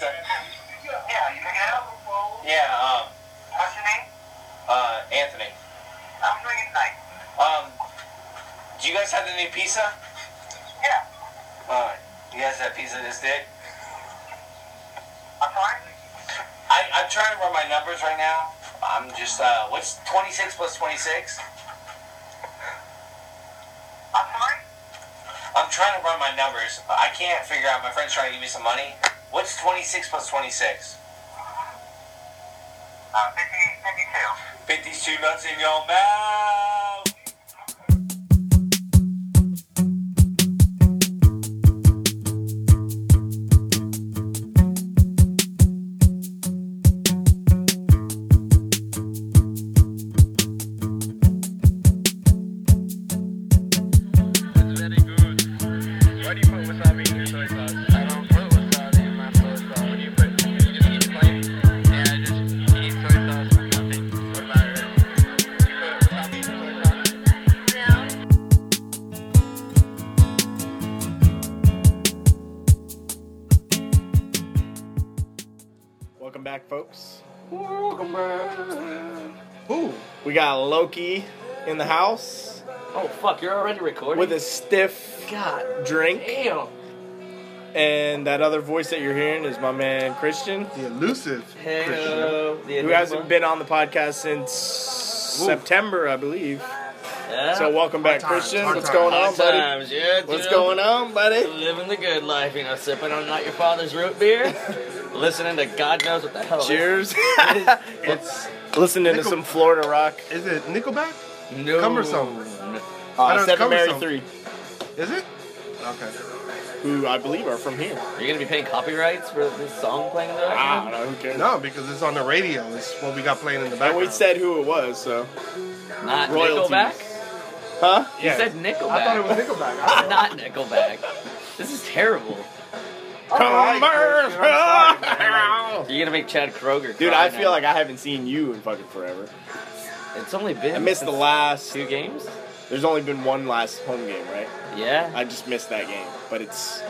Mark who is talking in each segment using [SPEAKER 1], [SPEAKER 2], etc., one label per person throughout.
[SPEAKER 1] Sorry?
[SPEAKER 2] Yeah, you picking it up?
[SPEAKER 1] Yeah, um,
[SPEAKER 2] What's your name?
[SPEAKER 1] uh, Anthony.
[SPEAKER 2] I'm doing it tonight.
[SPEAKER 1] Um, do you guys have the new pizza?
[SPEAKER 2] Yeah.
[SPEAKER 1] Uh, you guys have pizza this day?
[SPEAKER 2] I'm sorry?
[SPEAKER 1] I, I'm trying to run my numbers right now. I'm just, uh, what's 26 plus 26?
[SPEAKER 2] I'm sorry?
[SPEAKER 1] I'm trying to run my numbers. I can't figure out. My friend's trying to give me some money. What's 26 plus 26?
[SPEAKER 2] Uh, 50, 52.
[SPEAKER 1] 52 nuts in your mouth.
[SPEAKER 3] Very good. Why do you put wasabi in your soy sauce? I don't put wasabi in my soy sauce. What do you put? You just eat plain? Yeah, I just eat soy sauce with nothing. What about her? You put wasabi in your soy sauce?
[SPEAKER 4] Welcome back, folks. Welcome back. Ooh, we got Loki in the house
[SPEAKER 5] Oh fuck, you're already recording.
[SPEAKER 4] with a stiff
[SPEAKER 5] God
[SPEAKER 4] drink,
[SPEAKER 5] damn.
[SPEAKER 4] and that other voice that you're hearing is my man Christian,
[SPEAKER 6] The elusive.
[SPEAKER 5] Hey,
[SPEAKER 6] Christian.
[SPEAKER 5] uh, the
[SPEAKER 4] who hasn't been on the podcast since September, I believe.
[SPEAKER 5] Yeah.
[SPEAKER 4] So welcome back,
[SPEAKER 6] Hard times,
[SPEAKER 4] Christian.
[SPEAKER 6] hard
[SPEAKER 4] What's going on,
[SPEAKER 5] Hard
[SPEAKER 4] buddy?
[SPEAKER 5] times, yeah,
[SPEAKER 4] What's
[SPEAKER 5] dude.
[SPEAKER 4] going on, buddy?
[SPEAKER 5] Living the good life, you know, sipping on not your father's root beer, listening to God knows what the hell. that
[SPEAKER 4] Cheers.
[SPEAKER 6] It's
[SPEAKER 4] Listening to
[SPEAKER 6] Nickel-
[SPEAKER 4] some Florida rock.
[SPEAKER 6] is it Nickelback?
[SPEAKER 5] is. No.
[SPEAKER 6] Cumbersome. I
[SPEAKER 4] Uh,
[SPEAKER 6] don't
[SPEAKER 4] Seven
[SPEAKER 6] cover
[SPEAKER 4] Mary
[SPEAKER 6] some.
[SPEAKER 4] Three,
[SPEAKER 6] Is it? Okay.
[SPEAKER 4] who I believe are from here.
[SPEAKER 5] Are you gonna be paying copyrights for this song playing in the
[SPEAKER 6] Ah,
[SPEAKER 4] I
[SPEAKER 5] background?
[SPEAKER 4] don't know. Who cares?
[SPEAKER 6] No, because it's on the radio. It's what we got playing in the
[SPEAKER 4] And we
[SPEAKER 6] background.
[SPEAKER 4] said who it was, so
[SPEAKER 5] Not
[SPEAKER 4] royalties.
[SPEAKER 5] Nickelback.
[SPEAKER 4] huh?
[SPEAKER 5] You said Nickelback.
[SPEAKER 6] I thought it was Nickelback. I-
[SPEAKER 5] Not Nickelback. This is terrible.
[SPEAKER 4] Commercial.
[SPEAKER 5] You're gonna make Chad Kroger.
[SPEAKER 4] Dude,
[SPEAKER 5] cry
[SPEAKER 4] I feel
[SPEAKER 5] now.
[SPEAKER 4] like I haven't seen you in fucking forever.
[SPEAKER 5] it's only been.
[SPEAKER 4] I missed the
[SPEAKER 5] since
[SPEAKER 4] last.
[SPEAKER 5] two games.
[SPEAKER 4] There's only been one last home game, right?
[SPEAKER 5] Yeah,
[SPEAKER 4] I just missed that game, but it's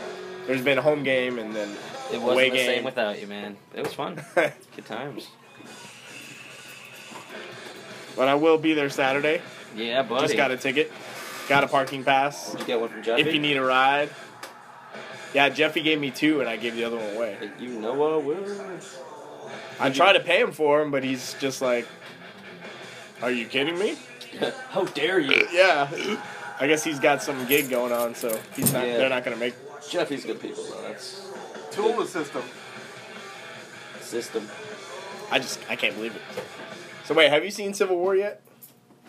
[SPEAKER 4] there's been a home game and then
[SPEAKER 5] it
[SPEAKER 4] away
[SPEAKER 5] wasn't the
[SPEAKER 4] game.
[SPEAKER 5] same without you, man. It was fun. Good times.
[SPEAKER 4] but I will be there Saturday.
[SPEAKER 5] Yeah, buddy.
[SPEAKER 4] Just got a ticket, got a parking pass.
[SPEAKER 5] You got one from Jeffy.
[SPEAKER 4] If you need a ride, yeah, Jeffy gave me two and I gave the other one away.
[SPEAKER 5] If you know I will.
[SPEAKER 4] I tried to pay him for him, but he's just like, "Are you kidding me?"
[SPEAKER 5] How dare you?
[SPEAKER 4] Yeah. I guess he's got some gig going on, so he's not.
[SPEAKER 5] Yeah.
[SPEAKER 4] They're not gonna make.
[SPEAKER 5] Jeffy's good people though. That's
[SPEAKER 6] Tool the system.
[SPEAKER 5] system.
[SPEAKER 4] I just. I can't believe it. So wait, have you seen Civil War yet?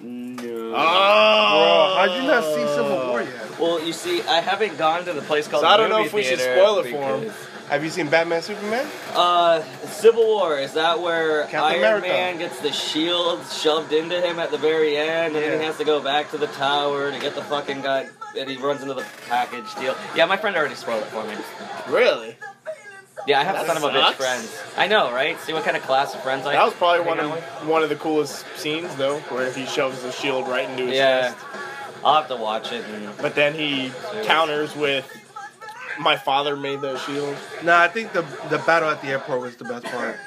[SPEAKER 5] No.
[SPEAKER 4] Ah.
[SPEAKER 6] Bro,
[SPEAKER 4] Oh,
[SPEAKER 6] how'd you not see Civil War yet?
[SPEAKER 5] well, you see, I haven't gone to the place called.
[SPEAKER 4] So
[SPEAKER 5] the
[SPEAKER 4] I don't know
[SPEAKER 5] Oh. movie
[SPEAKER 4] if we should
[SPEAKER 5] theater
[SPEAKER 4] spoil it for 'em.
[SPEAKER 5] because-
[SPEAKER 6] Have you seen Batman Superman?
[SPEAKER 5] Uh, Civil War is that where
[SPEAKER 6] Captain
[SPEAKER 5] Iron
[SPEAKER 6] America.
[SPEAKER 5] Man gets the shield shoved into him at the very end, and then
[SPEAKER 6] Yeah.
[SPEAKER 5] he has to go back to the tower to get the fucking guy, and he runs into the package deal. Yeah, my friend already spoiled it for me.
[SPEAKER 4] Really?
[SPEAKER 5] Yeah, I have
[SPEAKER 4] That
[SPEAKER 5] son of a bitch
[SPEAKER 4] sucks.
[SPEAKER 5] friends. I know, right? See what kind of class of friends I.
[SPEAKER 4] That was probably
[SPEAKER 5] hang
[SPEAKER 4] one
[SPEAKER 5] out
[SPEAKER 4] of
[SPEAKER 5] with?
[SPEAKER 4] one of the coolest scenes though, where he shoves the shield right into his
[SPEAKER 5] Yeah,
[SPEAKER 4] chest.
[SPEAKER 5] I'll have to watch it. And
[SPEAKER 4] But then he counters with, "My father made that shield."
[SPEAKER 6] Nah, I think the the battle at the airport was the best part.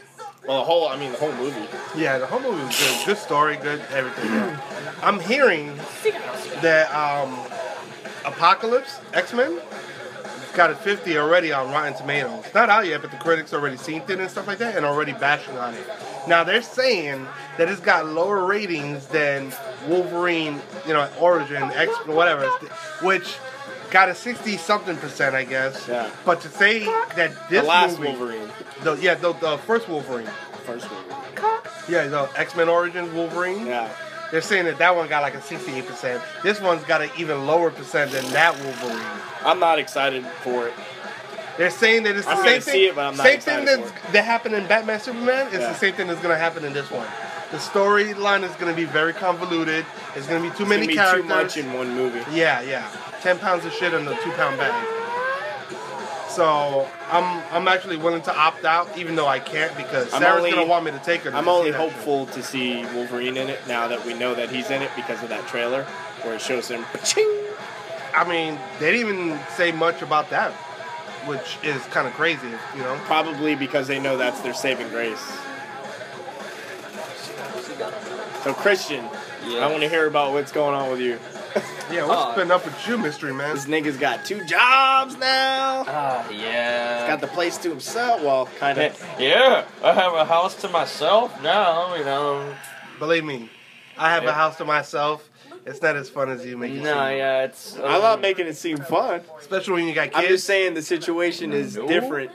[SPEAKER 4] Well, the whole. I mean, the whole movie.
[SPEAKER 6] Yeah, the whole movie was good. Good story, good everything. yeah. I'm hearing that um, Apocalypse X Men got a 50 already on Rotten Tomatoes. Not out yet, but the critics already seen it and stuff like that, and already bashing on it. Now they're saying that it's got lower ratings than Wolverine, you know, Origin X, whatever, which got a 60 something percent, I guess.
[SPEAKER 4] Yeah.
[SPEAKER 6] But to say that this
[SPEAKER 4] the last
[SPEAKER 6] movie,
[SPEAKER 4] Wolverine.
[SPEAKER 6] the, yeah, the, the first Wolverine.
[SPEAKER 4] First Wolverine.
[SPEAKER 6] Yeah, the X Men Origins Wolverine.
[SPEAKER 4] Yeah.
[SPEAKER 6] They're saying that that one got like a 68%. This one's got an even lower percent than that Wolverine.
[SPEAKER 4] I'm not excited for it.
[SPEAKER 6] They're saying that it's the
[SPEAKER 4] I'm gonna
[SPEAKER 6] same
[SPEAKER 4] see
[SPEAKER 6] thing.
[SPEAKER 4] it, but I'm not
[SPEAKER 6] same
[SPEAKER 4] excited
[SPEAKER 6] thing
[SPEAKER 4] for
[SPEAKER 6] that that happened in Batman Superman is
[SPEAKER 4] Yeah.
[SPEAKER 6] the same thing that's gonna happen in this one. The storyline is gonna be very convoluted. It's gonna be too many
[SPEAKER 4] it's gonna be
[SPEAKER 6] characters.
[SPEAKER 4] too much in one movie.
[SPEAKER 6] yeah, yeah. Ten pounds of shit in a two pound bag. So I'm I'm actually willing to opt out, even though I can't because
[SPEAKER 4] I'm
[SPEAKER 6] Sarah's
[SPEAKER 4] only-
[SPEAKER 6] gonna want me to take her. to
[SPEAKER 4] I'm
[SPEAKER 6] see
[SPEAKER 4] only
[SPEAKER 6] that shit.
[SPEAKER 4] hopeful to see Wolverine in it now that we know that he's in it because of that trailer where it shows him. Ching!
[SPEAKER 6] I mean, they didn't even say much about that which is kind of crazy, you know.
[SPEAKER 4] Probably because they know that's their saving grace. So Christian,
[SPEAKER 5] Yeah.
[SPEAKER 4] I want to hear about what's going on with you.
[SPEAKER 6] Yeah, what's
[SPEAKER 5] Oh.
[SPEAKER 6] been up with you, mystery man?
[SPEAKER 4] This nigga's got two jobs now.
[SPEAKER 5] Ah, yeah.
[SPEAKER 4] Got the place to himself. Well, kind
[SPEAKER 5] Hey,
[SPEAKER 4] of.
[SPEAKER 5] yeah, I have a house to myself now, you know.
[SPEAKER 6] Believe me, I have a
[SPEAKER 5] Yeah.
[SPEAKER 6] house to myself. It's not as fun as you make it
[SPEAKER 5] No,
[SPEAKER 6] seem.
[SPEAKER 5] yeah, it's. um,
[SPEAKER 4] I love making it seem fun.
[SPEAKER 6] Especially when you got
[SPEAKER 4] I'm just
[SPEAKER 6] kids.
[SPEAKER 4] saying the situation is
[SPEAKER 5] No.
[SPEAKER 4] different.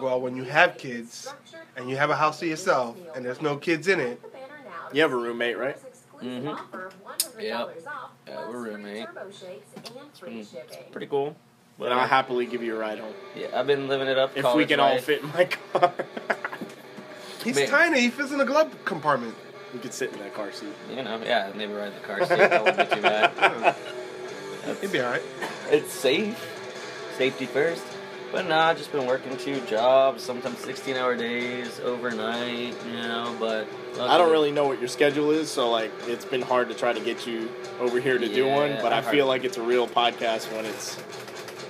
[SPEAKER 6] Well, when you have kids and you have a house to yourself and there's no kids in it,
[SPEAKER 4] You have a roommate, right?
[SPEAKER 7] Mm-hmm.
[SPEAKER 5] Yep.
[SPEAKER 7] Yeah,
[SPEAKER 5] we're
[SPEAKER 7] we're
[SPEAKER 5] roommate.
[SPEAKER 7] roommate.
[SPEAKER 5] Pretty cool.
[SPEAKER 4] But I'll happily give you a ride home
[SPEAKER 5] Yeah, I've been living it up.
[SPEAKER 4] if we
[SPEAKER 5] college
[SPEAKER 4] can all
[SPEAKER 5] life.
[SPEAKER 4] fit in my car.
[SPEAKER 6] he's
[SPEAKER 5] Man.
[SPEAKER 6] tiny. He fits in a glove compartment.
[SPEAKER 4] we could sit in that car seat.
[SPEAKER 5] You know, yeah, maybe ride the car seat. That wouldn't be too bad.
[SPEAKER 6] Yeah. He'd be all right.
[SPEAKER 5] It's safe. Safety first. But nah, I've just been working two jobs, sometimes 16 hour days, overnight, you know, but.
[SPEAKER 4] I don't really know what your schedule is, so like it's been hard to try to get you over here to do
[SPEAKER 5] Yeah,
[SPEAKER 4] one. But I
[SPEAKER 5] hard.
[SPEAKER 4] feel like it's a real podcast when it's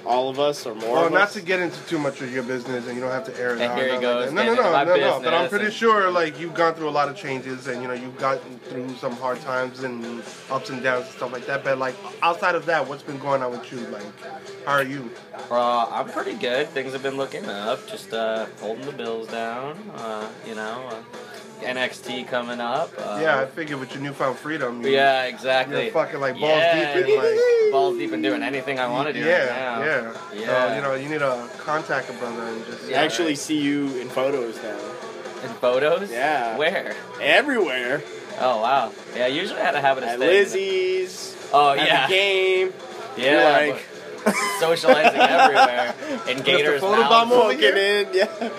[SPEAKER 4] all of us or more.
[SPEAKER 6] Well,
[SPEAKER 4] of
[SPEAKER 6] not
[SPEAKER 4] us.
[SPEAKER 6] to get into too much of your business, and you don't have to air it
[SPEAKER 5] And
[SPEAKER 6] out.
[SPEAKER 5] here he
[SPEAKER 6] nothing
[SPEAKER 5] goes,
[SPEAKER 6] like that. No, no,
[SPEAKER 5] getting
[SPEAKER 6] no,
[SPEAKER 5] into my
[SPEAKER 6] no, no. But I'm
[SPEAKER 5] business
[SPEAKER 6] pretty
[SPEAKER 5] and-
[SPEAKER 6] sure, like, you've gone through a lot of changes, and you know, you've gotten through some hard times and ups and downs and stuff like that. But like, outside of that, what's been going on with you? Like, how are you?
[SPEAKER 5] Uh, I'm pretty good. Things have been looking up. Just uh, holding the bills down. Uh, you know, uh, NXT coming up. Uh,
[SPEAKER 6] yeah, I figured with your newfound freedom, you,
[SPEAKER 5] Yeah, exactly.
[SPEAKER 6] you're fucking like balls
[SPEAKER 5] Yeah.
[SPEAKER 6] deep in like.
[SPEAKER 5] Balls deep in doing anything I want to do right
[SPEAKER 6] yeah,
[SPEAKER 5] now.
[SPEAKER 6] yeah, So
[SPEAKER 5] Yeah.
[SPEAKER 6] you know, you need to contact a brother and just
[SPEAKER 4] I actually see you in photos now.
[SPEAKER 5] And photos.
[SPEAKER 4] Yeah.
[SPEAKER 5] Where?
[SPEAKER 4] Everywhere.
[SPEAKER 5] Oh wow. Yeah. Usually I had a habit of
[SPEAKER 4] At
[SPEAKER 5] staying-
[SPEAKER 4] Lizzie's.
[SPEAKER 5] Oh
[SPEAKER 4] at
[SPEAKER 5] yeah.
[SPEAKER 4] the game.
[SPEAKER 5] Yeah.
[SPEAKER 4] You're like-
[SPEAKER 5] but socializing everywhere. In Gators
[SPEAKER 6] photobomb
[SPEAKER 5] mouths.
[SPEAKER 6] over
[SPEAKER 4] Fucking
[SPEAKER 6] here?
[SPEAKER 4] in, yeah.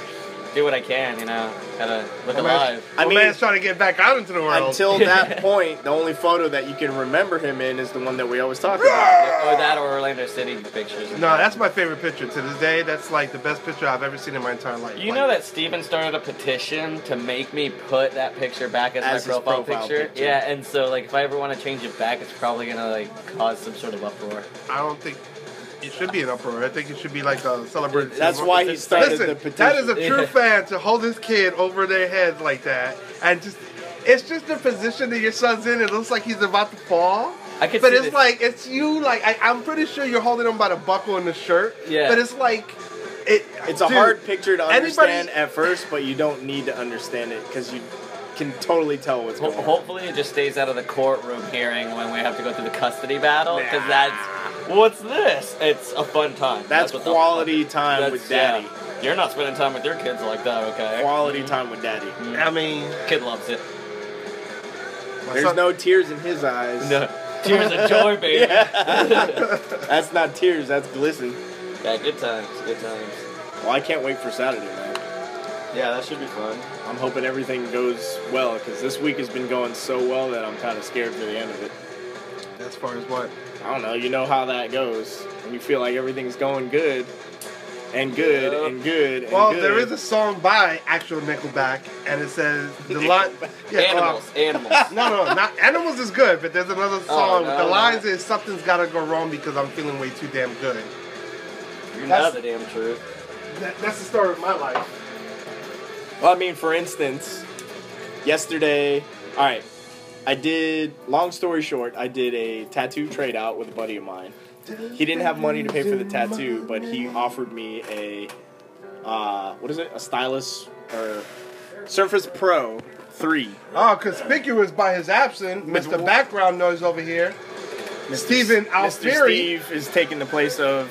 [SPEAKER 5] Do what I can. You know. Gotta look
[SPEAKER 6] My man's-
[SPEAKER 5] alive.
[SPEAKER 4] I
[SPEAKER 6] my
[SPEAKER 4] mean-
[SPEAKER 6] man's trying to get back out into the world.
[SPEAKER 4] Until that point, the only photo that you can remember him in is the one that we always talk about.
[SPEAKER 5] Yeah, Or that, or Orlando City pictures.
[SPEAKER 6] no, that's my favorite picture to this day. That's like the best picture I've ever seen in my entire life.
[SPEAKER 5] You
[SPEAKER 6] Like,
[SPEAKER 5] know that Steven started a petition to make me put that picture back as,
[SPEAKER 4] As his
[SPEAKER 5] my profile,
[SPEAKER 4] profile
[SPEAKER 5] picture.
[SPEAKER 4] picture.
[SPEAKER 5] Yeah, and so like if I ever want to change it back, it's probably gonna like cause some sort of uproar.
[SPEAKER 6] I don't think it should be an uproar. I think it should be like a celebration.
[SPEAKER 4] That's why he started
[SPEAKER 6] Listen,
[SPEAKER 4] the petition.
[SPEAKER 6] that is a true
[SPEAKER 5] Yeah.
[SPEAKER 6] fan to hold his kid over their head like that, and just it's just the position that your son's in. It looks like he's about to fall.
[SPEAKER 5] I could
[SPEAKER 6] but
[SPEAKER 5] see
[SPEAKER 6] it's
[SPEAKER 5] this-
[SPEAKER 6] like it's you. Like I, I'm pretty sure you're holding him by the buckle in the shirt.
[SPEAKER 5] Yeah.
[SPEAKER 6] But it's like it.
[SPEAKER 4] It's a
[SPEAKER 6] dude,
[SPEAKER 4] hard picture to
[SPEAKER 6] anybody-
[SPEAKER 4] understand at first, but you don't need to understand it because you can totally tell what's
[SPEAKER 5] Ho-
[SPEAKER 4] going on.
[SPEAKER 5] hopefully, it just stays out of the courtroom hearing when we have to go through the custody battle because
[SPEAKER 4] Nah.
[SPEAKER 5] that's what's this? It's a fun time.
[SPEAKER 4] That's
[SPEAKER 5] what the-
[SPEAKER 4] quality time
[SPEAKER 5] that's-
[SPEAKER 4] with daddy.
[SPEAKER 5] yeah. You're not spending time with your kids like that, okay?
[SPEAKER 4] Quality time with daddy.
[SPEAKER 6] I mean,
[SPEAKER 5] Kid loves it.
[SPEAKER 6] my
[SPEAKER 4] There's
[SPEAKER 6] son-
[SPEAKER 4] no tears in his eyes.
[SPEAKER 5] No. Tears of joy, baby.
[SPEAKER 4] That's not tears. That's glisten.
[SPEAKER 5] yeah, good times, good times.
[SPEAKER 4] Well, I can't wait for Saturday, man.
[SPEAKER 5] Yeah, that should be fun.
[SPEAKER 4] I'm hoping everything goes well because this week has been going so well that I'm kind of scared for the end of it.
[SPEAKER 6] As far as what?
[SPEAKER 4] I don't know. You know how that goes when you feel like everything's going good and good
[SPEAKER 5] Yeah.
[SPEAKER 4] and good. And
[SPEAKER 6] Well,
[SPEAKER 4] good.
[SPEAKER 6] there is a song by actual Nickelback, and it says the line. Yeah, well,
[SPEAKER 5] Animals, animals.
[SPEAKER 6] No, no, not animals is good, but there's another
[SPEAKER 8] Oh,
[SPEAKER 6] song. with
[SPEAKER 5] no,
[SPEAKER 6] the
[SPEAKER 5] no.
[SPEAKER 6] lines is something's gotta go wrong because I'm feeling way too damn good.
[SPEAKER 5] You
[SPEAKER 6] That's-
[SPEAKER 5] know the damn truth.
[SPEAKER 6] That, that's the story of my life.
[SPEAKER 4] Well, I mean, for instance, yesterday, all right, I did, long story short, I did a tattoo trade out with a buddy of mine. He didn't have money to pay for the tattoo, but he offered me a, uh, what is it? A stylus or Surface Pro 3.
[SPEAKER 6] Oh, conspicuous by his absence, Mr. Background Noise over here.
[SPEAKER 4] Mr.
[SPEAKER 6] Steven
[SPEAKER 4] Mr.
[SPEAKER 6] Alfieri.
[SPEAKER 4] Steve is taking the place of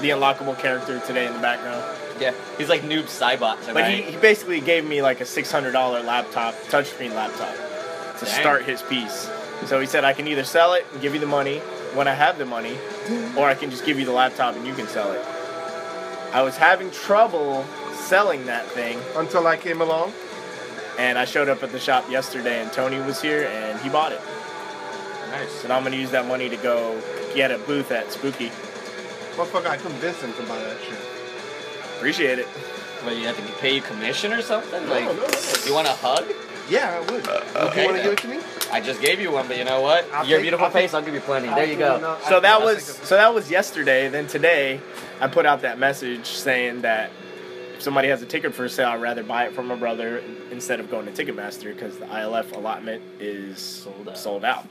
[SPEAKER 4] the unlockable character today in the background.
[SPEAKER 5] Yeah, he's like noob Cybot tonight.
[SPEAKER 4] But he, he basically gave me like a $600 laptop, touchscreen laptop. to
[SPEAKER 5] Dang.
[SPEAKER 4] start his piece. So he said, I can either sell it and give you the money when I have the money, or I can just give you the laptop and you can sell it. I was having trouble selling that thing,
[SPEAKER 6] Until I came along.
[SPEAKER 4] and I showed up at the shop yesterday, and Tony was here, and he bought it.
[SPEAKER 5] nice.
[SPEAKER 4] So now I'm gonna use that money to go get a booth at Spooky.
[SPEAKER 6] Motherfucker, I convinced him to buy that shit.
[SPEAKER 4] Appreciate it.
[SPEAKER 5] But you have to pay you commission or something? Like,
[SPEAKER 6] no, no.
[SPEAKER 5] you want a hug?
[SPEAKER 6] Yeah, I would. if you
[SPEAKER 8] Uh, okay,
[SPEAKER 6] want to
[SPEAKER 8] then.
[SPEAKER 6] give it to me?
[SPEAKER 8] I just gave you one, but you know what?
[SPEAKER 6] I'll
[SPEAKER 8] Your
[SPEAKER 6] take-
[SPEAKER 8] beautiful
[SPEAKER 6] I'll take-
[SPEAKER 8] face, I'll give you plenty. There you go.
[SPEAKER 4] So that was so that was yesterday. Then today, I put out that message saying that if somebody has a ticket for sale, I'd rather buy it from a brother instead of going to Ticketmaster because the ILF allotment is sold
[SPEAKER 8] Sold
[SPEAKER 4] out.
[SPEAKER 8] out.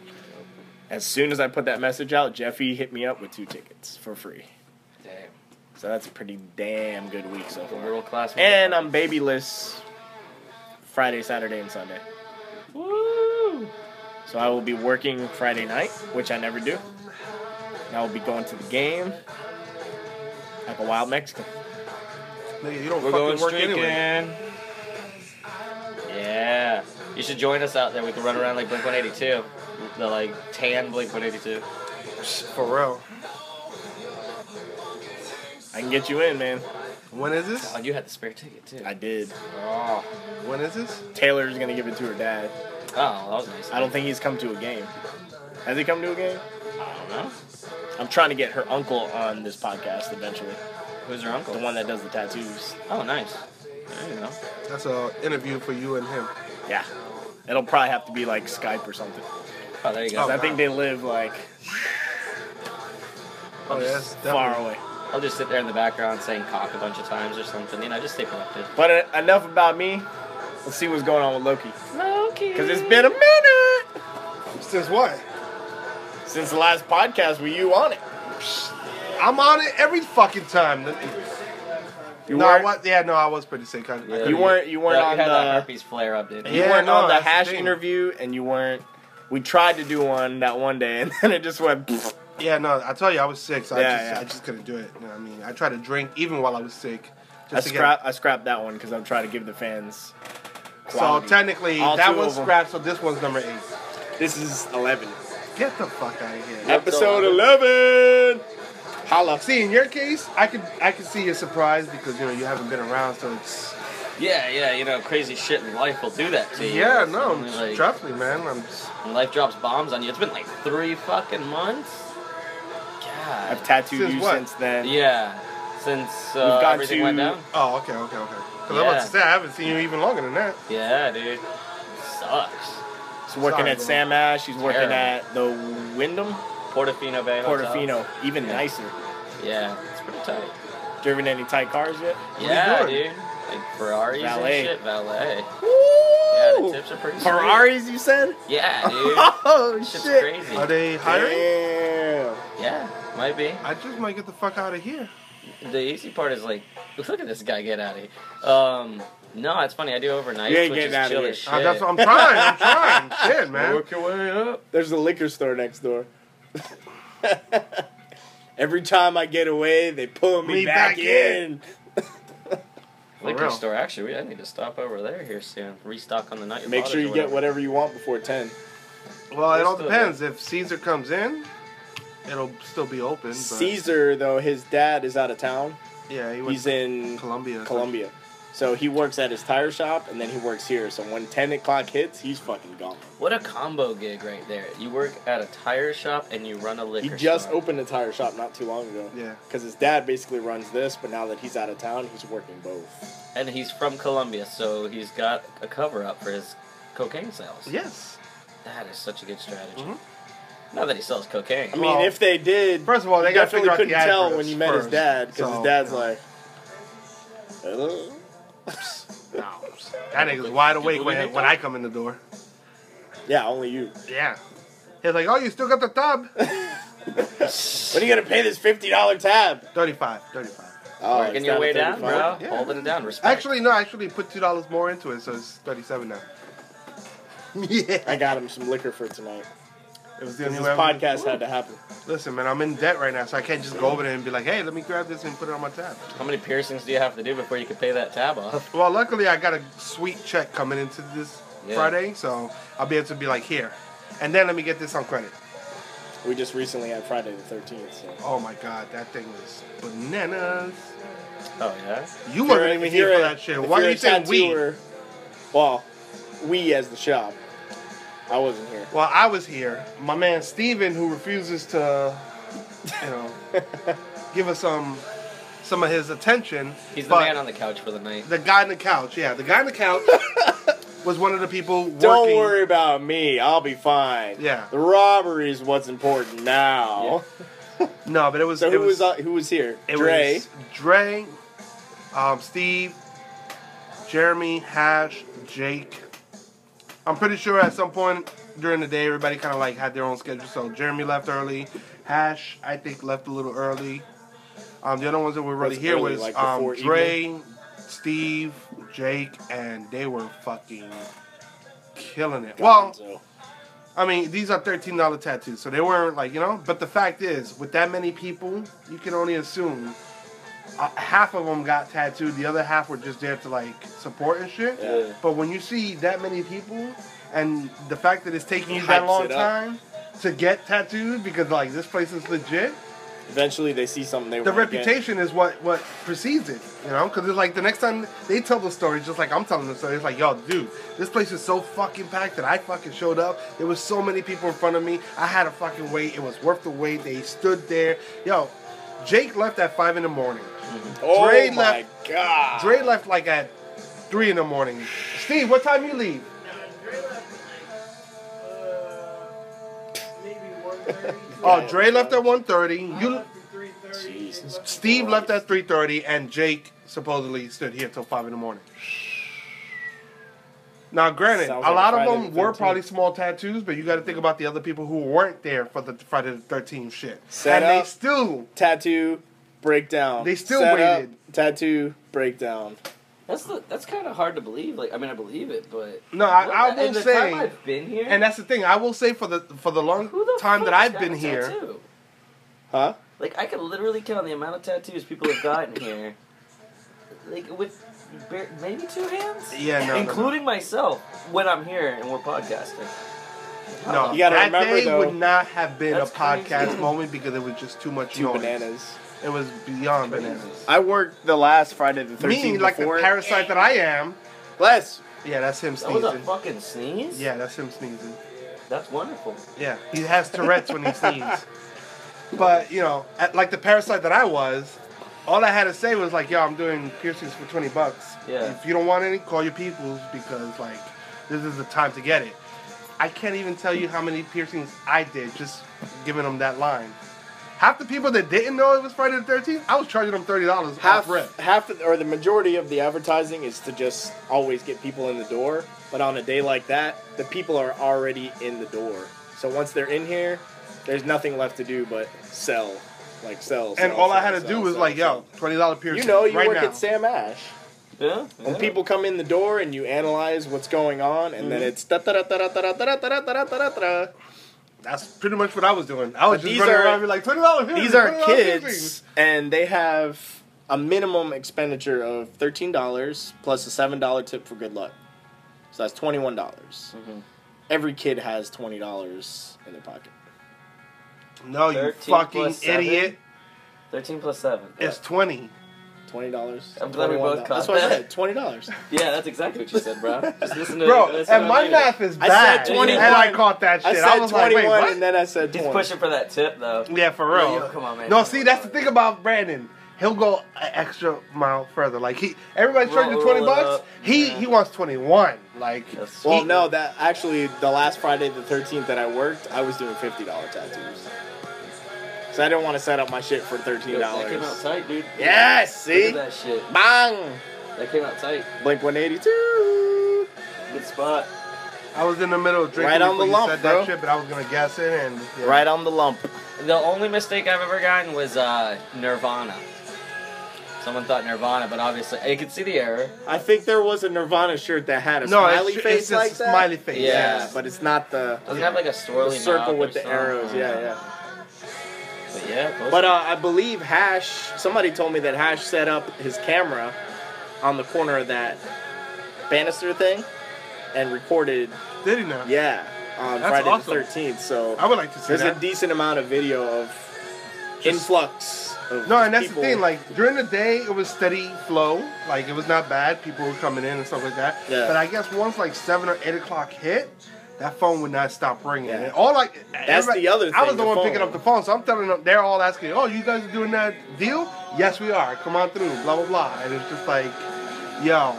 [SPEAKER 4] As soon as I put that message out, Jeffy hit me up with two tickets for free.
[SPEAKER 8] Damn.
[SPEAKER 4] So that's a pretty damn good week so
[SPEAKER 8] A
[SPEAKER 4] far.
[SPEAKER 8] world class.
[SPEAKER 4] And I'm babyless Friday, Saturday, and Sunday.
[SPEAKER 8] Woo!
[SPEAKER 4] So I will be working Friday night, which I never do. And I will be going to the game like a wild Mexican.
[SPEAKER 6] Nigga, you don't fucking
[SPEAKER 8] We're going
[SPEAKER 6] work
[SPEAKER 8] streaking.
[SPEAKER 6] anyway.
[SPEAKER 8] Yeah. You should join us out there. We can run around like Blink 182. The like tan Blink 182.
[SPEAKER 6] For real.
[SPEAKER 4] I can get you in, man.
[SPEAKER 6] When is this?
[SPEAKER 8] Oh, you had the spare ticket too.
[SPEAKER 4] I did.
[SPEAKER 8] Oh,
[SPEAKER 6] When is this?
[SPEAKER 4] Taylor's gonna give it to her dad.
[SPEAKER 8] oh, that was nice.
[SPEAKER 4] I don't think he's come to a game. Has he come to a game?
[SPEAKER 8] I don't know.
[SPEAKER 4] I'm trying to get her uncle on this podcast eventually.
[SPEAKER 8] Who's your uncle?
[SPEAKER 4] The one that does the tattoos.
[SPEAKER 8] Oh, nice. There you go.
[SPEAKER 6] That's a interview for you and him.
[SPEAKER 4] Yeah. It'll probably have to be like Skype or something.
[SPEAKER 8] Oh, there you go.
[SPEAKER 4] 'Cause I think they live like
[SPEAKER 6] Oh, yeah, that's
[SPEAKER 4] far
[SPEAKER 6] definitely.
[SPEAKER 4] away.
[SPEAKER 8] I'll just sit there in the background saying cock a bunch of times or something. You know, just stay productive.
[SPEAKER 4] But uh, enough about me. Let's see what's going on with Loki. Loki. Because it's been a minute
[SPEAKER 6] Since what?
[SPEAKER 4] since the last podcast with you on it.
[SPEAKER 6] I'm on it every fucking time.
[SPEAKER 4] You
[SPEAKER 6] no, I
[SPEAKER 4] weren't,
[SPEAKER 6] was, yeah, no, I was pretty sick. I, I
[SPEAKER 4] You weren't- you weren't
[SPEAKER 8] Yeah,
[SPEAKER 4] on
[SPEAKER 8] you had that
[SPEAKER 4] the-
[SPEAKER 8] herpes flare up, dude.
[SPEAKER 4] you
[SPEAKER 6] Yeah,
[SPEAKER 4] weren't
[SPEAKER 6] no,
[SPEAKER 4] on the
[SPEAKER 6] that's the
[SPEAKER 4] hash
[SPEAKER 6] thing.
[SPEAKER 4] interview, and you weren't. We tried to do one that one day, and then it just went.
[SPEAKER 6] Yeah, no, I tell you, I was sick, so I,
[SPEAKER 4] Yeah,
[SPEAKER 6] just,
[SPEAKER 4] yeah.
[SPEAKER 6] I just couldn't do it. You know what I mean? I tried to drink even while I was sick.
[SPEAKER 4] I
[SPEAKER 6] Just to get,
[SPEAKER 4] scrap. I scrapped that one because I'm trying to give the fans.
[SPEAKER 6] so
[SPEAKER 4] quality.
[SPEAKER 6] technically,
[SPEAKER 4] All
[SPEAKER 6] that
[SPEAKER 4] two
[SPEAKER 6] one's
[SPEAKER 4] of 'em.
[SPEAKER 6] scrapped, so this one's number eight.
[SPEAKER 4] this is eleven.
[SPEAKER 6] Get the fuck out of here.
[SPEAKER 4] Episode eleven. Holla.
[SPEAKER 6] See, in your case, I could I could see your surprise because you know you haven't been around, so it's
[SPEAKER 8] Yeah, yeah, you know, crazy shit in life will do that to you.
[SPEAKER 6] yeah,
[SPEAKER 8] It's
[SPEAKER 6] no,
[SPEAKER 8] only,
[SPEAKER 6] I'm
[SPEAKER 8] like,
[SPEAKER 6] trust me, man. I'm just,
[SPEAKER 8] when life drops bombs on you. It's been like three fucking months. God.
[SPEAKER 4] I've tattooed
[SPEAKER 6] Since
[SPEAKER 4] you
[SPEAKER 6] what?
[SPEAKER 4] since then.
[SPEAKER 8] Yeah, since uh,
[SPEAKER 4] We've got
[SPEAKER 8] everything
[SPEAKER 4] to-
[SPEAKER 8] went down.
[SPEAKER 6] oh, okay, okay, okay. Because I'm about to
[SPEAKER 8] Yeah.
[SPEAKER 6] say I haven't seen you even longer than that.
[SPEAKER 8] Yeah, dude. Sucks.
[SPEAKER 4] She's working
[SPEAKER 6] Sorry,
[SPEAKER 4] at
[SPEAKER 6] bro.
[SPEAKER 4] Sam Ash. She's working
[SPEAKER 8] Terrible.
[SPEAKER 4] at the Wyndham
[SPEAKER 8] Portofino Bay. Hotel.
[SPEAKER 4] Portofino. Even
[SPEAKER 8] Yeah.
[SPEAKER 4] nicer.
[SPEAKER 8] Yeah, it's pretty tight.
[SPEAKER 4] Driven any tight cars yet?
[SPEAKER 6] you
[SPEAKER 8] yeah,
[SPEAKER 6] doing?
[SPEAKER 8] dude. Like Ferraris
[SPEAKER 4] Valet.
[SPEAKER 8] and shit. Valet. Yeah, the
[SPEAKER 4] Woo!
[SPEAKER 8] tips are pretty. sweet.
[SPEAKER 4] Ferraris, you said?
[SPEAKER 8] Yeah, dude.
[SPEAKER 4] Oh
[SPEAKER 8] Shit's
[SPEAKER 4] shit!
[SPEAKER 8] crazy.
[SPEAKER 6] Are they hiring?
[SPEAKER 4] Damn.
[SPEAKER 8] Yeah, might be.
[SPEAKER 6] I just might get the fuck out of here.
[SPEAKER 8] The easy part is like, look at this guy get out of here. Um, no, it's funny. I do overnight,
[SPEAKER 4] You ain't
[SPEAKER 8] which is
[SPEAKER 4] getting outta
[SPEAKER 8] chill
[SPEAKER 4] here.
[SPEAKER 8] as shit.
[SPEAKER 6] Uh, that's what I'm trying. I'm trying. Shit, man.
[SPEAKER 8] Work your way up.
[SPEAKER 4] There's a liquor store next door. Every time I get away, they pull me,
[SPEAKER 6] Me
[SPEAKER 4] back,
[SPEAKER 6] back
[SPEAKER 4] in.
[SPEAKER 6] in.
[SPEAKER 8] Liquor
[SPEAKER 6] real.
[SPEAKER 8] store. Actually, we, I need to stop over there here soon. Restock on the night.
[SPEAKER 4] Make sure you get whatever you want before 10.
[SPEAKER 6] Well, it all
[SPEAKER 8] Let's do it.
[SPEAKER 6] depends. If Caesar comes in, it'll still be open. But
[SPEAKER 4] Caesar, though, his dad is out of town.
[SPEAKER 6] yeah, he went
[SPEAKER 4] He's
[SPEAKER 6] to
[SPEAKER 4] in
[SPEAKER 6] Colombia.
[SPEAKER 4] Columbia. So he works at his tire shop and then he works here. So when 10 o'clock hits, he's fucking gone.
[SPEAKER 8] What a combo gig right there. You work at a tire shop and you run a liquor
[SPEAKER 4] He
[SPEAKER 8] store.
[SPEAKER 4] just opened a tire shop not too long ago.
[SPEAKER 6] Yeah.
[SPEAKER 4] Because his dad basically runs this, but now that he's out of town, he's working both.
[SPEAKER 8] And he's from Colombia, so he's got a cover up for his cocaine sales.
[SPEAKER 6] Yes.
[SPEAKER 8] That is such a good strategy.
[SPEAKER 6] Mhm.
[SPEAKER 4] Mm-hmm.
[SPEAKER 8] Not that he sells cocaine.
[SPEAKER 4] I mean,
[SPEAKER 6] Well,
[SPEAKER 4] if they did,
[SPEAKER 6] First of all, they
[SPEAKER 4] you
[SPEAKER 6] gotta
[SPEAKER 4] definitely
[SPEAKER 6] figure out
[SPEAKER 4] couldn't
[SPEAKER 6] the
[SPEAKER 4] tell
[SPEAKER 6] address
[SPEAKER 4] when you met his
[SPEAKER 6] first.
[SPEAKER 4] dad because
[SPEAKER 6] So,
[SPEAKER 4] his dad's
[SPEAKER 6] yeah.
[SPEAKER 4] like, hello?
[SPEAKER 6] That nigga's wide awake
[SPEAKER 8] believe
[SPEAKER 6] when,
[SPEAKER 8] it,
[SPEAKER 6] when
[SPEAKER 8] though?
[SPEAKER 6] I come in the door.
[SPEAKER 4] Yeah, only you.
[SPEAKER 6] Yeah. He's like, oh, you still got the tub?
[SPEAKER 4] When are you gonna pay this fifty dollar tab?
[SPEAKER 6] 35 35
[SPEAKER 4] Oh,
[SPEAKER 8] Working
[SPEAKER 4] it's
[SPEAKER 8] your
[SPEAKER 4] down to
[SPEAKER 8] way down,
[SPEAKER 4] 35.
[SPEAKER 8] bro.
[SPEAKER 6] Yeah.
[SPEAKER 8] Holding it down. Respect.
[SPEAKER 6] Actually, no, I actually put $2 more into it, so it's 37 now. yeah.
[SPEAKER 4] I got him some liquor for tonight.
[SPEAKER 6] It was the
[SPEAKER 4] This
[SPEAKER 6] only way I was-
[SPEAKER 4] podcast had to happen.
[SPEAKER 6] Listen, man, I'm in debt right now, so I can't just go over there and be like, hey, let me grab this and put it on my tab.
[SPEAKER 8] how many piercings do you have to do before you can pay that tab off?
[SPEAKER 6] Well, luckily, I got a sweet check coming into this
[SPEAKER 8] Yeah.
[SPEAKER 6] Friday, so I'll be able to be like, here. And then let me get this on credit.
[SPEAKER 4] We just recently had Friday the thirteenth. So.
[SPEAKER 6] Oh my god, that thing was bananas.
[SPEAKER 8] Oh yeah.
[SPEAKER 6] You
[SPEAKER 4] If you're
[SPEAKER 6] weren't
[SPEAKER 4] a-
[SPEAKER 6] even
[SPEAKER 4] if
[SPEAKER 6] here
[SPEAKER 4] you're
[SPEAKER 6] for
[SPEAKER 4] a-
[SPEAKER 6] that shit.
[SPEAKER 4] if
[SPEAKER 6] Why do
[SPEAKER 4] you're
[SPEAKER 6] you
[SPEAKER 4] a
[SPEAKER 6] think we?
[SPEAKER 4] tattooer- Well, we as the shop. I wasn't here.
[SPEAKER 6] Well, I was here. My man Steven, who refuses to, you know, give us some some of his attention.
[SPEAKER 8] He's the
[SPEAKER 6] but
[SPEAKER 8] man on the couch for the night.
[SPEAKER 6] the guy on the couch. Yeah, the guy on the couch was one of the people working.
[SPEAKER 4] Don't worry about me. I'll be fine.
[SPEAKER 6] Yeah.
[SPEAKER 4] The robbery is what's important now.
[SPEAKER 6] No, but it was
[SPEAKER 4] So
[SPEAKER 6] it
[SPEAKER 4] who
[SPEAKER 6] was,
[SPEAKER 4] was, uh, who was here?
[SPEAKER 6] it
[SPEAKER 4] Dre.
[SPEAKER 6] was Dre, um, Steve, Jeremy, Hash, Jake. I'm pretty sure at some point during the day everybody kind of like had their own schedule. So Jeremy left early, Hash I think left a little early. Um, the other ones that were really
[SPEAKER 4] Was
[SPEAKER 6] here
[SPEAKER 4] early,
[SPEAKER 6] was
[SPEAKER 4] like
[SPEAKER 6] um,
[SPEAKER 4] before
[SPEAKER 6] Dre, Steve, Jake, and they were fucking killing it. Well,
[SPEAKER 4] Gonzo.
[SPEAKER 6] I mean, these are thirteen dollar tattoos, so they weren't like you know. But the fact is, with that many people, you can only assume uh, half of them got tattooed. The other half were just there to like support and shit.
[SPEAKER 4] Yeah.
[SPEAKER 6] But when you see that many people, and the fact that it's taking
[SPEAKER 4] It
[SPEAKER 6] you that
[SPEAKER 4] hypes
[SPEAKER 6] long
[SPEAKER 4] it up.
[SPEAKER 6] time to get tattooed because like this place is legit,
[SPEAKER 4] eventually they see something they
[SPEAKER 6] the
[SPEAKER 4] wanna get.
[SPEAKER 6] reputation is what what precedes it. You know, because it's like the next time they tell the story, just like I'm telling the story, it's like, yo, dude, this place is so fucking packed that I fucking showed up. There was so many people in front of me. I had to fucking wait. It was worth the wait. They stood there. Yo, Jake left at five in the morning.
[SPEAKER 4] Oh
[SPEAKER 6] Dre
[SPEAKER 4] my
[SPEAKER 6] left-
[SPEAKER 4] god.
[SPEAKER 6] Dre left like at three in the morning. Steve, what time you leave? Oh, Dre left at 1.30. You,
[SPEAKER 4] Jesus.
[SPEAKER 6] Steve left at 3.30, and Jake supposedly stood here till 5 in the morning. Now, granted,
[SPEAKER 4] Sounds
[SPEAKER 6] a
[SPEAKER 4] like
[SPEAKER 6] lot of
[SPEAKER 4] Friday
[SPEAKER 6] them
[SPEAKER 4] the
[SPEAKER 6] were
[SPEAKER 4] 13th.
[SPEAKER 6] probably small tattoos, but you got to think about the other people who weren't there for the Friday the 13th shit.
[SPEAKER 4] Set
[SPEAKER 6] and
[SPEAKER 4] up.
[SPEAKER 6] they still,
[SPEAKER 4] Tattoo breakdown.
[SPEAKER 6] They still
[SPEAKER 4] Set up,
[SPEAKER 6] waited.
[SPEAKER 4] tattoo breakdown.
[SPEAKER 5] That's the, that's kind of hard to believe. Like I mean, I believe it, but
[SPEAKER 6] No, I-
[SPEAKER 5] What
[SPEAKER 6] I
[SPEAKER 5] the-
[SPEAKER 6] will
[SPEAKER 5] and the
[SPEAKER 6] say-
[SPEAKER 5] time I've been here,
[SPEAKER 6] and that's the thing. I will say for the for the long
[SPEAKER 5] who the
[SPEAKER 6] time
[SPEAKER 5] fuck
[SPEAKER 6] that I've
[SPEAKER 5] got
[SPEAKER 6] been
[SPEAKER 5] a
[SPEAKER 6] here,
[SPEAKER 5] tattoo?
[SPEAKER 4] Huh?
[SPEAKER 5] Like I could literally count the amount of tattoos people have gotten here, like with bare, maybe two hands.
[SPEAKER 6] Yeah, no, no, no.
[SPEAKER 5] including myself when I'm here and we're podcasting.
[SPEAKER 6] no,
[SPEAKER 4] You gotta
[SPEAKER 6] that
[SPEAKER 4] remember,
[SPEAKER 6] day
[SPEAKER 4] though,
[SPEAKER 6] would not have been a
[SPEAKER 5] that's
[SPEAKER 6] podcast
[SPEAKER 5] crazy.
[SPEAKER 6] moment because it was just too much
[SPEAKER 4] Two
[SPEAKER 6] noise.
[SPEAKER 4] bananas.
[SPEAKER 6] It was beyond bananas.
[SPEAKER 4] I worked the last Friday the 13th
[SPEAKER 6] Me, like the
[SPEAKER 4] before.
[SPEAKER 6] parasite that I am.
[SPEAKER 4] Less.
[SPEAKER 6] Yeah, that's him
[SPEAKER 5] That was a
[SPEAKER 6] sneezing.
[SPEAKER 5] fucking sneeze.
[SPEAKER 6] Yeah, that's him sneezing.
[SPEAKER 5] that's wonderful.
[SPEAKER 6] Yeah, he has Tourette's when he sneezes. But you know, at, like the parasite that I was, all I had to say was like, "Yo, I'm doing piercings for twenty bucks.
[SPEAKER 5] Yeah.
[SPEAKER 6] If you don't want any, call your peoples because like this is the time to get it." I can't even tell you how many piercings I did just giving them that line. Half the people that didn't know it was Friday the Thirteenth, I was charging them thirty dollars
[SPEAKER 4] half
[SPEAKER 6] off rip.
[SPEAKER 4] half of- or the majority of the advertising is to just always get people in the door but on a day like that the people are already in the door so once they're in here there's nothing left to do but sell like sell,
[SPEAKER 6] And
[SPEAKER 4] sell,
[SPEAKER 6] all I
[SPEAKER 4] sell,
[SPEAKER 6] had to
[SPEAKER 4] sell,
[SPEAKER 6] do was
[SPEAKER 4] sell,
[SPEAKER 6] like,
[SPEAKER 4] sell.
[SPEAKER 6] "Yo, twenty dollar piercing."
[SPEAKER 4] you know you
[SPEAKER 6] right
[SPEAKER 4] work
[SPEAKER 6] now.
[SPEAKER 4] at sam ash
[SPEAKER 5] Yeah.
[SPEAKER 4] when
[SPEAKER 5] yeah.
[SPEAKER 4] people come in the door and you analyze what's going on and then
[SPEAKER 6] Mm-hmm.
[SPEAKER 4] it's da da da da da da da da da da da
[SPEAKER 6] That's pretty much what I was doing. I was
[SPEAKER 4] But
[SPEAKER 6] just
[SPEAKER 4] these
[SPEAKER 6] running
[SPEAKER 4] are-
[SPEAKER 6] around and be like, twenty dollars.
[SPEAKER 4] these are kids and they have a minimum expenditure of $13 plus a $7 tip for good luck so that's $21 dollars
[SPEAKER 5] Mm-hmm.
[SPEAKER 4] every kid has $20 in their pocket
[SPEAKER 6] No, you
[SPEAKER 5] 13
[SPEAKER 6] fucking
[SPEAKER 5] plus seven?
[SPEAKER 6] idiot.
[SPEAKER 5] Thirteen plus seven.
[SPEAKER 6] It's 20.
[SPEAKER 4] $20
[SPEAKER 5] I'm glad we both
[SPEAKER 4] $21.
[SPEAKER 5] caught
[SPEAKER 4] that's what i said
[SPEAKER 5] that.
[SPEAKER 4] $20
[SPEAKER 5] yeah, that's exactly what you said, bro. Just listen to
[SPEAKER 6] Bro,
[SPEAKER 5] listen
[SPEAKER 6] and
[SPEAKER 5] to
[SPEAKER 6] my
[SPEAKER 5] me.
[SPEAKER 6] math is
[SPEAKER 4] I
[SPEAKER 6] bad.
[SPEAKER 4] said 21.
[SPEAKER 6] And I caught that shit.
[SPEAKER 4] i
[SPEAKER 6] I,
[SPEAKER 4] said 21
[SPEAKER 6] was like, wait, what?
[SPEAKER 4] and then i said
[SPEAKER 5] He's
[SPEAKER 4] 20
[SPEAKER 5] pushing for that tip though.
[SPEAKER 6] yeah, for real.
[SPEAKER 5] Yo, yo, come on, man.
[SPEAKER 6] No, see, that's the thing about Brandon. He'll go an extra mile further. Like he, everybody's
[SPEAKER 5] Roll-
[SPEAKER 6] charging twenty
[SPEAKER 5] roll it
[SPEAKER 6] bucks.
[SPEAKER 5] up.
[SPEAKER 6] He
[SPEAKER 5] Yeah.
[SPEAKER 6] he wants twenty one. Like
[SPEAKER 5] That's-
[SPEAKER 4] well no that actually the last friday the 13th that i worked i was doing $50 tattoos so i didn't want to set up my shit for
[SPEAKER 5] Yo, That came out
[SPEAKER 4] $13
[SPEAKER 5] tight, dude.
[SPEAKER 4] yes
[SPEAKER 5] Look at
[SPEAKER 4] see
[SPEAKER 5] that shit.
[SPEAKER 4] bang
[SPEAKER 5] That came out tight.
[SPEAKER 4] blink 182
[SPEAKER 5] Good spot.
[SPEAKER 6] I was in the middle of drinking
[SPEAKER 4] Right on the
[SPEAKER 6] before you
[SPEAKER 4] lump,
[SPEAKER 6] said
[SPEAKER 4] bro.
[SPEAKER 6] that shit, but I was gonna guess it and yeah.
[SPEAKER 4] Right on the lump.
[SPEAKER 5] The only mistake I've ever gotten was uh, Nirvana. Someone thought Nirvana, but obviously you could see the error.
[SPEAKER 4] I think there was a Nirvana shirt that had a
[SPEAKER 6] No, it's,
[SPEAKER 4] smiley
[SPEAKER 6] ju-
[SPEAKER 4] face
[SPEAKER 6] it's just
[SPEAKER 4] like that.
[SPEAKER 6] smiley face.
[SPEAKER 5] Yeah.
[SPEAKER 4] Yeah, but it's not the,
[SPEAKER 5] Doesn't have like a
[SPEAKER 4] the
[SPEAKER 5] swirly
[SPEAKER 4] circle
[SPEAKER 5] mouth
[SPEAKER 4] with
[SPEAKER 5] or
[SPEAKER 4] the
[SPEAKER 5] something.
[SPEAKER 4] arrows. Yeah, yeah.
[SPEAKER 5] But yeah, those-
[SPEAKER 4] But uh, I believe Hash. Somebody told me that Hash set up his camera on the corner of that banister thing and recorded.
[SPEAKER 6] Did he now?
[SPEAKER 4] Yeah, on
[SPEAKER 6] That's
[SPEAKER 4] Friday
[SPEAKER 6] awesome.
[SPEAKER 4] the thirteenth. So
[SPEAKER 6] I would like to see
[SPEAKER 4] there's
[SPEAKER 6] that.
[SPEAKER 4] a decent amount of video of influx. Of
[SPEAKER 6] No, and that's
[SPEAKER 4] people.
[SPEAKER 6] the thing. Like during the day, it was steady flow. Like it was not bad. People were coming in and stuff like that.
[SPEAKER 4] Yeah.
[SPEAKER 6] But I guess once like seven or eight o'clock hit, that phone would not stop ringing.
[SPEAKER 4] Yeah.
[SPEAKER 6] And all like
[SPEAKER 4] That's
[SPEAKER 6] everybody-
[SPEAKER 4] the other
[SPEAKER 6] I
[SPEAKER 4] thing,
[SPEAKER 6] was the,
[SPEAKER 4] the
[SPEAKER 6] one
[SPEAKER 4] phone.
[SPEAKER 6] picking up the phone, so I'm telling them they're all asking, "Oh, you guys are doing that deal? Yes, we are. Come on through." Blah blah blah. And it's just like, yo,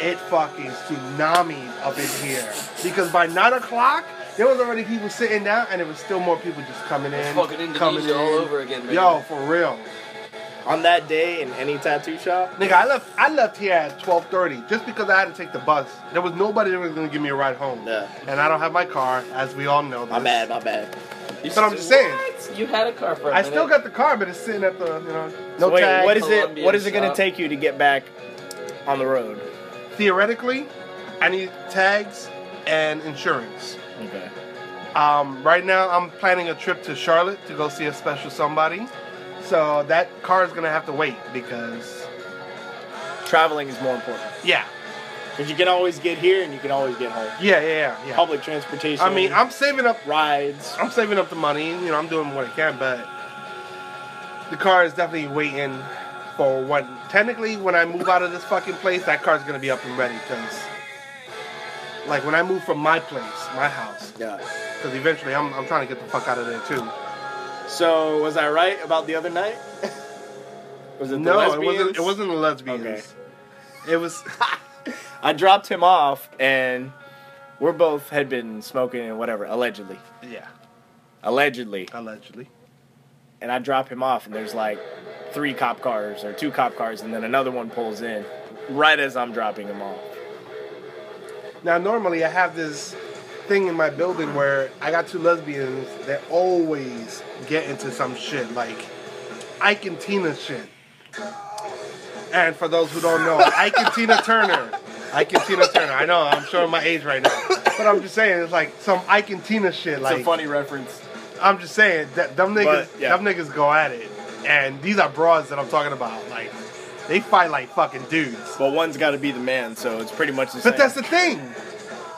[SPEAKER 6] it fucking tsunamied up in here because by nine o'clock there was already people sitting down and there was still more people just coming in,
[SPEAKER 5] fucking Indonesia
[SPEAKER 6] coming in
[SPEAKER 5] all over again, man.
[SPEAKER 6] Yo, for real,
[SPEAKER 4] On that day in any tattoo shop,
[SPEAKER 6] nigga, I left. I left here at twelve thirty just because I had to take the bus. There was nobody that was gonna give me a ride home.
[SPEAKER 4] Yeah.
[SPEAKER 6] And I don't have my car, as we all know.
[SPEAKER 4] my
[SPEAKER 6] this.
[SPEAKER 4] bad, my bad.
[SPEAKER 6] But I'm just saying,
[SPEAKER 5] You had a car for a
[SPEAKER 6] I still
[SPEAKER 5] minute.
[SPEAKER 6] got the car, but it's sitting at the you know
[SPEAKER 4] So
[SPEAKER 6] no
[SPEAKER 4] wait,
[SPEAKER 6] tag.
[SPEAKER 4] what is it?
[SPEAKER 5] Colombian
[SPEAKER 4] What is it going to
[SPEAKER 5] shop.
[SPEAKER 4] take you to get back on the road?
[SPEAKER 6] Theoretically, I need tags and insurance.
[SPEAKER 4] Okay.
[SPEAKER 6] Um, right now, I'm planning a trip to Charlotte to go see a special somebody. So that car is gonna have to wait because
[SPEAKER 4] Traveling is more important
[SPEAKER 6] yeah,
[SPEAKER 4] because you can always get here and you can always get home.
[SPEAKER 6] yeah, yeah, yeah. yeah.
[SPEAKER 4] Public transportation.
[SPEAKER 6] I mean, I'm saving up.
[SPEAKER 4] rides.
[SPEAKER 6] I'm saving up the money. You know, I'm doing what I can, but the car is definitely waiting for when. Technically, when I move out of this fucking place, that car's gonna be up and ready. Cause like when I move from my place, my house,
[SPEAKER 4] Yeah.
[SPEAKER 6] because eventually I'm, I'm trying to get the fuck out of there too.
[SPEAKER 4] So was I right about the other night? was it the
[SPEAKER 6] No, it
[SPEAKER 4] lesbians?
[SPEAKER 6] wasn't. It wasn't the lesbians.
[SPEAKER 4] Okay.
[SPEAKER 6] It was.
[SPEAKER 4] I dropped him off, and we're both had been smoking and whatever, allegedly,
[SPEAKER 6] yeah,
[SPEAKER 4] allegedly.
[SPEAKER 6] allegedly.
[SPEAKER 4] And I drop him off, and there's like three cop cars or two cop cars, and then another one pulls in right as I'm dropping him off.
[SPEAKER 6] Now, normally I have this thing in my building where I got two lesbians that always get into some shit, like Ike and Tina shit. And for those who don't know, Ike and Tina Turner. Ike and Tina Turner. I know, I'm showing my age right now. But I'm just saying, it's like some Ike and Tina shit.
[SPEAKER 4] It's
[SPEAKER 6] Like,
[SPEAKER 4] a funny reference.
[SPEAKER 6] I'm just saying that them niggas,
[SPEAKER 4] But, yeah.
[SPEAKER 6] them niggas go at it. And these are broads that I'm talking about. Like, they fight like fucking dudes.
[SPEAKER 4] But one's got to be the man, so it's pretty much the same.
[SPEAKER 6] But that's the thing.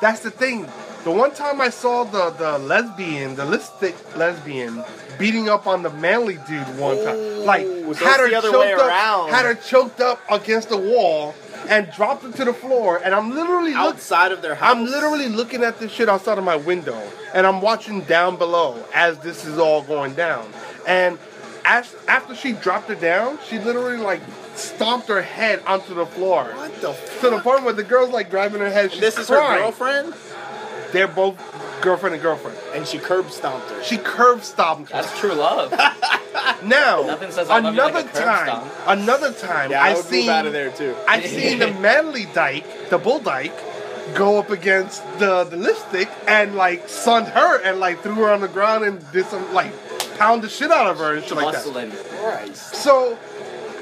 [SPEAKER 6] That's the thing. The one time I saw the, the lesbian, the lipstick lesbian, beating up on the manly dude one time. Like
[SPEAKER 4] Ooh, so
[SPEAKER 6] had
[SPEAKER 4] it's
[SPEAKER 6] her
[SPEAKER 4] the other
[SPEAKER 6] choked
[SPEAKER 4] way
[SPEAKER 6] up,
[SPEAKER 4] around.
[SPEAKER 6] had her choked up against the wall and dropped her to the floor. And I'm literally look,
[SPEAKER 4] outside of their house.
[SPEAKER 6] I'm literally looking at this shit outside of my window, and I'm watching down below as this is all going down. And as, after she dropped her down, she literally like stomped her head onto the floor.
[SPEAKER 4] What the?
[SPEAKER 6] To the point where the girl's like grabbing her head. She's
[SPEAKER 4] This is her
[SPEAKER 6] crying.
[SPEAKER 4] girlfriend,
[SPEAKER 6] They're both girlfriend and girlfriend.
[SPEAKER 4] and she curb stomped her.
[SPEAKER 6] She curb stomped her.
[SPEAKER 5] That's true love.
[SPEAKER 6] Now,
[SPEAKER 5] Nothing says I love you like
[SPEAKER 6] another
[SPEAKER 5] a curb
[SPEAKER 6] time,
[SPEAKER 5] stomp.
[SPEAKER 6] another time,
[SPEAKER 4] Yeah, I
[SPEAKER 6] I've
[SPEAKER 4] would
[SPEAKER 6] seen
[SPEAKER 4] move out of there too.
[SPEAKER 6] I've seen the manly dyke, the bull dyke, go up against the the lipstick and like sunned her and like threw her on the ground and did some like pound the shit out of her and shit like that.
[SPEAKER 5] Hustling.
[SPEAKER 6] So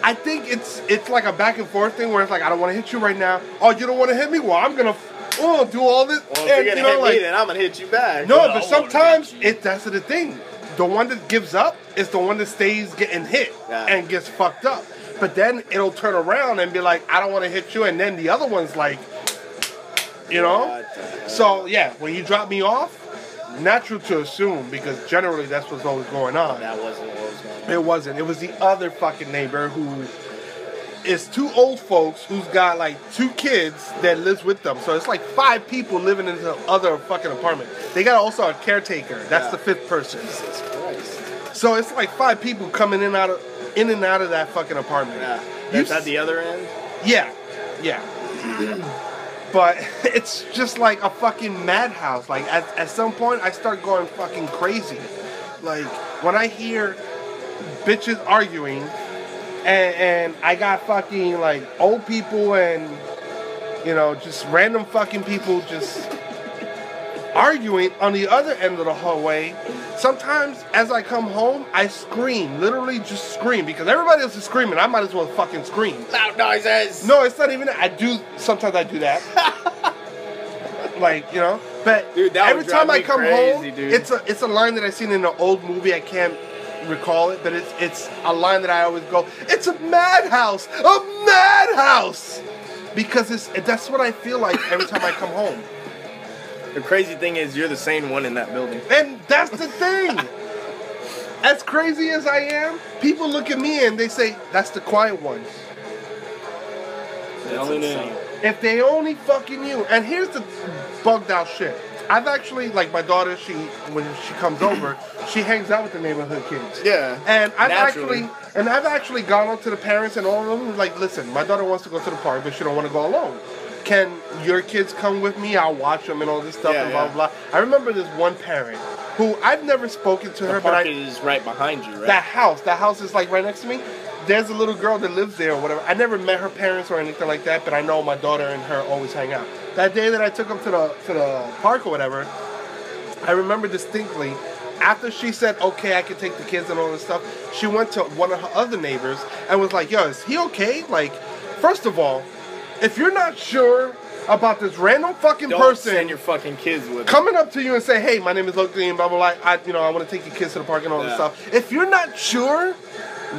[SPEAKER 6] I think it's it's like a back and forth thing where it's like I don't want to hit you right now. Oh, you don't want to hit me? Well, I'm gonna f- oh, do all this.
[SPEAKER 4] Well, if
[SPEAKER 6] and,
[SPEAKER 4] you're gonna
[SPEAKER 6] you know,
[SPEAKER 4] hit
[SPEAKER 6] like-
[SPEAKER 4] me, then I'm gonna hit you back. Oh,
[SPEAKER 6] No, but sometimes it that's the thing. The one that gives up is the one that stays getting hit
[SPEAKER 4] Yeah.
[SPEAKER 6] and gets fucked up. But then it'll turn around and be like, I don't want to hit you, and then the other one's like, you know. So yeah, when you drop me off, natural to assume because generally that's what's always going on.
[SPEAKER 4] that wasn't what was going on.
[SPEAKER 6] It wasn't. It was the other fucking neighbor who is two old folks who's got like two kids that lives with them. So it's like five people living in the other fucking apartment. They got also a caretaker. That's
[SPEAKER 4] Yeah.
[SPEAKER 6] the fifth person.
[SPEAKER 4] Jesus Christ.
[SPEAKER 6] So it's like five people coming in out of in and out of that fucking apartment.
[SPEAKER 4] Yeah.
[SPEAKER 6] You
[SPEAKER 4] That's at
[SPEAKER 6] s-
[SPEAKER 4] the other end.
[SPEAKER 6] yeah. Yeah. But it's just like a fucking madhouse. Like at, at some point I start going fucking crazy. Like when I hear bitches arguing and, and I got fucking like old people and you know just random fucking people just arguing on the other end of the hallway. Sometimes as I come home, I scream, literally just scream because everybody else is screaming. I might as well fucking scream.
[SPEAKER 4] Loud noises.
[SPEAKER 6] No, it's not even that. I do sometimes I do that. like you know, but
[SPEAKER 4] Dude, that would
[SPEAKER 6] every
[SPEAKER 4] drive
[SPEAKER 6] time I
[SPEAKER 4] me
[SPEAKER 6] come
[SPEAKER 4] crazy,
[SPEAKER 6] home,
[SPEAKER 4] dude.
[SPEAKER 6] it's a it's a line that I seen in an old movie. I can't recall it, but it's it's a line that I always go. It's a madhouse, a madhouse, because it's that's what I feel like every time I come home.
[SPEAKER 4] The crazy thing is, you're the same one in that building.
[SPEAKER 6] And that's the thing. as crazy as I am, people look at me and they say, "That's the quiet one."
[SPEAKER 4] That's insane.
[SPEAKER 6] If they only fucking knew. And here's the bugged out shit. I've actually like my daughter. She when she comes over, she hangs out with the neighborhood kids.
[SPEAKER 4] Yeah.
[SPEAKER 6] And I've
[SPEAKER 4] Naturally.
[SPEAKER 6] actually and I've actually gone up to the parents and all of them like, listen, my daughter wants to go to the park, but she don't want to go alone. can your kids come with me? I'll watch them and all this stuff
[SPEAKER 4] Yeah,
[SPEAKER 6] and blah,
[SPEAKER 4] yeah.
[SPEAKER 6] blah, I remember this one parent who I've never spoken to her,
[SPEAKER 4] The
[SPEAKER 6] but I,
[SPEAKER 4] park is right behind you, right?
[SPEAKER 6] that house, that house is like right next to me. There's a little girl that lives there or whatever. I never met her parents or anything like that, but I know my daughter and her always hang out. That day that I took them to the to the park or whatever, I remember distinctly. After she said, "Okay, I can take the kids and all this stuff," she went to one of her other neighbors and was like, "Yo, is he okay?" Like, first of all, if you're not sure about this random fucking
[SPEAKER 4] Don't
[SPEAKER 6] person,
[SPEAKER 4] send your fucking kids with it.
[SPEAKER 6] coming up to you and say, "Hey, my name is Loki and blah blah blah. I, you know, I want to take your kids to the park and all
[SPEAKER 4] Yeah.
[SPEAKER 6] this stuff." If you're not sure,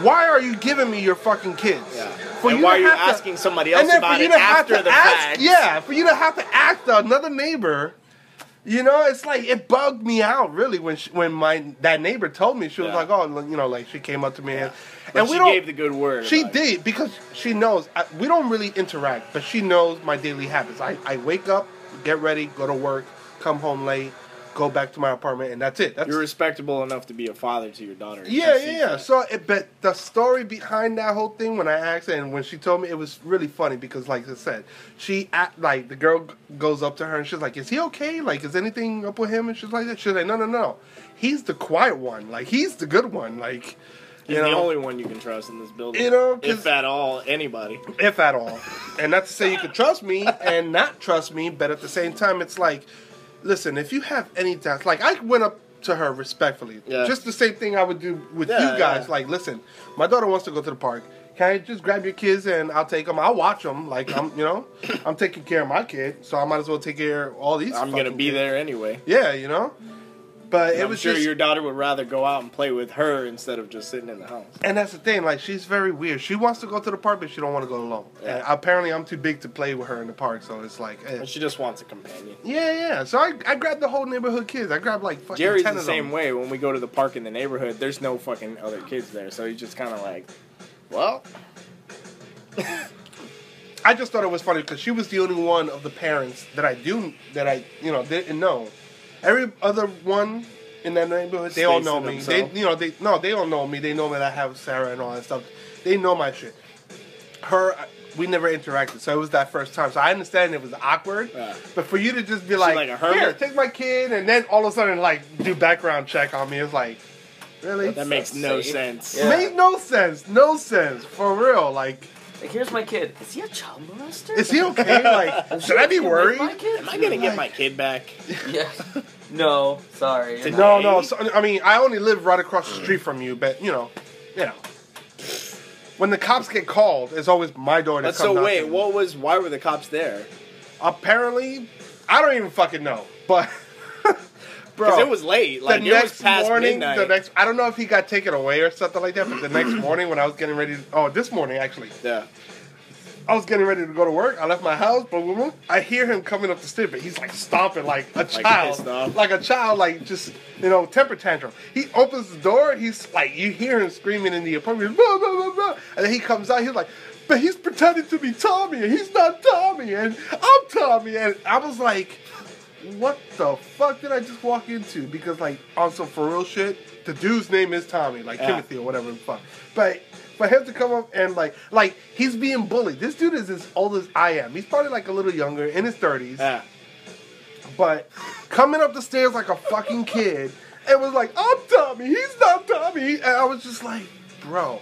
[SPEAKER 6] why are you giving me your fucking kids?
[SPEAKER 4] Yeah.
[SPEAKER 6] For
[SPEAKER 4] and
[SPEAKER 6] you
[SPEAKER 4] why
[SPEAKER 6] to
[SPEAKER 4] are you
[SPEAKER 6] have to-
[SPEAKER 4] asking somebody else
[SPEAKER 6] and then
[SPEAKER 4] about
[SPEAKER 6] for you
[SPEAKER 4] it
[SPEAKER 6] to have
[SPEAKER 4] after
[SPEAKER 6] to
[SPEAKER 4] the
[SPEAKER 6] ask,
[SPEAKER 4] fact?
[SPEAKER 6] Yeah, for you to have to ask another neighbor. You know, it's like it bugged me out really when she, when my that neighbor told me she was
[SPEAKER 4] Yeah.
[SPEAKER 6] like, "Oh, you know, like she came up to me and."
[SPEAKER 4] But
[SPEAKER 6] and
[SPEAKER 4] she
[SPEAKER 6] we don't,
[SPEAKER 4] gave the good word.
[SPEAKER 6] she
[SPEAKER 4] about it.
[SPEAKER 6] did because she knows I, we don't really interact, but she knows my daily habits. I, I wake up, get ready, go to work, come home late, go back to my apartment, and that's it. That's
[SPEAKER 4] You're respectable enough to be a father to your daughter.
[SPEAKER 6] yeah,
[SPEAKER 4] She sees
[SPEAKER 6] yeah, yeah.
[SPEAKER 4] that.
[SPEAKER 6] So, it, but the story behind that whole thing, when I asked her and when she told me, it was really funny because, like I said, she act like the girl g- goes up to her and she's like, "Is he okay? Like, is anything up with him?" And she's like, "That." She's like, "No, no, no. He's the quiet one. Like, he's the good one. Like,
[SPEAKER 4] He's
[SPEAKER 6] you know,
[SPEAKER 4] the only one you can trust in this building.
[SPEAKER 6] You know, 'cause-
[SPEAKER 4] if at all, anybody.
[SPEAKER 6] if at all. And not to say you could trust me and not trust me, but at the same time, it's like, listen, if you have any doubts, like I went up to her respectfully,
[SPEAKER 4] Yeah.
[SPEAKER 6] just the same thing I would do with
[SPEAKER 4] Yeah,
[SPEAKER 6] you guys.
[SPEAKER 4] yeah.
[SPEAKER 6] Like, listen, my daughter wants to go to the park. Can I just grab your kids and I'll take them? I'll watch them. Like I'm, you know, I'm taking care of my kid, so I might as well take care of all these.
[SPEAKER 4] I'm gonna
[SPEAKER 6] fucking
[SPEAKER 4] be
[SPEAKER 6] kids.
[SPEAKER 4] there anyway.
[SPEAKER 6] Yeah, you know. But
[SPEAKER 4] And
[SPEAKER 6] it
[SPEAKER 4] I'm
[SPEAKER 6] was
[SPEAKER 4] sure
[SPEAKER 6] just
[SPEAKER 4] your daughter would rather go out and play with her instead of just sitting in the house.
[SPEAKER 6] And that's the thing, like she's very weird. She wants to go to the park, but she don't want to go alone.
[SPEAKER 4] Yeah.
[SPEAKER 6] And apparently, I'm too big to play with her in the park, so it's like, eh.
[SPEAKER 4] And she just wants a companion.
[SPEAKER 6] yeah, yeah. So I, I grabbed the whole neighborhood kids. I grabbed like fucking
[SPEAKER 4] Jerry's
[SPEAKER 6] ten
[SPEAKER 4] the
[SPEAKER 6] of
[SPEAKER 4] same
[SPEAKER 6] them.
[SPEAKER 4] way. When we go to the park in the neighborhood, there's no fucking other kids there, so he's just kind of like, well,
[SPEAKER 6] I just thought it was funny because she was the only one of the parents that I do that I you know didn't know. Every other one in that neighborhood, they all
[SPEAKER 4] Stays
[SPEAKER 6] know
[SPEAKER 4] to
[SPEAKER 6] me.
[SPEAKER 4] themself.
[SPEAKER 6] They you know they no they all know me. They know that I have Sarah and all that stuff. They know my shit. Her. I- We never interacted, so it was that first time. So I understand it was awkward,
[SPEAKER 4] Yeah.
[SPEAKER 6] but for you to just be like,
[SPEAKER 4] like a hermit?
[SPEAKER 6] "Here, take my kid," and then all of a sudden, like, do background check on me, it's like, really?
[SPEAKER 4] that makes no
[SPEAKER 5] safe.
[SPEAKER 4] sense.
[SPEAKER 5] Yeah.
[SPEAKER 6] Made no sense. No sense. For real. Like,
[SPEAKER 5] Like, here's my kid. Is he a child molester?
[SPEAKER 6] is he okay? Like, should I be worried?
[SPEAKER 5] My kid?
[SPEAKER 4] Am I gonna get my kid back?
[SPEAKER 5] Yeah. No, sorry. you're
[SPEAKER 6] No,
[SPEAKER 5] not.
[SPEAKER 6] no. So, I mean, I only live right across the street from you, but you know, you know. When the cops get called, it's always my door that
[SPEAKER 4] But
[SPEAKER 6] comes.
[SPEAKER 4] so wait,
[SPEAKER 6] knocking.
[SPEAKER 4] what was? Why were the cops there?
[SPEAKER 6] Apparently, I don't even fucking know, but bro,
[SPEAKER 4] Because it was late. Like
[SPEAKER 6] the
[SPEAKER 4] it was
[SPEAKER 6] next
[SPEAKER 4] past
[SPEAKER 6] morning,
[SPEAKER 4] midnight.
[SPEAKER 6] the next. I don't know if he got taken away or something like that, but the next morning when I was getting ready, to, oh, this morning actually,
[SPEAKER 4] yeah.
[SPEAKER 6] I was getting ready to go to work. I left my house, blah, blah, blah. I hear him coming up the stairs, but he's like stomping like a
[SPEAKER 4] pissed
[SPEAKER 6] child.
[SPEAKER 4] off.
[SPEAKER 6] Like a child, like just, you know, temper tantrum. He opens the door, he's like, you hear him screaming in the apartment, blah, blah, blah, blah. And then he comes out, he's like, but he's pretending to be Tommy, and he's not Tommy, and I'm Tommy. And I was like, what the fuck did I just walk into? Because like on some for real shit, the dude's name is Tommy, like
[SPEAKER 4] Yeah.
[SPEAKER 6] Timothy or whatever the fuck. But for him to come up and like like he's being bullied. This dude is as old as I am. He's probably like a little younger, in his thirties.
[SPEAKER 4] Yeah.
[SPEAKER 6] But coming up the stairs like a fucking kid and was like, I'm Tommy, he's not Tommy. And I was just like, bro.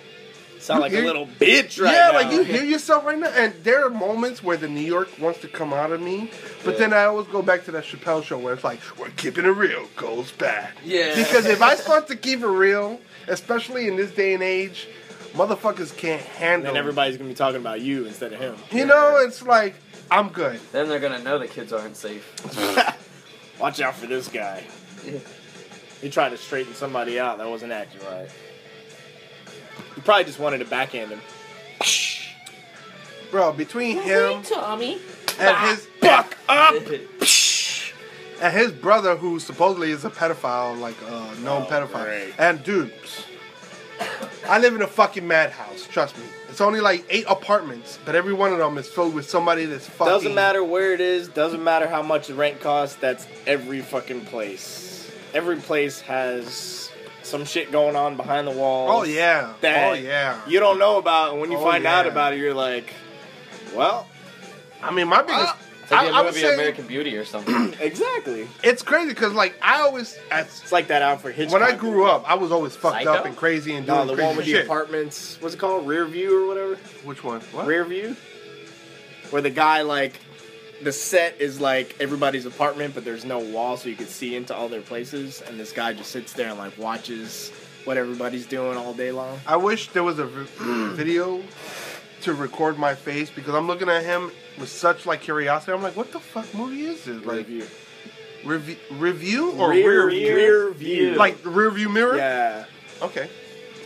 [SPEAKER 4] Sound like a
[SPEAKER 6] You're-
[SPEAKER 4] little bitch right
[SPEAKER 6] yeah,
[SPEAKER 4] now.
[SPEAKER 6] like you hear yourself right now. And there are moments where the New York wants to come out of me, but
[SPEAKER 5] Yeah.
[SPEAKER 6] then I always go back to that Chappelle show where it's like, we're keeping it real, goes bad.
[SPEAKER 5] Yeah.
[SPEAKER 6] Because if I start to keep it real, especially in this day and age, motherfuckers can't
[SPEAKER 4] And
[SPEAKER 6] handle
[SPEAKER 4] then everybody's gonna be talking about you instead of him.
[SPEAKER 6] You know, it's like, I'm good.
[SPEAKER 5] Then they're gonna know the kids aren't safe.
[SPEAKER 4] Watch out for this guy.
[SPEAKER 5] Yeah.
[SPEAKER 4] He tried to straighten somebody out that wasn't acting right. He probably just wanted to backhand him.
[SPEAKER 6] Bro, between
[SPEAKER 7] Hey,
[SPEAKER 6] him
[SPEAKER 7] Tommy.
[SPEAKER 6] and his
[SPEAKER 4] Buck up!
[SPEAKER 6] and his brother, who supposedly is a pedophile, like uh, known
[SPEAKER 4] Oh,
[SPEAKER 6] pedophile.
[SPEAKER 4] great.
[SPEAKER 6] And dude, psst, I live in a fucking madhouse. Trust me. It's only like eight apartments, but every one of them is filled with somebody that's fucking.
[SPEAKER 4] Doesn't matter where it is, doesn't matter how much the rent costs, that's every fucking place. Every place has some shit going on behind the walls.
[SPEAKER 6] Oh yeah.
[SPEAKER 4] That
[SPEAKER 6] oh yeah.
[SPEAKER 4] You don't know about, and when you
[SPEAKER 6] Oh,
[SPEAKER 4] find out
[SPEAKER 6] yeah.
[SPEAKER 4] about it, you're like, well,
[SPEAKER 6] I mean, my biggest.
[SPEAKER 8] It's like
[SPEAKER 6] I,
[SPEAKER 8] that
[SPEAKER 6] I would
[SPEAKER 8] movie
[SPEAKER 6] say
[SPEAKER 8] American Beauty or something.
[SPEAKER 4] Exactly.
[SPEAKER 6] it's crazy because like I always as,
[SPEAKER 4] It's like that Alfred Hitchcock.
[SPEAKER 6] when I grew up, I was always fucked up
[SPEAKER 8] Psycho?
[SPEAKER 6] and crazy and doing
[SPEAKER 4] No, the
[SPEAKER 6] crazy
[SPEAKER 4] one with the
[SPEAKER 6] shit.
[SPEAKER 4] apartments. What's it called? Rear view or whatever.
[SPEAKER 6] Which one? What?
[SPEAKER 4] Rear view. Where the guy like, the set is like everybody's apartment, but there's no wall, so you can see into all their places. And this guy just sits there and like watches what everybody's doing all day long.
[SPEAKER 6] I wish there was a v- video to record my face because I'm looking at him with such like curiosity. I'm like, what the fuck movie is this?
[SPEAKER 4] Rear
[SPEAKER 6] Like
[SPEAKER 4] view.
[SPEAKER 6] rev- review or
[SPEAKER 4] Rear-
[SPEAKER 6] rear, view?
[SPEAKER 4] rear view.
[SPEAKER 6] Like the rear view mirror?
[SPEAKER 4] Yeah.
[SPEAKER 6] Okay.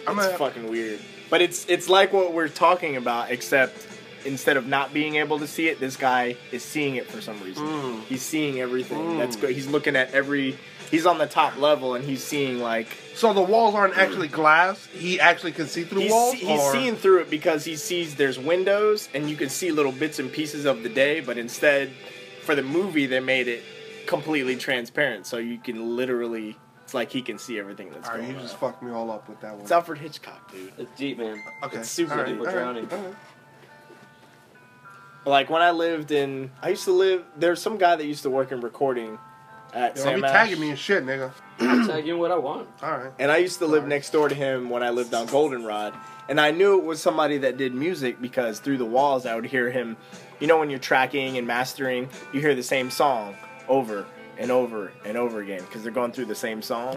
[SPEAKER 6] I'm
[SPEAKER 4] It's
[SPEAKER 6] gonna,
[SPEAKER 4] fucking weird. But it's it's like what we're talking about, except instead of not being able to see it, this guy is seeing it for some reason.
[SPEAKER 6] Mm.
[SPEAKER 4] He's seeing everything.
[SPEAKER 6] Mm.
[SPEAKER 4] That's good. He's looking at every. He's on the top level and he's seeing like
[SPEAKER 6] so the walls aren't actually glass. He actually can see through
[SPEAKER 4] he's,
[SPEAKER 6] walls.
[SPEAKER 4] see- he's
[SPEAKER 6] or-
[SPEAKER 4] seeing through it because he sees there's windows and you can see little bits and pieces of the day. But instead, for the movie, they made it completely transparent, so you can literally. It's like he can see everything that's
[SPEAKER 6] All right,
[SPEAKER 4] going
[SPEAKER 6] you
[SPEAKER 4] on.
[SPEAKER 6] just fucked me all up with that one.
[SPEAKER 4] It's Alfred Hitchcock, dude.
[SPEAKER 8] it's deep, man.
[SPEAKER 6] okay.
[SPEAKER 4] it's super
[SPEAKER 6] all right,
[SPEAKER 8] deep. We're
[SPEAKER 6] all right,
[SPEAKER 8] drowning.
[SPEAKER 6] all right.
[SPEAKER 4] Like when I lived in, I used to live. There's some guy that used to work in recording at
[SPEAKER 6] Yo,
[SPEAKER 4] Sam
[SPEAKER 6] be
[SPEAKER 4] Ash.
[SPEAKER 6] tagging me and shit, nigga.
[SPEAKER 8] I'm telling you what I want.
[SPEAKER 6] All right.
[SPEAKER 4] And I used to live next door to him when I lived on Goldenrod. And I knew it was somebody that did music because through the walls I would hear him. You know, when you're tracking and mastering, you hear the same song over and over and over again because they're going through the same song.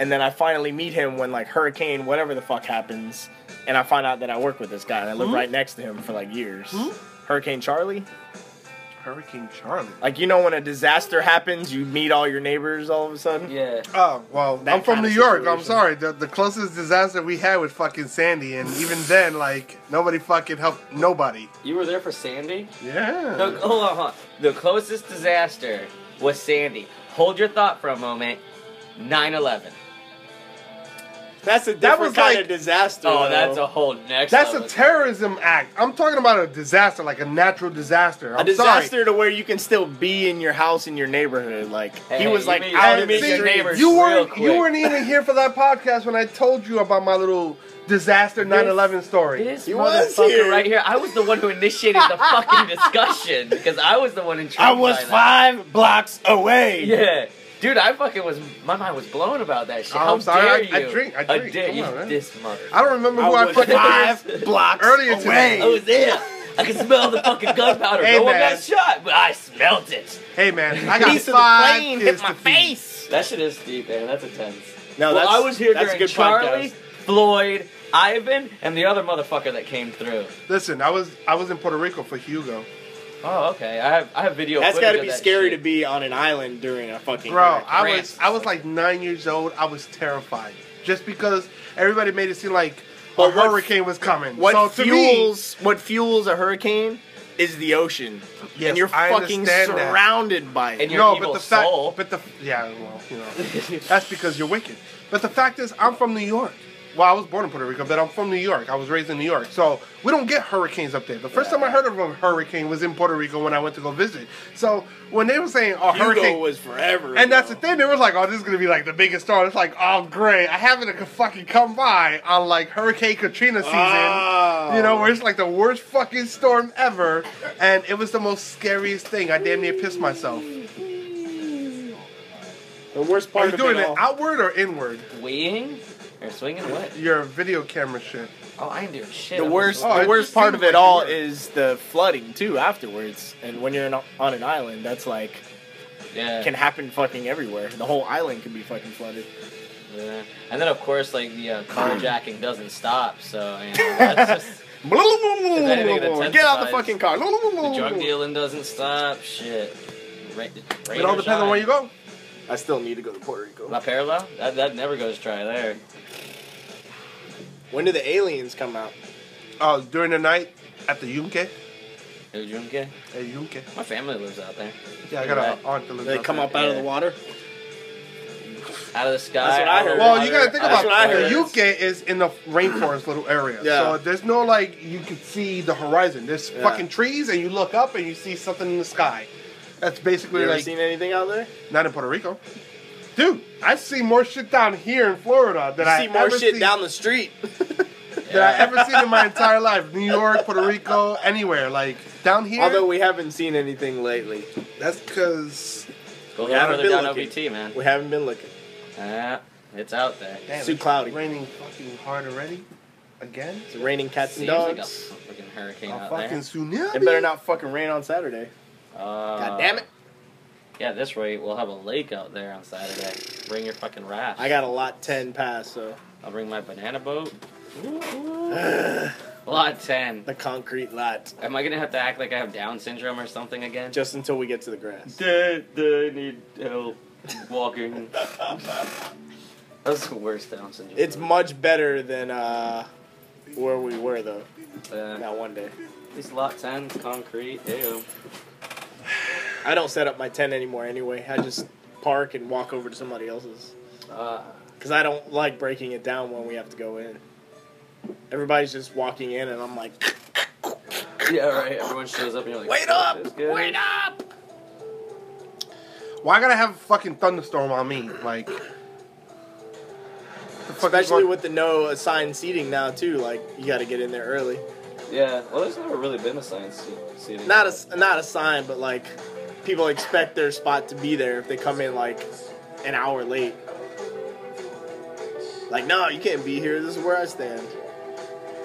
[SPEAKER 4] And then I finally meet him when, like, hurricane, whatever the fuck happens. And I find out that I work with this guy and I live right next to him for like years. Hurricane Charlie?
[SPEAKER 6] Hurricane Charlie.
[SPEAKER 4] Like you know when a disaster happens, you meet all your neighbors all of a sudden.
[SPEAKER 8] Yeah.
[SPEAKER 6] Oh well,
[SPEAKER 4] That
[SPEAKER 6] I'm from
[SPEAKER 4] kind
[SPEAKER 6] New
[SPEAKER 4] of
[SPEAKER 6] York. I'm
[SPEAKER 4] situation.
[SPEAKER 6] sorry. The, the closest disaster we had was fucking Sandy, and even then, like nobody fucking helped nobody.
[SPEAKER 8] You were there for Sandy?
[SPEAKER 6] Yeah.
[SPEAKER 8] The, hold on, hold on. The closest disaster was Sandy. Hold your thought for a moment. 9 11.
[SPEAKER 4] That's a different
[SPEAKER 6] That was
[SPEAKER 4] kind
[SPEAKER 6] like-
[SPEAKER 4] of disaster.
[SPEAKER 8] Oh,
[SPEAKER 4] though.
[SPEAKER 8] that's a whole next
[SPEAKER 6] That's a
[SPEAKER 8] level.
[SPEAKER 6] terrorism act. I'm talking about a disaster, like a natural disaster. I'm
[SPEAKER 4] a disaster to where you can still be in your house in your neighborhood. Like he
[SPEAKER 8] Hey,
[SPEAKER 4] was
[SPEAKER 8] you
[SPEAKER 4] like
[SPEAKER 8] mean-
[SPEAKER 4] out
[SPEAKER 8] you
[SPEAKER 6] Sorry.
[SPEAKER 4] in
[SPEAKER 8] mean
[SPEAKER 4] the
[SPEAKER 6] And
[SPEAKER 8] your
[SPEAKER 6] see,
[SPEAKER 4] street.
[SPEAKER 8] neighbors
[SPEAKER 6] you
[SPEAKER 8] real
[SPEAKER 6] weren't you
[SPEAKER 8] quick.
[SPEAKER 6] weren't even here for that podcast when I told you about my little disaster 9/11 story.
[SPEAKER 8] This
[SPEAKER 4] He was
[SPEAKER 8] motherfucker
[SPEAKER 4] here.
[SPEAKER 8] right here. I was the one who initiated the fucking discussion because I was the one in charge.
[SPEAKER 4] I was
[SPEAKER 8] by that.
[SPEAKER 4] five blocks away.
[SPEAKER 8] Yeah. Dude, I fucking was. My mind was blown about that shit.
[SPEAKER 6] Oh,
[SPEAKER 8] How
[SPEAKER 6] I'm sorry,
[SPEAKER 8] dare
[SPEAKER 6] I- I
[SPEAKER 8] you?
[SPEAKER 6] drink, I
[SPEAKER 8] How
[SPEAKER 6] drink.
[SPEAKER 8] dare
[SPEAKER 6] Come
[SPEAKER 8] you?
[SPEAKER 6] on, man.
[SPEAKER 8] this mother.
[SPEAKER 6] I don't remember
[SPEAKER 4] I
[SPEAKER 6] who I,
[SPEAKER 4] was
[SPEAKER 6] fucking
[SPEAKER 4] five blocks
[SPEAKER 6] earlier today.
[SPEAKER 4] away.
[SPEAKER 8] I was there. Oh, I could smell the fucking gunpowder.
[SPEAKER 6] Hey,
[SPEAKER 8] no one
[SPEAKER 6] man.
[SPEAKER 8] got shot, but I smelled it.
[SPEAKER 6] Hey man, I got
[SPEAKER 4] Piece of the
[SPEAKER 6] five
[SPEAKER 4] plane
[SPEAKER 6] kids
[SPEAKER 4] hit my
[SPEAKER 6] to feed.
[SPEAKER 4] face.
[SPEAKER 8] That shit is deep, man. That's intense.
[SPEAKER 4] No,
[SPEAKER 8] well,
[SPEAKER 4] that's
[SPEAKER 8] I was here
[SPEAKER 4] that's
[SPEAKER 8] during
[SPEAKER 4] a good
[SPEAKER 8] Charlie,
[SPEAKER 4] podcast.
[SPEAKER 8] Floyd, Ivan, and the other motherfucker that came through.
[SPEAKER 6] Listen, I was I was in Puerto Rico for Hugo.
[SPEAKER 8] Oh, okay. I have I have video.
[SPEAKER 4] That's
[SPEAKER 8] got to
[SPEAKER 4] be scary to be on an island during a fucking.
[SPEAKER 6] Bro,
[SPEAKER 4] hurricane.
[SPEAKER 6] I
[SPEAKER 8] Grants.
[SPEAKER 6] was I was like nine years old. I was terrified just because everybody made it seem like a
[SPEAKER 4] But what-
[SPEAKER 6] hurricane was coming.
[SPEAKER 4] what
[SPEAKER 6] so to me,
[SPEAKER 4] fuels what fuels a hurricane is the ocean,
[SPEAKER 6] Yes,
[SPEAKER 4] and you're
[SPEAKER 6] I
[SPEAKER 4] fucking
[SPEAKER 6] understand that.
[SPEAKER 4] surrounded by it.
[SPEAKER 8] And your
[SPEAKER 6] no,
[SPEAKER 8] evil
[SPEAKER 6] but the fact,
[SPEAKER 8] soul.
[SPEAKER 6] but the yeah, well, you know, that's because you're wicked. But the fact is, I'm from New York. Well, I was born in Puerto Rico, but I'm from New York. I was raised in New York, so we don't get hurricanes up there. The first time I heard of a hurricane was in Puerto Rico when I went to go visit. So when they were saying a
[SPEAKER 4] Hugo
[SPEAKER 6] hurricane
[SPEAKER 4] was forever.
[SPEAKER 6] And that's the
[SPEAKER 4] ago.
[SPEAKER 6] thing. They were like, "Oh, this is gonna be like the biggest storm." It's like, "Oh, great! I haven't fucking come by on like Hurricane Katrina season."
[SPEAKER 4] Oh.
[SPEAKER 6] You know, where it's like the worst fucking storm ever, and it was the most scariest thing. I damn near pissed myself.
[SPEAKER 4] The worst
[SPEAKER 6] Are
[SPEAKER 4] part
[SPEAKER 6] you
[SPEAKER 4] of
[SPEAKER 6] doing
[SPEAKER 4] it
[SPEAKER 6] it
[SPEAKER 4] all.
[SPEAKER 6] outward or inward?
[SPEAKER 8] Weeing or swinging what?
[SPEAKER 6] Your video camera shit.
[SPEAKER 8] Oh, I ain't doing shit.
[SPEAKER 4] the
[SPEAKER 8] I'm
[SPEAKER 4] worst,
[SPEAKER 6] Oh, it
[SPEAKER 4] the worst
[SPEAKER 6] just
[SPEAKER 4] part
[SPEAKER 6] seemed
[SPEAKER 4] of
[SPEAKER 6] like
[SPEAKER 4] it
[SPEAKER 6] you
[SPEAKER 4] all
[SPEAKER 6] were.
[SPEAKER 4] is the flooding too afterwards. And when you're in, on an island, that's like
[SPEAKER 8] just- Yeah.
[SPEAKER 4] can happen fucking everywhere. The whole island can be fucking flooded.
[SPEAKER 8] yeah. And then of course, like the uh, carjacking doesn't stop, so you know, that's just anything that
[SPEAKER 4] Get out the
[SPEAKER 8] testifies-
[SPEAKER 4] fucking car.
[SPEAKER 8] the drug dealing doesn't stop. Shit. Ra- rain
[SPEAKER 6] It all
[SPEAKER 8] or
[SPEAKER 6] depends on where you
[SPEAKER 8] shine.
[SPEAKER 6] go.
[SPEAKER 4] I still need to go to Puerto Rico.
[SPEAKER 8] La Perla? That, that never goes dry there.
[SPEAKER 4] When do the aliens come out?
[SPEAKER 6] Oh, during the night at the Yunque.
[SPEAKER 8] El Yunque?
[SPEAKER 6] At Yunque.
[SPEAKER 8] My family lives out there.
[SPEAKER 6] Yeah, I got
[SPEAKER 8] Right.
[SPEAKER 6] an aunt that lives
[SPEAKER 4] They
[SPEAKER 6] out
[SPEAKER 4] come
[SPEAKER 6] there.
[SPEAKER 4] up out of the
[SPEAKER 8] Yeah.
[SPEAKER 4] water.
[SPEAKER 8] Out of the sky.
[SPEAKER 4] That's what I
[SPEAKER 8] out of
[SPEAKER 4] heard.
[SPEAKER 8] the
[SPEAKER 6] Well, you
[SPEAKER 8] water,
[SPEAKER 6] gotta think
[SPEAKER 8] out of
[SPEAKER 6] about
[SPEAKER 4] what I
[SPEAKER 8] the
[SPEAKER 4] heard.
[SPEAKER 6] the
[SPEAKER 8] clouds.
[SPEAKER 6] UK is in the rainforest little area,
[SPEAKER 4] Yeah.
[SPEAKER 6] so there's no like you can see the horizon. There's
[SPEAKER 4] Yeah.
[SPEAKER 6] fucking trees, and you look up and you see something in the sky. That's
[SPEAKER 4] You
[SPEAKER 6] basically
[SPEAKER 4] ever
[SPEAKER 6] like
[SPEAKER 4] seen anything out there?
[SPEAKER 6] not in Puerto Rico, dude. I see more shit down here in Florida than
[SPEAKER 4] You
[SPEAKER 6] I
[SPEAKER 4] see more
[SPEAKER 6] ever
[SPEAKER 4] shit
[SPEAKER 6] see,
[SPEAKER 4] down the street.
[SPEAKER 6] than I ever seen in my entire life. New York, Puerto Rico, anywhere. Like down here.
[SPEAKER 4] Although we haven't seen anything lately,
[SPEAKER 6] that's because
[SPEAKER 5] Go
[SPEAKER 4] Yeah,
[SPEAKER 5] further
[SPEAKER 4] I've been
[SPEAKER 5] down
[SPEAKER 4] looking.
[SPEAKER 5] OBT, man.
[SPEAKER 4] we haven't been looking.
[SPEAKER 5] Ah, it's out there.
[SPEAKER 4] It's too cloudy.
[SPEAKER 6] Raining fucking hard already. Again.
[SPEAKER 4] It's raining cats and
[SPEAKER 5] Seems like a
[SPEAKER 4] dogs.
[SPEAKER 5] freaking hurricane
[SPEAKER 6] A
[SPEAKER 5] out
[SPEAKER 6] fucking
[SPEAKER 5] there.
[SPEAKER 6] tsunami.
[SPEAKER 4] It better not fucking rain on Saturday.
[SPEAKER 5] Uh,
[SPEAKER 4] God damn it!
[SPEAKER 5] Yeah, this way we'll have a lake out there on Saturday. Bring your fucking raft.
[SPEAKER 4] I got a lot ten pass, so
[SPEAKER 5] I'll bring my banana boat.
[SPEAKER 4] the
[SPEAKER 5] Lot ten.
[SPEAKER 4] concrete lot.
[SPEAKER 5] Am I gonna have to act like I have Down syndrome or something again?
[SPEAKER 4] Just until we get to the grass.
[SPEAKER 5] Dad, I need help walking. That's the worst Down syndrome.
[SPEAKER 4] It's much better than uh, where we were though.
[SPEAKER 5] uh,
[SPEAKER 4] That one day.
[SPEAKER 5] these lot ten concrete. Ew.
[SPEAKER 4] I don't set up my tent anymore anyway. I just park and walk over to somebody else's.
[SPEAKER 5] Uh,
[SPEAKER 4] Because I don't like breaking it down when we have to go in. Everybody's just walking in, and I'm like,
[SPEAKER 5] yeah, right. Everyone shows up and you're like,
[SPEAKER 4] wait
[SPEAKER 5] "Fuck
[SPEAKER 4] up!
[SPEAKER 5] this guy."
[SPEAKER 4] Wait up!
[SPEAKER 6] Why gotta have a fucking thunderstorm on me? Like, the fuck is
[SPEAKER 4] Especially
[SPEAKER 6] going-
[SPEAKER 4] with the no assigned seating now, too. Like, you gotta get in there early.
[SPEAKER 5] Yeah. Well, there's never really been a science seating.
[SPEAKER 4] Not a, not assigned, but like, people expect their spot to be there if they come in like an hour late. Like, no, you can't be here. This is where I stand.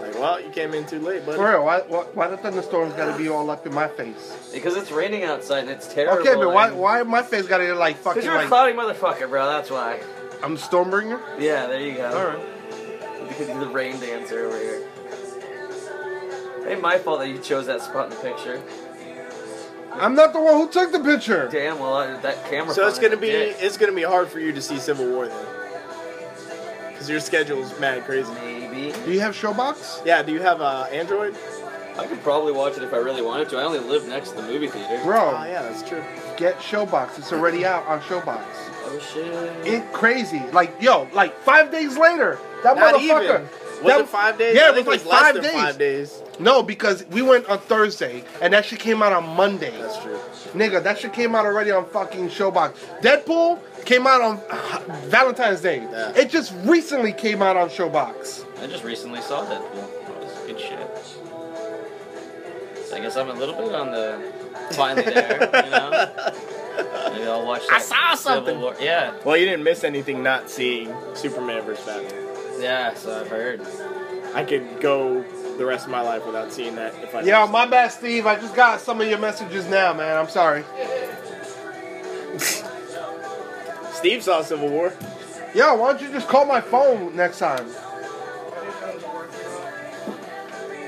[SPEAKER 4] Like, well, you came in too late, buddy.
[SPEAKER 6] For real, why, why, why the thunderstorms gotta be all up in my face?
[SPEAKER 5] because it's raining outside and it's terrible.
[SPEAKER 6] Okay, but why
[SPEAKER 5] and-
[SPEAKER 6] why my face gotta like fucking
[SPEAKER 5] Because you're a
[SPEAKER 6] like
[SPEAKER 5] cloudy motherfucker, bro. That's why.
[SPEAKER 6] I'm Stormbringer?
[SPEAKER 5] Yeah, there you go.
[SPEAKER 6] All right.
[SPEAKER 5] Because you're the rain dancer over here. Ain't my fault that you chose that spot in the picture.
[SPEAKER 6] I'm not the one who took the picture.
[SPEAKER 5] Damn, well I, that camera.
[SPEAKER 4] So it's
[SPEAKER 5] phone
[SPEAKER 4] gonna be
[SPEAKER 5] is
[SPEAKER 4] it's gonna be hard for you to see Civil War then, because your schedule's mad crazy.
[SPEAKER 5] a dick. maybe.
[SPEAKER 6] Do you have Showbox?
[SPEAKER 4] Yeah, do you have uh, Android?
[SPEAKER 5] I could probably watch it if I really wanted to. I only live next to the movie theater.
[SPEAKER 6] Bro,
[SPEAKER 4] Oh yeah, that's true.
[SPEAKER 6] get Showbox. It's already out on Showbox.
[SPEAKER 5] Oh shit.
[SPEAKER 6] It crazy. Like yo, like five days later. That
[SPEAKER 4] Not
[SPEAKER 6] motherfucker.
[SPEAKER 4] even. Was
[SPEAKER 6] that-
[SPEAKER 4] it five days?
[SPEAKER 6] Yeah,
[SPEAKER 4] I
[SPEAKER 6] it was
[SPEAKER 4] think
[SPEAKER 6] like
[SPEAKER 4] less
[SPEAKER 6] five
[SPEAKER 4] than
[SPEAKER 6] days.
[SPEAKER 4] Five days.
[SPEAKER 6] No, because we went on Thursday and that shit came out on Monday.
[SPEAKER 4] That's true.
[SPEAKER 6] Nigga, that shit came out already on fucking Showbox. Deadpool came out on Valentine's Day.
[SPEAKER 4] Yeah.
[SPEAKER 6] It just recently came out on Showbox.
[SPEAKER 5] I just recently saw Deadpool. That was good shit. So I guess I'm a little bit on the finally there, you know. Maybe I'll watch. That I saw
[SPEAKER 4] something.
[SPEAKER 5] War. Yeah,
[SPEAKER 4] Well, you didn't miss anything not seeing Superman vs Batman.
[SPEAKER 5] yeah. So I've heard.
[SPEAKER 4] I could go the rest of my life without seeing that if I.
[SPEAKER 6] Yo, my bad, Steve. I just got some of your messages now, man. I'm sorry.
[SPEAKER 4] Steve saw Civil War.
[SPEAKER 6] Yo, why don't you just call my phone next time?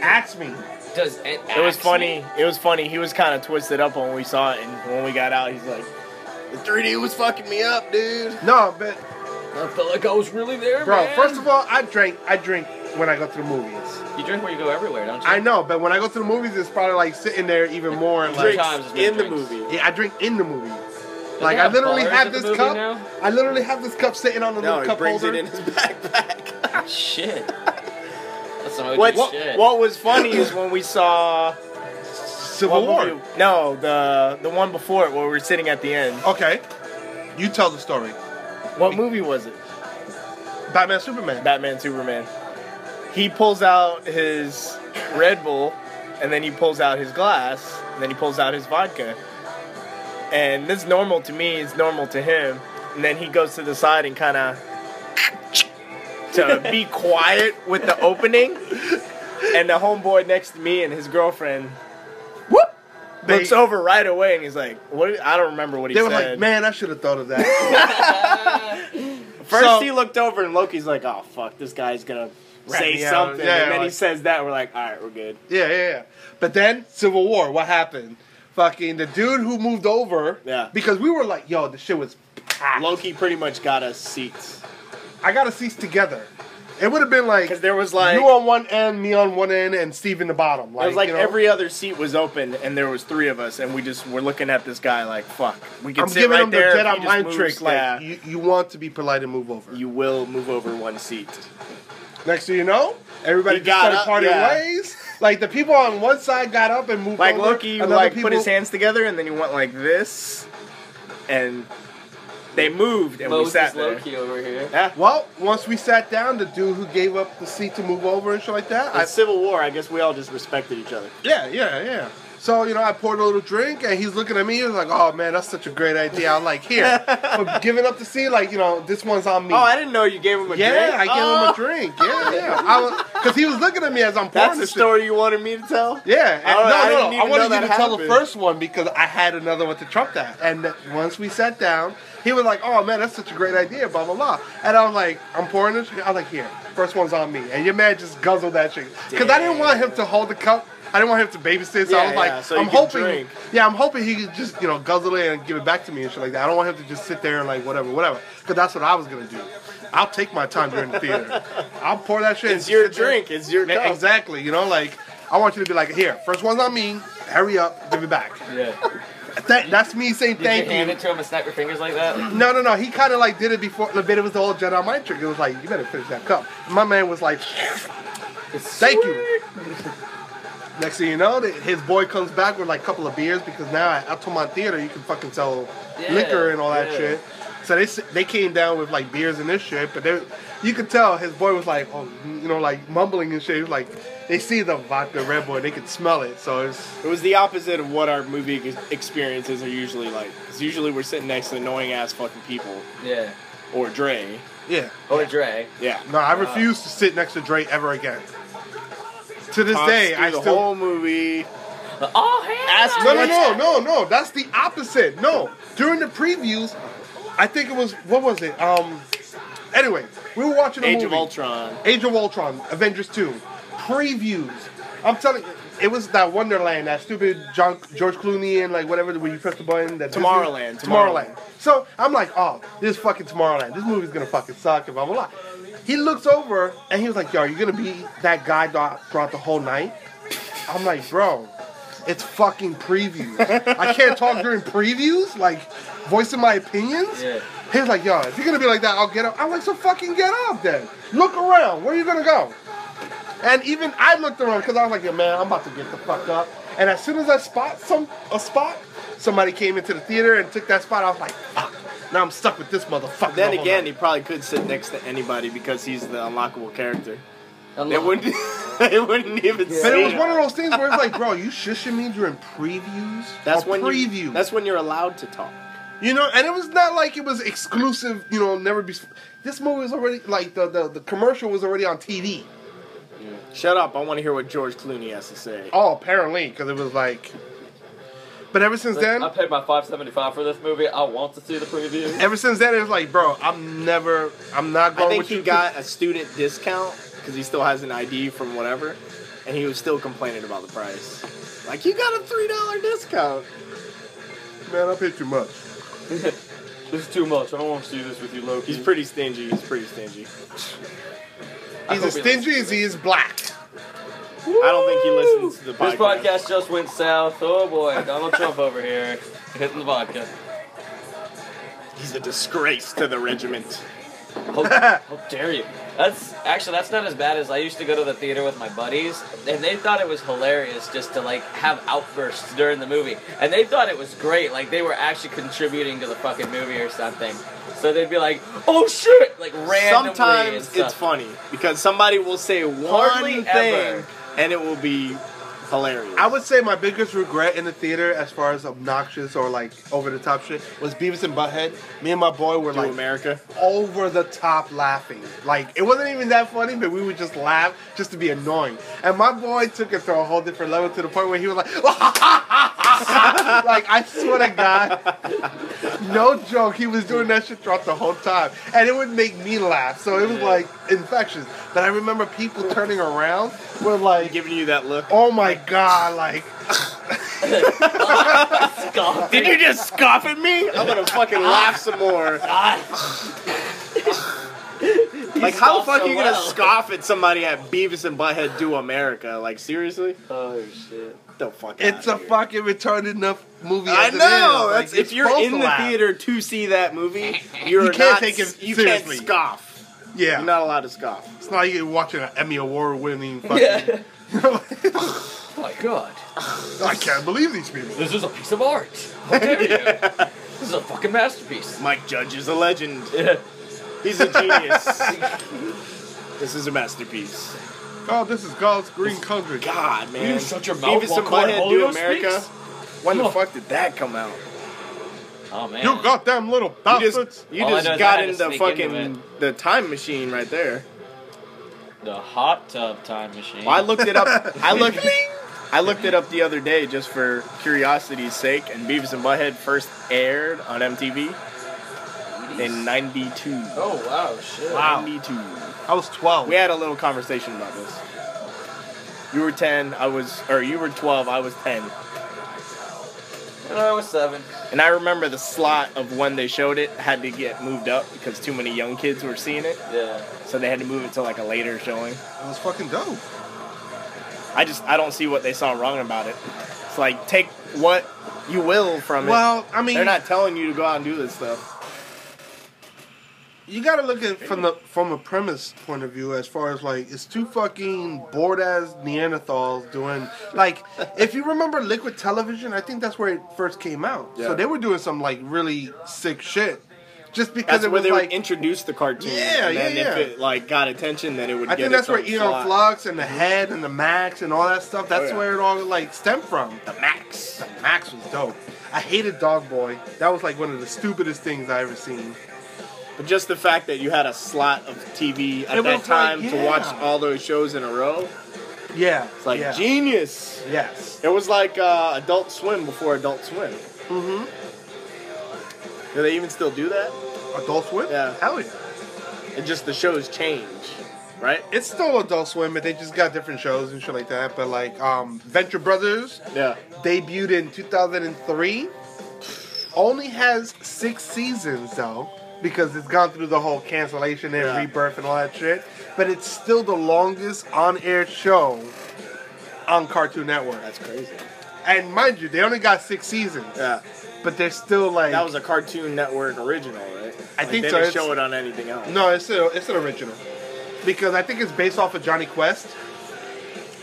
[SPEAKER 6] Ask me.
[SPEAKER 5] Does it?
[SPEAKER 4] It was funny. It was funny. He was kind of twisted up when we saw it, and when we got out, he's like, "The 3D was fucking me up, dude."
[SPEAKER 6] No, but
[SPEAKER 5] I felt like I was really there,
[SPEAKER 6] bro.
[SPEAKER 5] man.
[SPEAKER 6] First of all, I drink. I drink when I go to the movies.
[SPEAKER 5] you drink where you go everywhere, don't you?
[SPEAKER 6] I know, but when I go to the movies, it's probably like sitting there even more. Like,
[SPEAKER 4] Drinks
[SPEAKER 5] times it's been
[SPEAKER 4] in the
[SPEAKER 5] drinks.
[SPEAKER 4] movie.
[SPEAKER 6] yeah, I drink in the movie.
[SPEAKER 5] Does
[SPEAKER 6] Like
[SPEAKER 5] it
[SPEAKER 6] I literally
[SPEAKER 5] bars
[SPEAKER 6] have
[SPEAKER 5] at the
[SPEAKER 6] this
[SPEAKER 5] movie
[SPEAKER 6] cup.
[SPEAKER 5] now?
[SPEAKER 6] I literally have this cup sitting on the
[SPEAKER 4] No,
[SPEAKER 6] little
[SPEAKER 4] he
[SPEAKER 6] cup
[SPEAKER 4] brings
[SPEAKER 6] holder.
[SPEAKER 4] it in his backpack.
[SPEAKER 5] Shit. That's some OG
[SPEAKER 4] what,
[SPEAKER 5] shit.
[SPEAKER 4] what, what was funny is when we saw
[SPEAKER 6] Civil
[SPEAKER 4] what
[SPEAKER 6] War.
[SPEAKER 4] movie- No, the the one before it where we were sitting at the end.
[SPEAKER 6] Okay, you tell the story.
[SPEAKER 4] What movie was it?
[SPEAKER 6] Batman, Superman.
[SPEAKER 4] Batman Superman. He pulls out his Red Bull, and then he pulls out his glass, and then he pulls out his vodka. And this is normal to me, it's normal to him. And then he goes to the side and kind of to be quiet with the opening. And the homeboy next to me and his girlfriend
[SPEAKER 6] Whoop. They,
[SPEAKER 4] looks over right away and he's like, "What?" I don't remember what he
[SPEAKER 6] they were
[SPEAKER 4] said.
[SPEAKER 6] like, man, I should have thought of that.
[SPEAKER 4] First
[SPEAKER 6] So-
[SPEAKER 4] he looked over and Loki's like, "Oh fuck, this guy's gonna
[SPEAKER 6] Rat
[SPEAKER 4] say
[SPEAKER 6] me out.
[SPEAKER 4] something."
[SPEAKER 6] Yeah,
[SPEAKER 4] and then he
[SPEAKER 6] like-
[SPEAKER 4] says that, we're like, "All right, we're good."
[SPEAKER 6] yeah, yeah, yeah. But then Civil War. What happened? Fucking the dude who moved over.
[SPEAKER 4] Yeah.
[SPEAKER 6] Because we were like, yo, the shit was packed.
[SPEAKER 4] Loki pretty much got us seats
[SPEAKER 6] I gotta cease together. It would have been like
[SPEAKER 4] because there was like
[SPEAKER 6] you on one end, me on one end, and Steve in the bottom. Like,
[SPEAKER 4] it was like
[SPEAKER 6] you know,
[SPEAKER 4] every other seat was open and there was three of us and we just were looking at this guy like, "Fuck, we can
[SPEAKER 6] I'm
[SPEAKER 4] sit
[SPEAKER 6] giving
[SPEAKER 4] right
[SPEAKER 6] him the
[SPEAKER 4] there." if he
[SPEAKER 6] Jedi
[SPEAKER 4] just
[SPEAKER 6] mind
[SPEAKER 4] moves."
[SPEAKER 6] trick. Like
[SPEAKER 4] Yeah.
[SPEAKER 6] you, you want to be polite and move over.
[SPEAKER 4] you will move over one seat.
[SPEAKER 6] Next thing you know, everybody
[SPEAKER 4] He
[SPEAKER 6] just
[SPEAKER 4] got
[SPEAKER 6] started
[SPEAKER 4] up,
[SPEAKER 6] parting
[SPEAKER 4] yeah.
[SPEAKER 6] ways. Like the people on one side got up and moved
[SPEAKER 4] Like
[SPEAKER 6] over.
[SPEAKER 4] Loki,
[SPEAKER 6] Another
[SPEAKER 4] like
[SPEAKER 6] people-
[SPEAKER 4] put his hands together and then he went like this, and they moved and we
[SPEAKER 5] Moses
[SPEAKER 4] sat there.
[SPEAKER 5] Loki over here.
[SPEAKER 4] Yeah.
[SPEAKER 6] Well, once we sat down, the dude who gave up the seat to move over and shit like that,
[SPEAKER 4] In
[SPEAKER 6] I,
[SPEAKER 4] Civil War, I guess we all just respected each other.
[SPEAKER 6] yeah, yeah, yeah. So, you know, I poured a little drink and he's looking at me. He was like, oh man, that's such a great idea. I'm like, here, for giving up the seat, like, you know, this one's on me.
[SPEAKER 4] Oh, I didn't know you gave him a
[SPEAKER 6] yeah,
[SPEAKER 4] drink.
[SPEAKER 6] I gave
[SPEAKER 4] Oh,
[SPEAKER 6] him a drink. Yeah, yeah. Because he was looking at me as I'm pouring
[SPEAKER 4] That's the
[SPEAKER 6] this shit.
[SPEAKER 4] story you wanted me to tell.
[SPEAKER 6] Yeah, and
[SPEAKER 4] Oh, I
[SPEAKER 6] no,
[SPEAKER 4] didn't
[SPEAKER 6] no, no.
[SPEAKER 4] even
[SPEAKER 6] I wanted
[SPEAKER 4] know
[SPEAKER 6] you to
[SPEAKER 4] that
[SPEAKER 6] tell the
[SPEAKER 4] happened.
[SPEAKER 6] first one because I had another one to trump that. And once we sat down, he was like, "Oh man, that's such a great idea," blah blah blah. And I was like, "I'm pouring this." I'm like, "Here, first one's on me." And your man just guzzled that shit because I didn't want him to hold the cup. I didn't want him to babysit, so
[SPEAKER 4] Yeah,
[SPEAKER 6] I was
[SPEAKER 4] yeah,
[SPEAKER 6] like,
[SPEAKER 4] so he
[SPEAKER 6] "I'm
[SPEAKER 4] can
[SPEAKER 6] hoping."
[SPEAKER 4] drink.
[SPEAKER 6] Yeah, I'm hoping he could just you know guzzle it and give it back to me and shit like that. I don't want him to just sit there and like whatever, whatever. Because that's what I was gonna do. I'll take my time during the theater. I'll pour that shit.
[SPEAKER 4] It's
[SPEAKER 6] and
[SPEAKER 4] your
[SPEAKER 6] sit there.
[SPEAKER 4] drink. It's your
[SPEAKER 6] Yeah,
[SPEAKER 4] cup.
[SPEAKER 6] exactly. You know, like I want you to be like, here, first one's on me. Hurry up, give it back.
[SPEAKER 5] Yeah.
[SPEAKER 6] That, that's me saying
[SPEAKER 5] Did
[SPEAKER 6] thank
[SPEAKER 5] you hand
[SPEAKER 6] you.
[SPEAKER 5] it to him and snap your fingers like that?
[SPEAKER 6] No, no, no. He kind of like did it before. But it was the whole Jedi mind trick. It was like, you better finish that cup. My man was like, thank you. Next thing you know, th- his boy comes back with like a couple of beers because now at Altamont Theater you can fucking sell
[SPEAKER 5] Yeah,
[SPEAKER 6] liquor and all that
[SPEAKER 5] yeah.
[SPEAKER 6] shit. So they s- they came down with like beers and this shit, but they, you could tell his boy was like, oh, you know, like mumbling and shit. He was like they see the vodka Red Bull, they could smell it. So it's
[SPEAKER 4] It was the opposite of what our movie ex- experiences are usually like. 'Cause usually we're sitting next to annoying ass fucking people
[SPEAKER 5] Yeah.
[SPEAKER 4] or Dre.
[SPEAKER 6] yeah.
[SPEAKER 5] Or Dre.
[SPEAKER 4] Yeah.
[SPEAKER 6] No, I refuse to sit next to Dre ever again. To this
[SPEAKER 4] Pops
[SPEAKER 6] day,
[SPEAKER 4] through
[SPEAKER 6] I
[SPEAKER 4] the
[SPEAKER 6] still
[SPEAKER 4] whole movie.
[SPEAKER 5] Oh, hey!
[SPEAKER 4] Ask
[SPEAKER 6] No, no,
[SPEAKER 4] what's-
[SPEAKER 6] no, no, no. That's the opposite. No, during the previews, I think it was what was it? Um. Anyway, we were watching a
[SPEAKER 4] Age
[SPEAKER 6] movie.
[SPEAKER 4] of Ultron.
[SPEAKER 6] Age of Ultron, Avengers Two, previews. I'm telling you, it was that Wonderland, that stupid John, George Clooney and like whatever when you press the button. That
[SPEAKER 4] Tomorrowland,
[SPEAKER 6] Tomorrowland. So I'm like, oh, this is fucking Tomorrowland. This movie's gonna fucking suck. And blah blah blah. He looks over and he was like, yo, are you gonna be that guy tho- throughout the whole night? I'm like, bro, it's fucking previews. I can't talk during previews, like voicing my opinions.
[SPEAKER 5] Yeah.
[SPEAKER 6] He was like, yo, if you're gonna be like that, I'll get up. I'm like, so fucking get up then. Look around. Where you gonna go? And even I looked around because I was like, yo, man, I'm about to get the fuck up. And as soon as I spot some a spot, somebody came into the theater and took that spot. I was like, fuck. Now I'm stuck with this motherfucker.
[SPEAKER 4] Then
[SPEAKER 6] the whole
[SPEAKER 4] again, he
[SPEAKER 6] night.
[SPEAKER 4] probably could sit next to anybody because he's the unlockable character. They
[SPEAKER 5] Unlock-
[SPEAKER 4] wouldn't. they wouldn't even.
[SPEAKER 6] but
[SPEAKER 4] see
[SPEAKER 6] it was
[SPEAKER 4] him.
[SPEAKER 6] one of those things where it's like, bro, you shushing me during previews.
[SPEAKER 4] That's
[SPEAKER 6] Or
[SPEAKER 4] when
[SPEAKER 6] previews.
[SPEAKER 4] You, that's when you're allowed to talk.
[SPEAKER 6] You know, and it was not like it was exclusive. You know, never be. This movie was already like the the, the commercial was already on TV.
[SPEAKER 4] Shut up! I want to hear what George Clooney has to say.
[SPEAKER 6] Oh, apparently, because it was like. But ever since then,
[SPEAKER 5] I paid my five seventy five for this movie. I want to see the preview.
[SPEAKER 6] ever since then, it was like, bro, I'm never, I'm not
[SPEAKER 4] I
[SPEAKER 6] going
[SPEAKER 4] think
[SPEAKER 6] with
[SPEAKER 4] he
[SPEAKER 6] you.
[SPEAKER 4] got a student discount because he still has an ID from whatever, and he was still complaining about the price. Like you got a three dollar discount.
[SPEAKER 6] man, I paid too much.
[SPEAKER 5] This is too much. I don't want to see this with you, Loki.
[SPEAKER 4] He's pretty stingy. He's pretty stingy.
[SPEAKER 5] I
[SPEAKER 6] He's
[SPEAKER 5] hope
[SPEAKER 6] as
[SPEAKER 5] he
[SPEAKER 6] stingy as he is black.
[SPEAKER 4] I don't think he listens to the
[SPEAKER 5] This
[SPEAKER 4] podcast.
[SPEAKER 5] podcast just went south. Oh boy, Donald Trump over here hitting the vodka.
[SPEAKER 4] He's a disgrace to the regiment.
[SPEAKER 5] How, how dare you? That's actually that's not as bad as I used to go to the theater with my buddies, and they thought it was hilarious just to like have outbursts during the movie, and they thought it was great. Like they were actually contributing to the fucking movie or something. So they'd be like, "Oh shit!" Like randomly. and
[SPEAKER 4] Sometimes it's
[SPEAKER 5] stuff.
[SPEAKER 4] funny because somebody will say
[SPEAKER 5] Hardly
[SPEAKER 4] one thing
[SPEAKER 5] ever.
[SPEAKER 4] and it will be hilarious.
[SPEAKER 6] I would say my biggest regret in the theater, as far as obnoxious or like over the top shit, was Beavis and Butthead. Me and my boy were
[SPEAKER 4] to
[SPEAKER 6] like
[SPEAKER 4] America.
[SPEAKER 6] over the top laughing. Like it wasn't even that funny, but we would just laugh just to be annoying. And my boy took it to a whole different level to the point where he was like, like I swear to God, no joke, he was doing that shit throughout the whole time, and it would make me laugh. So it was like infectious. But I remember people turning around were like,
[SPEAKER 4] Giving you that look.
[SPEAKER 6] "Oh my God!" Like
[SPEAKER 5] God,
[SPEAKER 4] Did you just scoff at me? I'm gonna fucking laugh some more.
[SPEAKER 5] God.
[SPEAKER 4] Like, how the
[SPEAKER 5] scoffed
[SPEAKER 4] fuck
[SPEAKER 5] so
[SPEAKER 4] are you gonna
[SPEAKER 5] well.
[SPEAKER 4] scoff at somebody at Beavis and Butthead Do America? Like, seriously?
[SPEAKER 5] Oh shit.
[SPEAKER 4] Get the fuck
[SPEAKER 6] it's
[SPEAKER 4] outta
[SPEAKER 6] a
[SPEAKER 4] here.
[SPEAKER 6] fucking retarded enough movie.
[SPEAKER 4] I
[SPEAKER 6] as it
[SPEAKER 4] know.
[SPEAKER 6] is. Like,
[SPEAKER 4] that's, if you're
[SPEAKER 6] supposed
[SPEAKER 4] in
[SPEAKER 6] to
[SPEAKER 4] the
[SPEAKER 6] laugh.
[SPEAKER 4] theater to see that movie, you're
[SPEAKER 6] can't
[SPEAKER 4] not,
[SPEAKER 6] take it
[SPEAKER 4] you
[SPEAKER 6] seriously.
[SPEAKER 4] can't scoff.
[SPEAKER 6] yeah,
[SPEAKER 4] You're not allowed to scoff.
[SPEAKER 6] It's not like you're watching an Emmy Award winning fucking.
[SPEAKER 5] Yeah. Oh my god.
[SPEAKER 6] I can't believe these people.
[SPEAKER 5] This is a piece of art. How dare you? This is a fucking masterpiece.
[SPEAKER 4] Mike Judge is a legend.
[SPEAKER 5] Yeah.
[SPEAKER 4] He's a genius. this is a masterpiece.
[SPEAKER 6] Oh, this is God's green country.
[SPEAKER 4] God, man.
[SPEAKER 5] You shut your mouth
[SPEAKER 4] Beavis
[SPEAKER 5] while
[SPEAKER 4] and Butthead do
[SPEAKER 5] Cornholio
[SPEAKER 4] America.
[SPEAKER 5] speaks?
[SPEAKER 4] When the
[SPEAKER 5] Huh.
[SPEAKER 4] fuck did that come out?
[SPEAKER 5] Oh man.
[SPEAKER 6] You goddamn little
[SPEAKER 4] You
[SPEAKER 6] bastards.
[SPEAKER 4] just, you
[SPEAKER 5] All I know
[SPEAKER 4] just
[SPEAKER 5] is I
[SPEAKER 4] got
[SPEAKER 5] had to
[SPEAKER 4] in the
[SPEAKER 5] sneak
[SPEAKER 4] fucking
[SPEAKER 5] into
[SPEAKER 4] the time machine right there.
[SPEAKER 5] the hot tub time machine.
[SPEAKER 4] Well, I looked it up. I looked. I looked it up the other day just for curiosity's sake, and Beavis and Butthead first aired on MTV in '92.
[SPEAKER 9] Oh wow, shit.
[SPEAKER 4] '92.
[SPEAKER 6] I was 12.
[SPEAKER 4] We had a little conversation about this. You were 10. I was, or you were 12. I was 10.
[SPEAKER 5] When I was seven.
[SPEAKER 4] And I remember the slot of when they showed it had to get moved up because too many young kids were seeing it,
[SPEAKER 5] Yeah.
[SPEAKER 4] so they had to move it to like a later showing.
[SPEAKER 6] It was fucking dope.
[SPEAKER 4] I just I don't see what they saw wrong about it. It's like take what you will from
[SPEAKER 6] Well, I
[SPEAKER 4] it.
[SPEAKER 6] mean,
[SPEAKER 4] They're not telling you to go out and do this stuff.
[SPEAKER 6] you gotta look at it from the from a premise point of view as far as like it's two fucking bored ass Neanderthals doing like if you remember Liquid Television, I think that's where it first came out.
[SPEAKER 4] Yeah.
[SPEAKER 6] So they were doing some like really sick shit, just because
[SPEAKER 4] That's
[SPEAKER 6] it
[SPEAKER 4] where
[SPEAKER 6] was
[SPEAKER 4] they
[SPEAKER 6] like.
[SPEAKER 4] would introduce the cartoon.
[SPEAKER 6] Yeah,
[SPEAKER 4] and then
[SPEAKER 6] yeah,
[SPEAKER 4] if
[SPEAKER 6] yeah.
[SPEAKER 4] it like got attention, then it would.
[SPEAKER 6] I
[SPEAKER 4] get
[SPEAKER 6] think that's
[SPEAKER 4] its
[SPEAKER 6] where
[SPEAKER 4] own
[SPEAKER 6] Eon
[SPEAKER 4] slot. Oh,
[SPEAKER 6] Flux and the Head and the Max and all that stuff. That's
[SPEAKER 4] yeah.
[SPEAKER 6] where it all like stemmed from. The Max, the Max was dope. I hated Dog Boy. That was like one of the stupidest things I ever seen.
[SPEAKER 4] But just the fact that you had a slot of TV at
[SPEAKER 6] It was
[SPEAKER 4] that
[SPEAKER 6] like,
[SPEAKER 4] time to
[SPEAKER 6] yeah.
[SPEAKER 4] watch all those shows in a row,
[SPEAKER 6] Yeah,
[SPEAKER 4] it's like
[SPEAKER 6] yeah.
[SPEAKER 4] genius.
[SPEAKER 6] yes.
[SPEAKER 4] It was like uh, Adult Swim before Adult Swim.
[SPEAKER 6] Mm-hmm.
[SPEAKER 4] Do they even still do that?
[SPEAKER 6] Adult Swim?
[SPEAKER 4] Yeah.
[SPEAKER 6] Hell yeah.
[SPEAKER 4] It just the shows change, right?
[SPEAKER 6] It's still Adult Swim, but they just got different shows and shit like that. But like um, Venture Brothers
[SPEAKER 4] Yeah.
[SPEAKER 6] debuted in 2003. Only has six seasons though, because it's gone through the whole cancellation and
[SPEAKER 4] Yeah.
[SPEAKER 6] rebirth and all that shit. But it's still the longest on-air show on Cartoon Network.
[SPEAKER 4] That's crazy.
[SPEAKER 6] And mind you, they only got six seasons,
[SPEAKER 4] Yeah.
[SPEAKER 6] but they're still like
[SPEAKER 4] That was a Cartoon Network original, right?
[SPEAKER 6] I
[SPEAKER 4] Like,
[SPEAKER 6] think
[SPEAKER 4] they
[SPEAKER 6] so,
[SPEAKER 4] didn't
[SPEAKER 6] it's-
[SPEAKER 4] show it on anything else.
[SPEAKER 6] No, it's a, it's an original because I think it's based off of Johnny Quest.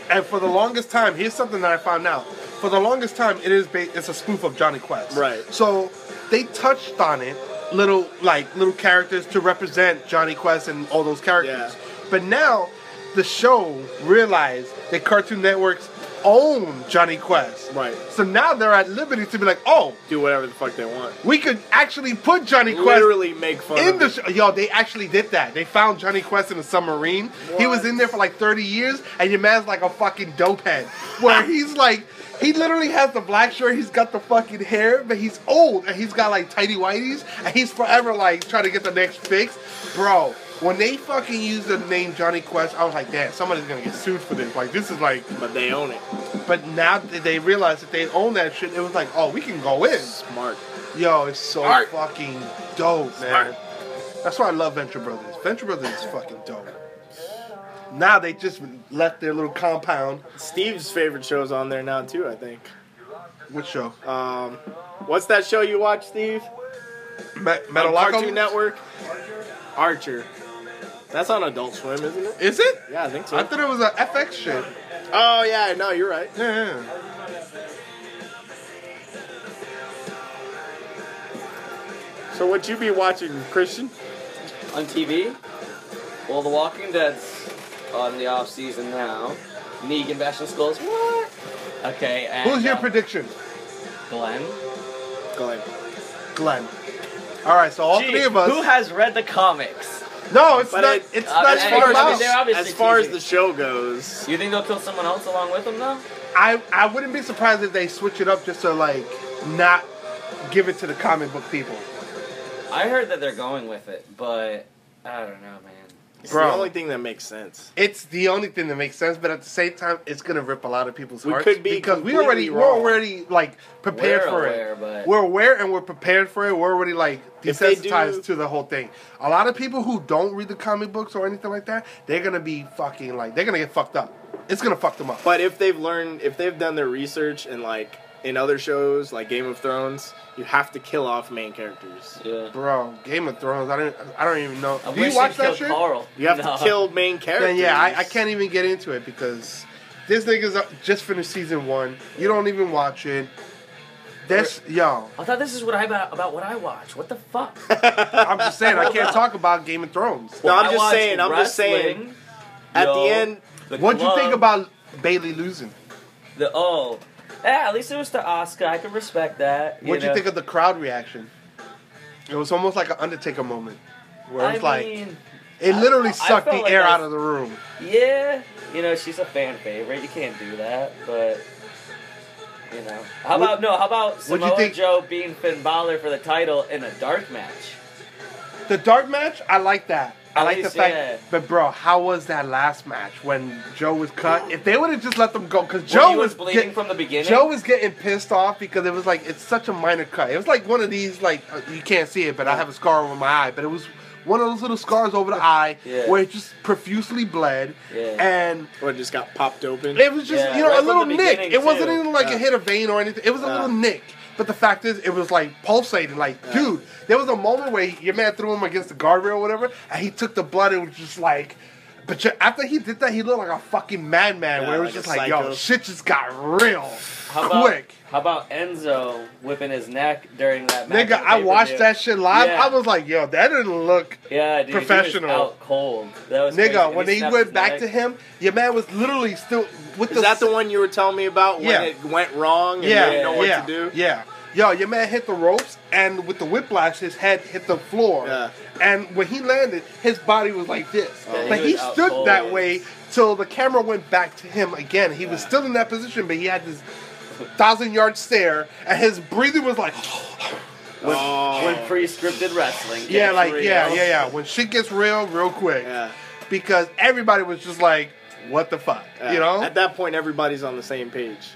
[SPEAKER 6] And for the longest time, here's something that I found out. For the longest time, it is ba- it's a spoof of Johnny Quest.
[SPEAKER 4] Right.
[SPEAKER 6] So they touched on it, little like little characters to represent Johnny Quest and all those characters. But now, the show realized that Cartoon Network's own Johnny Quest.
[SPEAKER 4] Right.
[SPEAKER 6] So now they're at liberty to be like, oh,
[SPEAKER 4] Do whatever the fuck they want.
[SPEAKER 6] we could actually put Johnny Quest
[SPEAKER 4] Literally make fun
[SPEAKER 6] in
[SPEAKER 4] of
[SPEAKER 6] the
[SPEAKER 4] it.
[SPEAKER 6] show, yo, they actually did that. They found Johnny Quest in a submarine. He was in there for like 30 years, and your man's like a fucking dope head. Where he's like, he literally has the black shirt, he's got the fucking hair, but he's old, and he's got like tidy whities, and he's forever like trying to get the next fix. Bro, when they fucking used the name Johnny Quest, I was like, damn, somebody's gonna get sued for this. Like, this is like,
[SPEAKER 4] But they own it.
[SPEAKER 6] but now that they realized that they own that shit, it was like, oh, we can go in.
[SPEAKER 4] Smart.
[SPEAKER 6] Yo, it's so
[SPEAKER 4] Smart.
[SPEAKER 6] fucking dope, man.
[SPEAKER 4] Smart.
[SPEAKER 6] That's why I love Venture Brothers. Venture Brothers is fucking dope. Now they just left their little compound.
[SPEAKER 4] Steve's favorite show's on there now too, I think.
[SPEAKER 6] What show? Uh,
[SPEAKER 4] Um, what's that show you watch, Steve?
[SPEAKER 6] Me-
[SPEAKER 4] On
[SPEAKER 6] Metalocalypse?
[SPEAKER 4] Cartoon Network. Archer. That's on Adult Swim, isn't it?
[SPEAKER 6] Is it?
[SPEAKER 4] Yeah, I think so.
[SPEAKER 6] I thought it was a FX shit.
[SPEAKER 4] oh yeah, no, you're right.
[SPEAKER 6] Yeah. yeah.
[SPEAKER 4] So what you be watching, Christian?
[SPEAKER 9] On TV? Well, The Walking Dead's on the off season now. Negan bashing skulls. What?
[SPEAKER 5] Okay. And,
[SPEAKER 6] Who's your
[SPEAKER 5] uh,
[SPEAKER 6] prediction?
[SPEAKER 5] Glenn?
[SPEAKER 4] Go ahead.
[SPEAKER 6] Glenn. All right, so all
[SPEAKER 5] Gee,
[SPEAKER 6] three of us.
[SPEAKER 5] Who has read the comics?
[SPEAKER 6] no, it's
[SPEAKER 4] But
[SPEAKER 6] not.
[SPEAKER 4] it-
[SPEAKER 6] it's
[SPEAKER 5] uh,
[SPEAKER 6] not.
[SPEAKER 5] as
[SPEAKER 6] I,
[SPEAKER 5] far as-
[SPEAKER 6] I,
[SPEAKER 5] I mean, they're obviously
[SPEAKER 4] as far as
[SPEAKER 5] teasing.
[SPEAKER 4] the show goes,
[SPEAKER 5] You think they'll kill someone else along with them though?
[SPEAKER 6] I wouldn't be surprised if they switch it up just to like not give it to the comic book people.
[SPEAKER 5] I heard that they're going with it, but I don't know, man.
[SPEAKER 4] it's
[SPEAKER 6] Bro.
[SPEAKER 4] the only thing that makes sense.
[SPEAKER 6] It's the only thing that makes sense, but at the same time, it's gonna rip a lot of people's
[SPEAKER 4] We
[SPEAKER 6] hearts.
[SPEAKER 4] could be
[SPEAKER 6] because we
[SPEAKER 4] completely
[SPEAKER 6] already we're
[SPEAKER 4] wrong.
[SPEAKER 6] already like prepared
[SPEAKER 5] We're
[SPEAKER 6] for
[SPEAKER 5] aware,
[SPEAKER 6] it.
[SPEAKER 5] but-
[SPEAKER 6] We're aware and we're prepared for it. We're already like
[SPEAKER 4] If they
[SPEAKER 6] desensitized
[SPEAKER 4] do-
[SPEAKER 6] to the whole thing. A lot of people who don't read the comic books or anything like that, they're gonna be fucking like they're gonna get fucked up. It's gonna fuck them up.
[SPEAKER 4] But if they've learned, if they've done their research and like in other shows like Game of Thrones, you have to kill off main characters.
[SPEAKER 5] Yeah.
[SPEAKER 6] Bro, Game of Thrones, I don't I don't even know.
[SPEAKER 5] I
[SPEAKER 6] Do
[SPEAKER 5] wish
[SPEAKER 6] you watch
[SPEAKER 5] they'd
[SPEAKER 6] that
[SPEAKER 5] kill
[SPEAKER 6] shit?
[SPEAKER 5] Carl.
[SPEAKER 4] You have
[SPEAKER 5] No.
[SPEAKER 4] to kill main characters.
[SPEAKER 6] Then yeah, I, I can't even get into it because this nigga's uh, just finished season one. You don't even watch it. That's yo.
[SPEAKER 5] I thought this is what I about, about what I watch. What the fuck?
[SPEAKER 6] I'm just saying I can't talk about Game of Thrones.
[SPEAKER 4] No, I'm
[SPEAKER 5] I
[SPEAKER 4] just
[SPEAKER 5] watch
[SPEAKER 4] saying. I'm just saying.
[SPEAKER 5] wrestling.
[SPEAKER 4] At
[SPEAKER 5] Yo.
[SPEAKER 4] the end,
[SPEAKER 5] The
[SPEAKER 6] What'd you
[SPEAKER 5] glove,
[SPEAKER 6] think about Bailey losing?
[SPEAKER 5] the oh? Yeah, at least it was to Oscar. I can respect that.
[SPEAKER 6] What'd you
[SPEAKER 5] know.
[SPEAKER 6] think of the crowd reaction? It was almost like an Undertaker moment, where
[SPEAKER 5] I
[SPEAKER 6] it's like
[SPEAKER 5] mean,
[SPEAKER 6] it
[SPEAKER 5] I-
[SPEAKER 6] literally
[SPEAKER 5] I
[SPEAKER 6] sucked the
[SPEAKER 5] felt like
[SPEAKER 6] air
[SPEAKER 5] I-
[SPEAKER 6] out of the room.
[SPEAKER 5] yeah, you know she's a fan favorite. You can't do that, but you know, how
[SPEAKER 6] What-
[SPEAKER 5] about no? How about
[SPEAKER 6] you
[SPEAKER 5] Samoa
[SPEAKER 6] think-
[SPEAKER 5] Joe beating Finn Balor for the title in a dark match?
[SPEAKER 6] The dark match, I like that. I
[SPEAKER 5] At
[SPEAKER 6] like
[SPEAKER 5] least,
[SPEAKER 6] the fact,
[SPEAKER 5] yeah.
[SPEAKER 6] but bro, how was that last match when Joe was cut? If they would have just let them go, because
[SPEAKER 5] Well,
[SPEAKER 6] Joe
[SPEAKER 5] he was
[SPEAKER 6] get-
[SPEAKER 5] bleeding from the beginning?
[SPEAKER 6] Joe was getting pissed off because it was like it's such a minor cut. It was like one of these like uh, you can't see it, but I have a scar over my eye. But it was one of those little scars over the eye
[SPEAKER 5] Yeah.
[SPEAKER 6] where it just profusely bled,
[SPEAKER 5] Yeah.
[SPEAKER 6] and
[SPEAKER 4] Or it just got popped open.
[SPEAKER 6] it was just
[SPEAKER 5] Yeah,
[SPEAKER 6] you know
[SPEAKER 5] right
[SPEAKER 6] a
[SPEAKER 5] from
[SPEAKER 6] little
[SPEAKER 5] the
[SPEAKER 6] nick.
[SPEAKER 5] beginning,
[SPEAKER 6] It wasn't
[SPEAKER 5] too.
[SPEAKER 6] even like
[SPEAKER 4] Yeah.
[SPEAKER 6] it hit a vein or anything. It was a
[SPEAKER 4] Yeah.
[SPEAKER 6] little nick. But the fact is, it was like pulsating. Like, dude, there was a moment where your man threw him against the guardrail or whatever, and he took the blood. It was just like. But you- after he did that, he looked like a fucking madman.
[SPEAKER 4] Yeah,
[SPEAKER 6] where it was
[SPEAKER 4] like a
[SPEAKER 6] just like,
[SPEAKER 4] psycho.
[SPEAKER 6] yo, shit just got real
[SPEAKER 5] How about,
[SPEAKER 6] quick.
[SPEAKER 5] How about Enzo whipping his neck during that match?
[SPEAKER 6] Nigga,
[SPEAKER 5] at
[SPEAKER 6] I watched
[SPEAKER 5] pay-per-view?
[SPEAKER 6] that shit live.
[SPEAKER 5] Yeah.
[SPEAKER 6] I was like, yo, that didn't look.
[SPEAKER 5] Yeah, dude, he was
[SPEAKER 6] professional.
[SPEAKER 5] out cold. That was crazy.
[SPEAKER 6] Nigga,
[SPEAKER 5] And
[SPEAKER 6] when
[SPEAKER 5] he
[SPEAKER 6] they
[SPEAKER 5] snapped
[SPEAKER 6] went
[SPEAKER 5] his
[SPEAKER 6] back
[SPEAKER 5] neck.
[SPEAKER 6] to him, your man was literally still with
[SPEAKER 4] Is
[SPEAKER 6] the.
[SPEAKER 4] that the one you were telling me about when
[SPEAKER 6] Yeah.
[SPEAKER 4] it went wrong and
[SPEAKER 6] Yeah,
[SPEAKER 4] you didn't know
[SPEAKER 6] yeah,
[SPEAKER 4] what to do?
[SPEAKER 6] yeah. Yo, your man hit the ropes, and with the whiplash, his head hit the floor.
[SPEAKER 4] Yeah. Oh,
[SPEAKER 6] And when he landed, his body was like this.
[SPEAKER 5] Yeah,
[SPEAKER 6] but
[SPEAKER 5] he
[SPEAKER 6] he,
[SPEAKER 5] was out
[SPEAKER 6] stood
[SPEAKER 5] cold.
[SPEAKER 6] that way till the camera went back to him again. He was still in that position, but he had this thousand yard stare, and his breathing was like,
[SPEAKER 5] When,
[SPEAKER 4] Oh.
[SPEAKER 5] when pre-scripted wrestling.
[SPEAKER 6] yeah,
[SPEAKER 5] gets
[SPEAKER 6] like,
[SPEAKER 5] real.
[SPEAKER 6] yeah, yeah, yeah. When shit gets real, real quick.
[SPEAKER 4] Yeah.
[SPEAKER 6] Because everybody was just like, what the fuck?
[SPEAKER 4] Yeah.
[SPEAKER 6] You know?
[SPEAKER 4] At that point, everybody's on the same page.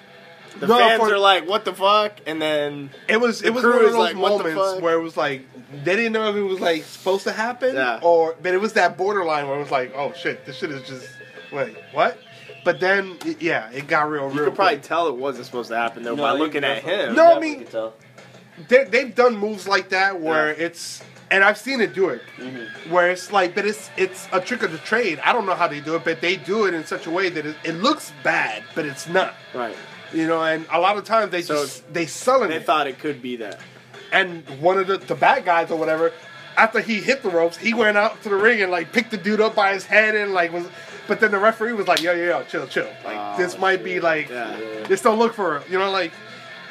[SPEAKER 4] The
[SPEAKER 6] No,
[SPEAKER 4] fans
[SPEAKER 6] for-
[SPEAKER 4] are like, "What the fuck?" And then
[SPEAKER 6] It was
[SPEAKER 4] The
[SPEAKER 6] it was
[SPEAKER 4] crew
[SPEAKER 6] one of
[SPEAKER 4] is
[SPEAKER 6] those
[SPEAKER 4] like, what the
[SPEAKER 6] moments
[SPEAKER 4] fuck?
[SPEAKER 6] where it was like they didn't know if it was like supposed to happen
[SPEAKER 4] Yeah.
[SPEAKER 6] or but it was that borderline where it was like oh shit this shit is just wait what but then it- yeah it got real
[SPEAKER 4] you
[SPEAKER 6] real
[SPEAKER 4] could probably
[SPEAKER 6] quick.
[SPEAKER 4] tell it wasn't supposed to happen though
[SPEAKER 5] No,
[SPEAKER 4] by
[SPEAKER 5] you
[SPEAKER 4] looking at
[SPEAKER 5] definitely-
[SPEAKER 4] him.
[SPEAKER 5] you
[SPEAKER 6] No, I
[SPEAKER 5] definitely
[SPEAKER 6] mean-
[SPEAKER 5] could tell.
[SPEAKER 6] they, they've done moves like that where
[SPEAKER 4] Yeah. Mm-hmm.
[SPEAKER 6] it's and I've seen it do it where it's like but it's it's a trick of the trade I don't know how they do it but they do it in such a way that it, it looks bad but it's not
[SPEAKER 4] Right.
[SPEAKER 6] you know and a lot of times they
[SPEAKER 4] So
[SPEAKER 6] just they selling
[SPEAKER 4] They
[SPEAKER 6] it.
[SPEAKER 4] thought it could be that.
[SPEAKER 6] and one of the, the bad guys or whatever, after he hit the ropes, he went out to the ring and like picked the dude up by his head and like was. But then the referee was like, "Yo, yo, yo, chill, chill. Like
[SPEAKER 4] Oh,
[SPEAKER 6] this might be like
[SPEAKER 4] Yeah.
[SPEAKER 6] this. Don't look for it, you know." Like,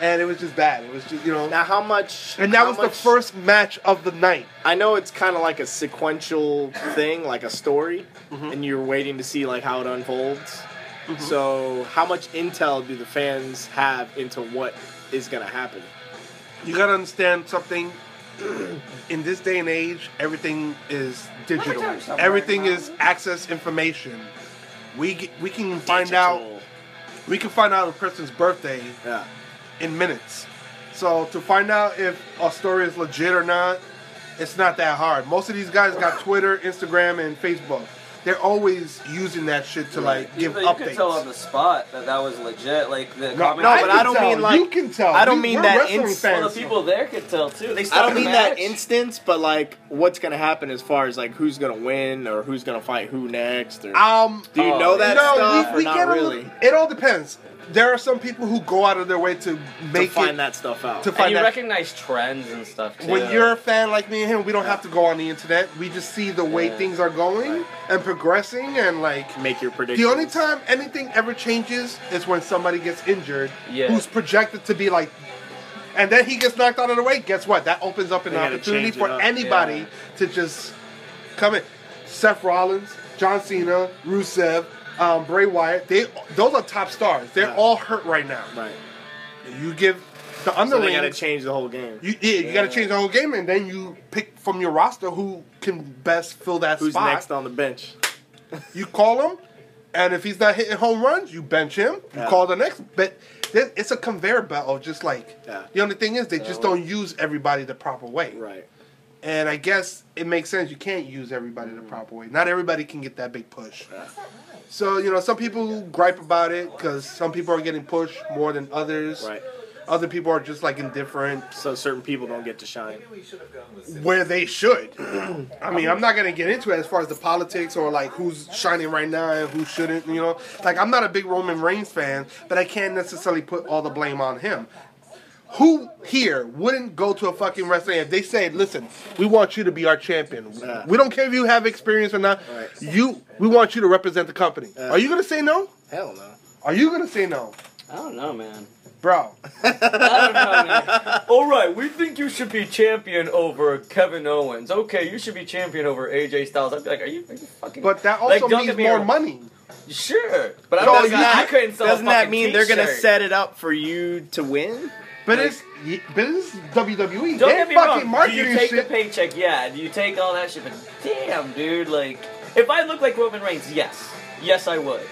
[SPEAKER 6] and it was just bad. It was just you know.
[SPEAKER 4] Now, how much?
[SPEAKER 6] and that
[SPEAKER 4] how
[SPEAKER 6] was the
[SPEAKER 4] much-
[SPEAKER 6] first match of the night.
[SPEAKER 4] I know it's kind of like a sequential thing, like a story, and you're waiting to see like how it unfolds. Mm-hmm. So, how much intel do the fans have into what is going to happen?
[SPEAKER 6] You gotta understand something. In this day and age, everything is digital. Everything is access information. We g- we can find out.
[SPEAKER 4] Digital.
[SPEAKER 6] We can find out a person's birthday
[SPEAKER 4] Yeah.
[SPEAKER 6] in minutes. So to find out if a story is legit or not, it's not that hard. Most of these guys got Twitter, Instagram, and Facebook. They're always using that shit to like give
[SPEAKER 9] you
[SPEAKER 6] updates.
[SPEAKER 9] could tell on the spot that that was legit. Like the
[SPEAKER 6] no,
[SPEAKER 9] comment-
[SPEAKER 6] no,
[SPEAKER 4] I
[SPEAKER 6] but
[SPEAKER 4] can
[SPEAKER 6] I don't
[SPEAKER 4] tell.
[SPEAKER 6] mean like
[SPEAKER 4] You can tell. I don't
[SPEAKER 6] We-
[SPEAKER 4] mean
[SPEAKER 6] we're
[SPEAKER 4] that
[SPEAKER 6] wrestling
[SPEAKER 4] inst-
[SPEAKER 6] fans.
[SPEAKER 5] Well, the people there could tell too. They
[SPEAKER 4] I
[SPEAKER 5] saw
[SPEAKER 4] don't
[SPEAKER 5] the
[SPEAKER 4] mean
[SPEAKER 5] match.
[SPEAKER 4] that instance, but like what's going to happen as far as like who's going to win or who's going to fight who next? Or
[SPEAKER 6] um,
[SPEAKER 4] do you
[SPEAKER 5] Oh,
[SPEAKER 4] know that
[SPEAKER 6] no,
[SPEAKER 4] stuff
[SPEAKER 6] we, we
[SPEAKER 4] or
[SPEAKER 6] get
[SPEAKER 4] not
[SPEAKER 6] a
[SPEAKER 4] really?
[SPEAKER 6] little- It all depends. There are some people who go out of their way to
[SPEAKER 4] To
[SPEAKER 6] make
[SPEAKER 4] find
[SPEAKER 6] it
[SPEAKER 4] that stuff out.
[SPEAKER 6] to
[SPEAKER 5] And
[SPEAKER 6] find
[SPEAKER 5] you
[SPEAKER 6] that.
[SPEAKER 5] recognize trends and stuff too.
[SPEAKER 6] when you're a fan like me and him, we don't have to go on the internet. We just see the way
[SPEAKER 5] Yeah.
[SPEAKER 6] things are going and progressing, and like
[SPEAKER 4] make your predictions.
[SPEAKER 6] The only time anything ever changes is when somebody gets injured,
[SPEAKER 5] Yeah.
[SPEAKER 6] who's projected to be like, and then he gets knocked out of the way. Guess what? That opens up an
[SPEAKER 4] They gotta
[SPEAKER 6] opportunity
[SPEAKER 4] change it
[SPEAKER 6] for
[SPEAKER 4] up,
[SPEAKER 6] anybody
[SPEAKER 5] yeah.
[SPEAKER 6] to just come in. Seth Rollins, John Cena, Rusev, um, Bray Wyatt. They those are top stars. They're
[SPEAKER 4] Yeah.
[SPEAKER 6] all hurt right now.
[SPEAKER 4] Right.
[SPEAKER 6] You give the
[SPEAKER 4] So
[SPEAKER 6] underling.
[SPEAKER 4] they got to change the whole game.
[SPEAKER 6] you, yeah, you got to change the whole game, and then you pick from your roster who can best fill that
[SPEAKER 4] Who's
[SPEAKER 6] spot.
[SPEAKER 4] next on the bench?
[SPEAKER 6] You call him, and if he's not hitting home runs, you bench him. You
[SPEAKER 4] Yeah.
[SPEAKER 6] call the next. But there- it's a conveyor belt of just like
[SPEAKER 4] Yeah.
[SPEAKER 6] the only thing is they just don't use everybody the proper way.
[SPEAKER 4] Right.
[SPEAKER 6] And I guess it makes sense. You can't use everybody
[SPEAKER 4] Mm.
[SPEAKER 6] the proper way. Not everybody can get that big push. So you know, some people gripe about it because some people are getting pushed more than others.
[SPEAKER 4] Right.
[SPEAKER 6] Other people are just like indifferent
[SPEAKER 4] So certain people don't get to shine.
[SPEAKER 6] where they should. I mean, I'm not gonna get into it as far as the politics or like who's shining right now and who shouldn't. You know, like I'm not a big Roman Reigns fan, but I can't necessarily put all the blame on him. Who here wouldn't go to a fucking wrestling if they say, "Listen, we want you to be our champion.
[SPEAKER 4] Yeah.
[SPEAKER 6] We don't care if you have experience or not.
[SPEAKER 4] Right.
[SPEAKER 6] You, we want you to represent the company."
[SPEAKER 4] Yeah.
[SPEAKER 6] Are you gonna say no?
[SPEAKER 4] Hell no.
[SPEAKER 6] Are you gonna say no,
[SPEAKER 9] I don't know, man.
[SPEAKER 6] bro?
[SPEAKER 9] I don't know, man.
[SPEAKER 5] All right, we think you should be champion over Kevin Owens. Okay, you should be champion over AJ Styles. I'd be like, are you, are you fucking?
[SPEAKER 6] But that
[SPEAKER 5] Like,
[SPEAKER 6] also
[SPEAKER 5] don't
[SPEAKER 6] means
[SPEAKER 5] get me wrong.
[SPEAKER 6] more money.
[SPEAKER 5] sure, but I'm
[SPEAKER 6] No,
[SPEAKER 5] not,
[SPEAKER 6] you-
[SPEAKER 5] I couldn't sell. a
[SPEAKER 4] Doesn't that
[SPEAKER 5] fucking
[SPEAKER 4] mean they're gonna
[SPEAKER 5] t-shirt.
[SPEAKER 4] set it up for you to win?
[SPEAKER 6] But it's ye- but it's WWE.
[SPEAKER 5] Don't
[SPEAKER 6] E. They're
[SPEAKER 5] get me
[SPEAKER 6] fucking
[SPEAKER 5] wrong. Do
[SPEAKER 6] marketing
[SPEAKER 5] you take
[SPEAKER 6] shit.
[SPEAKER 5] the paycheck? Yeah. Do you take all that shit? But damn, dude, like, if I look like Roman Reigns, yes, yes, I would.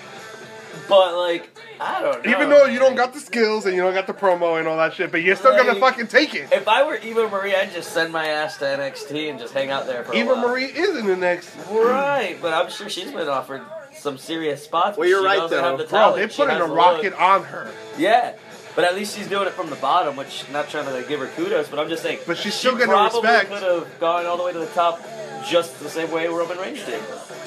[SPEAKER 5] But like, I don't know.
[SPEAKER 6] Even though you don't got the skills and you don't got the promo and all that shit, but you're still gonna
[SPEAKER 5] Like-
[SPEAKER 6] fucking take it.
[SPEAKER 5] If I were Eva Marie, I'd just send my ass to NXT and just hang out there for a
[SPEAKER 6] Eva
[SPEAKER 5] while.
[SPEAKER 6] Marie is in the next.
[SPEAKER 5] Right, but I'm sure she's been offered some serious spots. but
[SPEAKER 4] Well, you're
[SPEAKER 5] she
[SPEAKER 4] right,
[SPEAKER 5] doesn't
[SPEAKER 4] though.
[SPEAKER 5] Have the
[SPEAKER 6] Bro,
[SPEAKER 5] talent.
[SPEAKER 6] they
[SPEAKER 5] She
[SPEAKER 6] put in
[SPEAKER 5] has
[SPEAKER 6] a
[SPEAKER 5] the
[SPEAKER 6] rocket
[SPEAKER 5] look.
[SPEAKER 6] on her,
[SPEAKER 5] Yeah, but at least she's doing it from the bottom, which not trying to like, give her kudos, but I'm just saying.
[SPEAKER 6] but she's
[SPEAKER 5] she
[SPEAKER 6] still getting
[SPEAKER 5] probably
[SPEAKER 6] respect.
[SPEAKER 5] could have gone all the way to the top just the same way Roman Reigns did.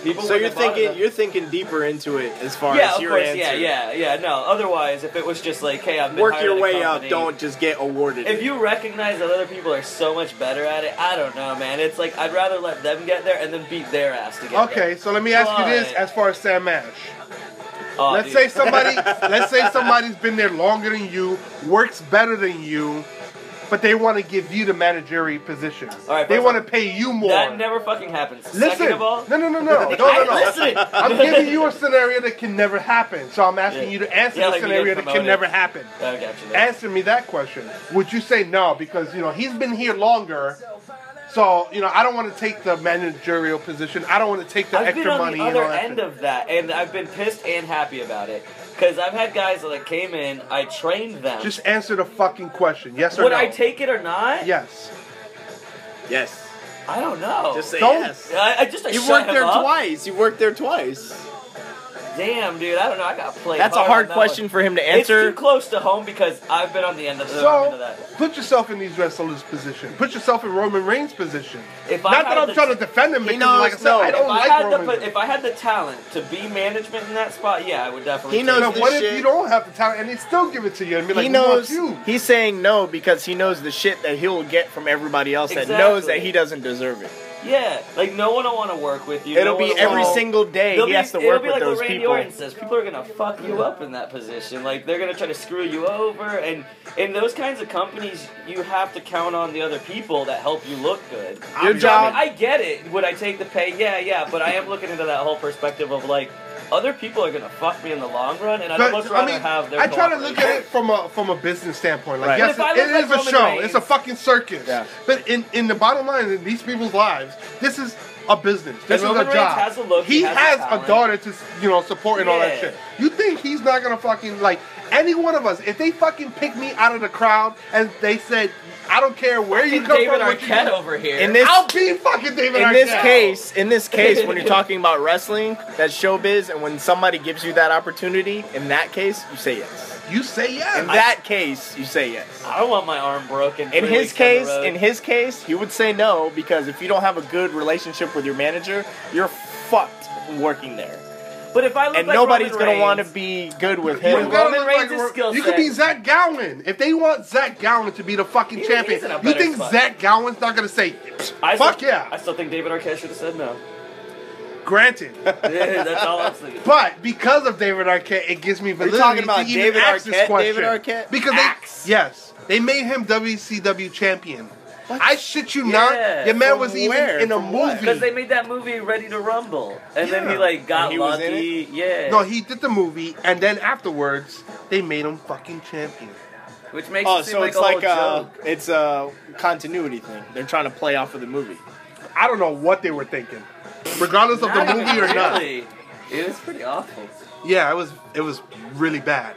[SPEAKER 5] People
[SPEAKER 4] So
[SPEAKER 5] wouldn't
[SPEAKER 4] you're
[SPEAKER 5] have bothered
[SPEAKER 4] thinking
[SPEAKER 5] them.
[SPEAKER 4] you're thinking deeper into it as far
[SPEAKER 5] yeah,
[SPEAKER 4] as
[SPEAKER 5] of
[SPEAKER 4] your
[SPEAKER 5] course,
[SPEAKER 4] answer.
[SPEAKER 5] yeah, yeah, yeah. No, otherwise, if it was just like, hey, I've been
[SPEAKER 4] Work
[SPEAKER 5] hired at
[SPEAKER 4] your
[SPEAKER 5] a
[SPEAKER 4] way up.
[SPEAKER 5] company-
[SPEAKER 4] Don't just get awarded.
[SPEAKER 5] If
[SPEAKER 4] it.
[SPEAKER 5] you recognize that other people are so much better at it, I don't know, man. It's like I'd rather let them get there and then beat their ass to get
[SPEAKER 6] Okay, so let me ask you this:
[SPEAKER 5] But-
[SPEAKER 6] as far as Sam Ash,
[SPEAKER 5] there. Oh,
[SPEAKER 6] let's
[SPEAKER 5] dude.
[SPEAKER 6] say somebody, let's say somebody's been there longer than you, works better than you, but they want to give you the managerial position.
[SPEAKER 5] All right,
[SPEAKER 6] they
[SPEAKER 5] first
[SPEAKER 6] want to
[SPEAKER 5] off,
[SPEAKER 6] pay you more.
[SPEAKER 5] That never fucking happens.
[SPEAKER 6] Listen,
[SPEAKER 5] Second of all,
[SPEAKER 6] no, no, no, no, no, no,
[SPEAKER 5] I-
[SPEAKER 6] no.
[SPEAKER 5] listen.
[SPEAKER 6] I'm giving you a scenario that can never happen. So I'm asking
[SPEAKER 5] Yeah.
[SPEAKER 6] you to answer
[SPEAKER 5] Yeah,
[SPEAKER 6] the
[SPEAKER 5] like we get
[SPEAKER 6] scenario that can
[SPEAKER 5] promoted.
[SPEAKER 6] never happen.
[SPEAKER 5] I got you there.
[SPEAKER 6] Answer me that question. Would you say no? Because you know he's been here longer. So you know I don't want to take the managerial position. I don't want to take the
[SPEAKER 5] I've
[SPEAKER 6] extra
[SPEAKER 5] been on
[SPEAKER 6] money
[SPEAKER 5] the
[SPEAKER 6] and
[SPEAKER 5] other
[SPEAKER 6] all that.
[SPEAKER 5] end
[SPEAKER 6] shit.
[SPEAKER 5] of that, and I've been pissed and happy about it because I've had guys that came in, I trained them.
[SPEAKER 6] Just answer the fucking question. Yes or
[SPEAKER 5] would
[SPEAKER 6] no?
[SPEAKER 5] I take it or not?
[SPEAKER 6] yes.
[SPEAKER 4] yes,
[SPEAKER 5] I don't know.
[SPEAKER 4] just say
[SPEAKER 6] Don't-
[SPEAKER 4] yes.
[SPEAKER 5] I, I just I
[SPEAKER 4] You
[SPEAKER 5] shut
[SPEAKER 4] worked
[SPEAKER 5] him
[SPEAKER 4] there
[SPEAKER 5] up.
[SPEAKER 4] twice. You worked there twice.
[SPEAKER 5] Damn, dude, I don't know. I got played.
[SPEAKER 4] That's a
[SPEAKER 5] hard on
[SPEAKER 4] hard
[SPEAKER 5] that
[SPEAKER 4] question
[SPEAKER 5] one.
[SPEAKER 4] for him to
[SPEAKER 5] It's
[SPEAKER 4] answer.
[SPEAKER 5] too close to home because I've been on the end of, the, end of
[SPEAKER 6] So
[SPEAKER 5] that.
[SPEAKER 6] put yourself in these wrestlers' position. Put yourself in Roman Reigns' position.
[SPEAKER 5] If I
[SPEAKER 6] Not
[SPEAKER 5] had
[SPEAKER 6] that I'm
[SPEAKER 5] the-
[SPEAKER 6] trying to defend him
[SPEAKER 4] He
[SPEAKER 6] because,
[SPEAKER 4] knows,
[SPEAKER 6] like I said,
[SPEAKER 4] no,
[SPEAKER 6] I
[SPEAKER 4] if
[SPEAKER 6] don't
[SPEAKER 5] if I,
[SPEAKER 6] like
[SPEAKER 5] had the,
[SPEAKER 6] Roman.
[SPEAKER 5] po-
[SPEAKER 6] Reigns.
[SPEAKER 5] if I had the talent to be management in that spot, yeah, I would definitely.
[SPEAKER 4] He
[SPEAKER 5] take it.
[SPEAKER 4] knows
[SPEAKER 6] Now,
[SPEAKER 4] this
[SPEAKER 6] what if
[SPEAKER 4] shit.
[SPEAKER 6] you don't have the talent and they still give it to you and be like,
[SPEAKER 4] he
[SPEAKER 6] we
[SPEAKER 4] knows
[SPEAKER 6] want you?
[SPEAKER 4] he's saying no because he knows the shit that he'll get from everybody else that knows that he
[SPEAKER 5] Exactly.
[SPEAKER 4] doesn't deserve it.
[SPEAKER 5] Yeah, like no one will want to work with you.
[SPEAKER 4] It'll
[SPEAKER 5] no one
[SPEAKER 4] be
[SPEAKER 5] will
[SPEAKER 4] every
[SPEAKER 5] wanna-
[SPEAKER 4] single day
[SPEAKER 5] They'll
[SPEAKER 4] he
[SPEAKER 5] be-
[SPEAKER 4] has to
[SPEAKER 5] it'll
[SPEAKER 4] work
[SPEAKER 5] be
[SPEAKER 4] with
[SPEAKER 5] like what
[SPEAKER 4] those
[SPEAKER 5] Randy
[SPEAKER 4] people.
[SPEAKER 5] Orton says people are gonna fuck you up in that position. Like they're gonna try to screw you over, and in those kinds of companies, you have to count on the other people that help you look good.
[SPEAKER 4] Your
[SPEAKER 5] So, I,
[SPEAKER 4] job,
[SPEAKER 5] mean, I get it. Would I take the pay? Yeah, yeah. But I am looking into that whole perspective of like other people are gonna fuck me in the long run, and I'd
[SPEAKER 6] But,
[SPEAKER 5] much rather
[SPEAKER 6] I mean,
[SPEAKER 5] have their.
[SPEAKER 6] I try to look
[SPEAKER 5] cooperation.
[SPEAKER 6] at it from a from a business standpoint. Like,
[SPEAKER 4] Right.
[SPEAKER 6] yes,
[SPEAKER 5] But if I
[SPEAKER 6] it
[SPEAKER 5] look
[SPEAKER 6] is
[SPEAKER 5] like
[SPEAKER 6] a
[SPEAKER 5] Roman
[SPEAKER 6] show.
[SPEAKER 5] Reigns-
[SPEAKER 6] It's a fucking circus.
[SPEAKER 4] Yeah.
[SPEAKER 6] But in in the bottom line, in these people's lives, this is a business. This
[SPEAKER 5] Roman
[SPEAKER 6] is a
[SPEAKER 5] Reigns
[SPEAKER 6] job.
[SPEAKER 5] has a look,
[SPEAKER 6] he
[SPEAKER 5] he has a
[SPEAKER 6] has, a
[SPEAKER 5] talent.
[SPEAKER 6] daughter to you know support and all that
[SPEAKER 5] Yeah.
[SPEAKER 6] shit. You think he's not gonna fucking like any one of us? If they fucking pick me out of the crowd and they said, I don't care where you
[SPEAKER 5] Fucking
[SPEAKER 6] come
[SPEAKER 5] David
[SPEAKER 6] from, what you
[SPEAKER 5] Arquette
[SPEAKER 6] do,
[SPEAKER 5] over here.
[SPEAKER 4] in this
[SPEAKER 6] I'll be fucking David
[SPEAKER 4] in this
[SPEAKER 6] Arquette.
[SPEAKER 4] case, in this case, when you're talking about wrestling, that's showbiz, and when somebody gives you that opportunity, in that case, you say yes.
[SPEAKER 6] you say yes.
[SPEAKER 4] In that case, you say yes.
[SPEAKER 5] I don't want my arm broken.
[SPEAKER 4] In
[SPEAKER 5] three
[SPEAKER 4] his
[SPEAKER 5] weeks down the
[SPEAKER 4] case,
[SPEAKER 5] road.
[SPEAKER 4] in his case, he would say no because if you don't have a good relationship with your manager, you're fucked working there,
[SPEAKER 5] but if I look
[SPEAKER 4] and
[SPEAKER 5] like
[SPEAKER 4] nobody's
[SPEAKER 5] Roman
[SPEAKER 4] gonna
[SPEAKER 5] Reigns-
[SPEAKER 4] want to be good with
[SPEAKER 6] You
[SPEAKER 4] him.
[SPEAKER 5] Roman
[SPEAKER 6] gotta look
[SPEAKER 5] Reigns'
[SPEAKER 6] like Ro-
[SPEAKER 5] skill
[SPEAKER 6] You could be
[SPEAKER 5] set.
[SPEAKER 6] Zach Gowan. If they want Zach Gowan to be the fucking
[SPEAKER 5] He- he's
[SPEAKER 6] champion,
[SPEAKER 5] in a
[SPEAKER 6] you
[SPEAKER 5] better
[SPEAKER 6] think
[SPEAKER 5] spot.
[SPEAKER 6] Zach Gowan's not gonna say,
[SPEAKER 5] I
[SPEAKER 6] "Fuck
[SPEAKER 5] still,
[SPEAKER 6] yeah"?
[SPEAKER 5] I still think David Arquette should have said no.
[SPEAKER 6] Granted,
[SPEAKER 5] Yeah, that's all I'm saying.
[SPEAKER 6] but because of David Arquette, it gives me
[SPEAKER 4] you
[SPEAKER 6] validity
[SPEAKER 4] talking about
[SPEAKER 6] to even
[SPEAKER 4] David
[SPEAKER 6] ask this
[SPEAKER 4] Arquette,
[SPEAKER 6] question.
[SPEAKER 4] David Arquette?
[SPEAKER 6] Because
[SPEAKER 4] Axe.
[SPEAKER 6] they, yes, they made him WCW champion. I shit you
[SPEAKER 5] Yeah,
[SPEAKER 6] not. Your man
[SPEAKER 4] from
[SPEAKER 6] was even
[SPEAKER 4] where?
[SPEAKER 6] in a
[SPEAKER 4] From what?
[SPEAKER 5] Because they
[SPEAKER 6] movie.
[SPEAKER 5] made that movie Ready to Rumble, and then
[SPEAKER 6] Yeah.
[SPEAKER 5] he like got
[SPEAKER 4] And he was in
[SPEAKER 5] lucky. Yeah.
[SPEAKER 6] No, he did the movie, and then afterwards, they made him fucking champion.
[SPEAKER 5] which makes
[SPEAKER 4] Oh,
[SPEAKER 5] it seem
[SPEAKER 4] so
[SPEAKER 5] like
[SPEAKER 4] it's
[SPEAKER 5] a
[SPEAKER 4] like uh,
[SPEAKER 5] whole
[SPEAKER 4] a
[SPEAKER 5] joke.
[SPEAKER 4] it's a continuity thing. They're trying to play off of the movie.
[SPEAKER 6] I don't know what they were thinking, regardless of the
[SPEAKER 5] Not
[SPEAKER 6] movie or not.
[SPEAKER 5] really. It was pretty awful.
[SPEAKER 6] Yeah, it was it was really bad,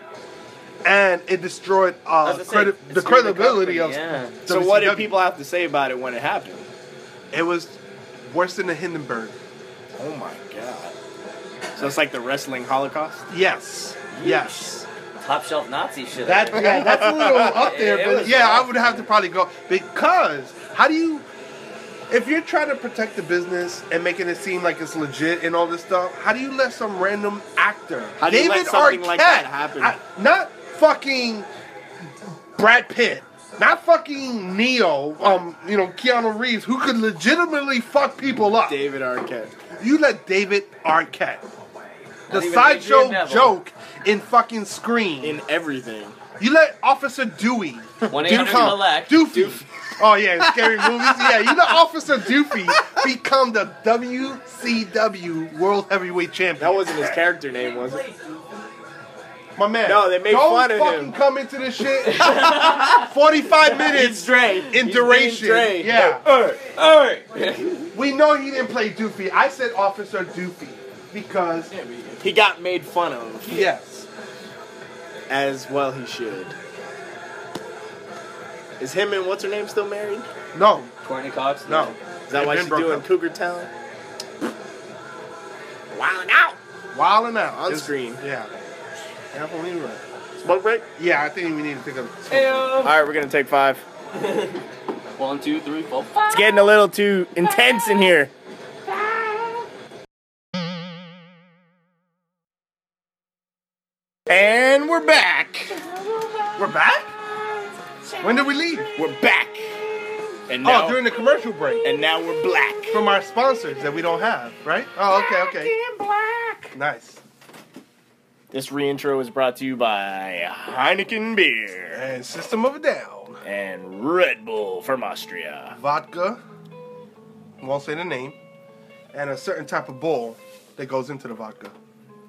[SPEAKER 6] and it destroyed uh,
[SPEAKER 5] I was gonna
[SPEAKER 6] credi-
[SPEAKER 5] say,
[SPEAKER 6] the
[SPEAKER 5] it's really
[SPEAKER 6] credibility
[SPEAKER 5] company,
[SPEAKER 6] of.
[SPEAKER 5] yeah.
[SPEAKER 4] So what did
[SPEAKER 6] WCW.
[SPEAKER 4] people have to say about it when it happened?
[SPEAKER 6] It was worse than the Hindenburg.
[SPEAKER 4] Oh my god. So it's like the wrestling Holocaust.
[SPEAKER 6] Yes, yes.
[SPEAKER 5] top shelf Nazi shit.
[SPEAKER 6] That yeah, that's a little up there,
[SPEAKER 5] It
[SPEAKER 6] but
[SPEAKER 5] was
[SPEAKER 6] yeah, I
[SPEAKER 5] awful.
[SPEAKER 6] would have to probably go because how do you? If you're trying to protect the business and making it seem like it's legit and all this stuff, how do you let some random actor,
[SPEAKER 4] How do you let something like that happen?
[SPEAKER 6] I- not fucking Brad Pitt, Not fucking Neo, um, you know, Keanu Reeves, who could legitimately fuck people up.
[SPEAKER 4] David Arquette.
[SPEAKER 6] You let David Arquette, the
[SPEAKER 5] even
[SPEAKER 6] sideshow
[SPEAKER 5] Adrian Neville.
[SPEAKER 6] joke in fucking Scream.
[SPEAKER 4] In everything.
[SPEAKER 6] you let Officer Dewey, become
[SPEAKER 5] 1-800-MELEC.
[SPEAKER 6] Doofy. Oh yeah, in scary movies. Yeah, you let Officer Doofy become the WCW World Heavyweight Champion.
[SPEAKER 4] That wasn't his character name, was it?
[SPEAKER 6] my man.
[SPEAKER 4] No, they made
[SPEAKER 6] don't
[SPEAKER 4] fun of
[SPEAKER 6] fucking
[SPEAKER 4] him.
[SPEAKER 6] Come into this shit. Forty-five minutes
[SPEAKER 4] Dre.
[SPEAKER 6] in duration. Yeah.
[SPEAKER 5] All right.
[SPEAKER 6] We know he didn't play Doofy. I said Officer Doofy because
[SPEAKER 4] He got made fun of.
[SPEAKER 6] yes,
[SPEAKER 4] As well he should. Is him and what's her name still married?
[SPEAKER 6] no,
[SPEAKER 5] Courtney Cox.
[SPEAKER 6] no.
[SPEAKER 4] Is that
[SPEAKER 6] They've
[SPEAKER 4] why
[SPEAKER 6] been
[SPEAKER 4] she's
[SPEAKER 6] broke
[SPEAKER 4] doing
[SPEAKER 6] up.
[SPEAKER 4] Cougar Town? Wildin' out!
[SPEAKER 6] Wilding out
[SPEAKER 4] On screen.
[SPEAKER 6] Yeah. Yeah, I believe it.
[SPEAKER 4] Smoke break?
[SPEAKER 6] Yeah, I think we need to pick up.
[SPEAKER 4] Alright, we're gonna take five.
[SPEAKER 9] One, two, three, four, five.
[SPEAKER 4] It's getting a little too intense in here. And we're back.
[SPEAKER 6] We're back. When did we leave?
[SPEAKER 4] We're back. And now,
[SPEAKER 6] Oh, during the commercial break
[SPEAKER 4] and now we're black.
[SPEAKER 6] from our sponsors that we don't have, right? Oh, okay, okay. Nice.
[SPEAKER 4] This reintro is brought to you by Heineken beer
[SPEAKER 6] And System of a Down,
[SPEAKER 4] and Red Bull from Austria.
[SPEAKER 6] vodka. Won't say the name, and a certain type of bowl that goes into the vodka.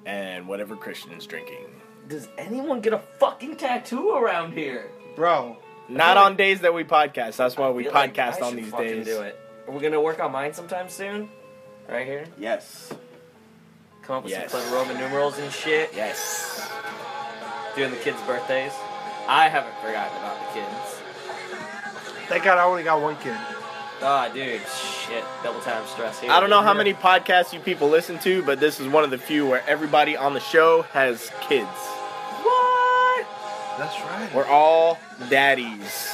[SPEAKER 4] and whatever Christian's drinking.
[SPEAKER 5] Does anyone get a fucking tattoo around here?
[SPEAKER 6] Bro,
[SPEAKER 4] Not on days that we podcast. That's why we
[SPEAKER 5] I feel like
[SPEAKER 4] podcast
[SPEAKER 5] I
[SPEAKER 4] on
[SPEAKER 5] should
[SPEAKER 4] these
[SPEAKER 5] fucking
[SPEAKER 4] days.
[SPEAKER 5] Do it. Are we gonna work on mine sometime soon? Right here.
[SPEAKER 4] Yes.
[SPEAKER 5] Come up with
[SPEAKER 4] Yes.
[SPEAKER 5] some clever Roman numerals and shit.
[SPEAKER 4] Yes.
[SPEAKER 5] Doing the kids' birthdays. I haven't forgotten about the kids.
[SPEAKER 6] thank God I only got one kid.
[SPEAKER 5] Ah, dude, shit, double time stress here.
[SPEAKER 4] I don't know how many podcasts you people listen to, but this is one of the few where everybody on the show has kids.
[SPEAKER 5] What?
[SPEAKER 6] That's right.
[SPEAKER 4] We're all daddies.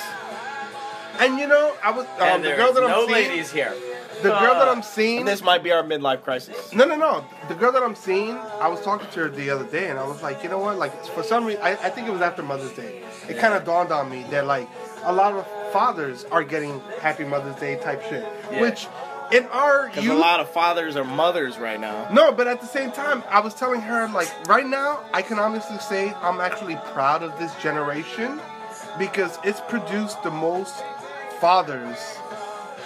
[SPEAKER 6] And you know, I was um,
[SPEAKER 5] and
[SPEAKER 6] the
[SPEAKER 5] there
[SPEAKER 6] girl
[SPEAKER 5] is
[SPEAKER 6] that I'm
[SPEAKER 5] no
[SPEAKER 6] seeing.
[SPEAKER 5] ladies here. Uh,
[SPEAKER 6] The girl that I'm
[SPEAKER 5] Fuck.
[SPEAKER 6] seeing.
[SPEAKER 4] And this might be our midlife crisis.
[SPEAKER 6] No, no, no. The girl that I'm seeing, I was talking to her the other day, and I was like, you know what? Like, for some reason, I, I think it was after Mother's Day. It kind of dawned on me that like a lot of fathers are getting Happy Mother's Day type shit,
[SPEAKER 5] Yeah.
[SPEAKER 6] which in our
[SPEAKER 4] Because
[SPEAKER 6] youth.
[SPEAKER 4] a lot of fathers are mothers right now.
[SPEAKER 6] no, but at the same time, I was telling her like right now, I can honestly say I'm actually proud of this generation because it's produced the most fathers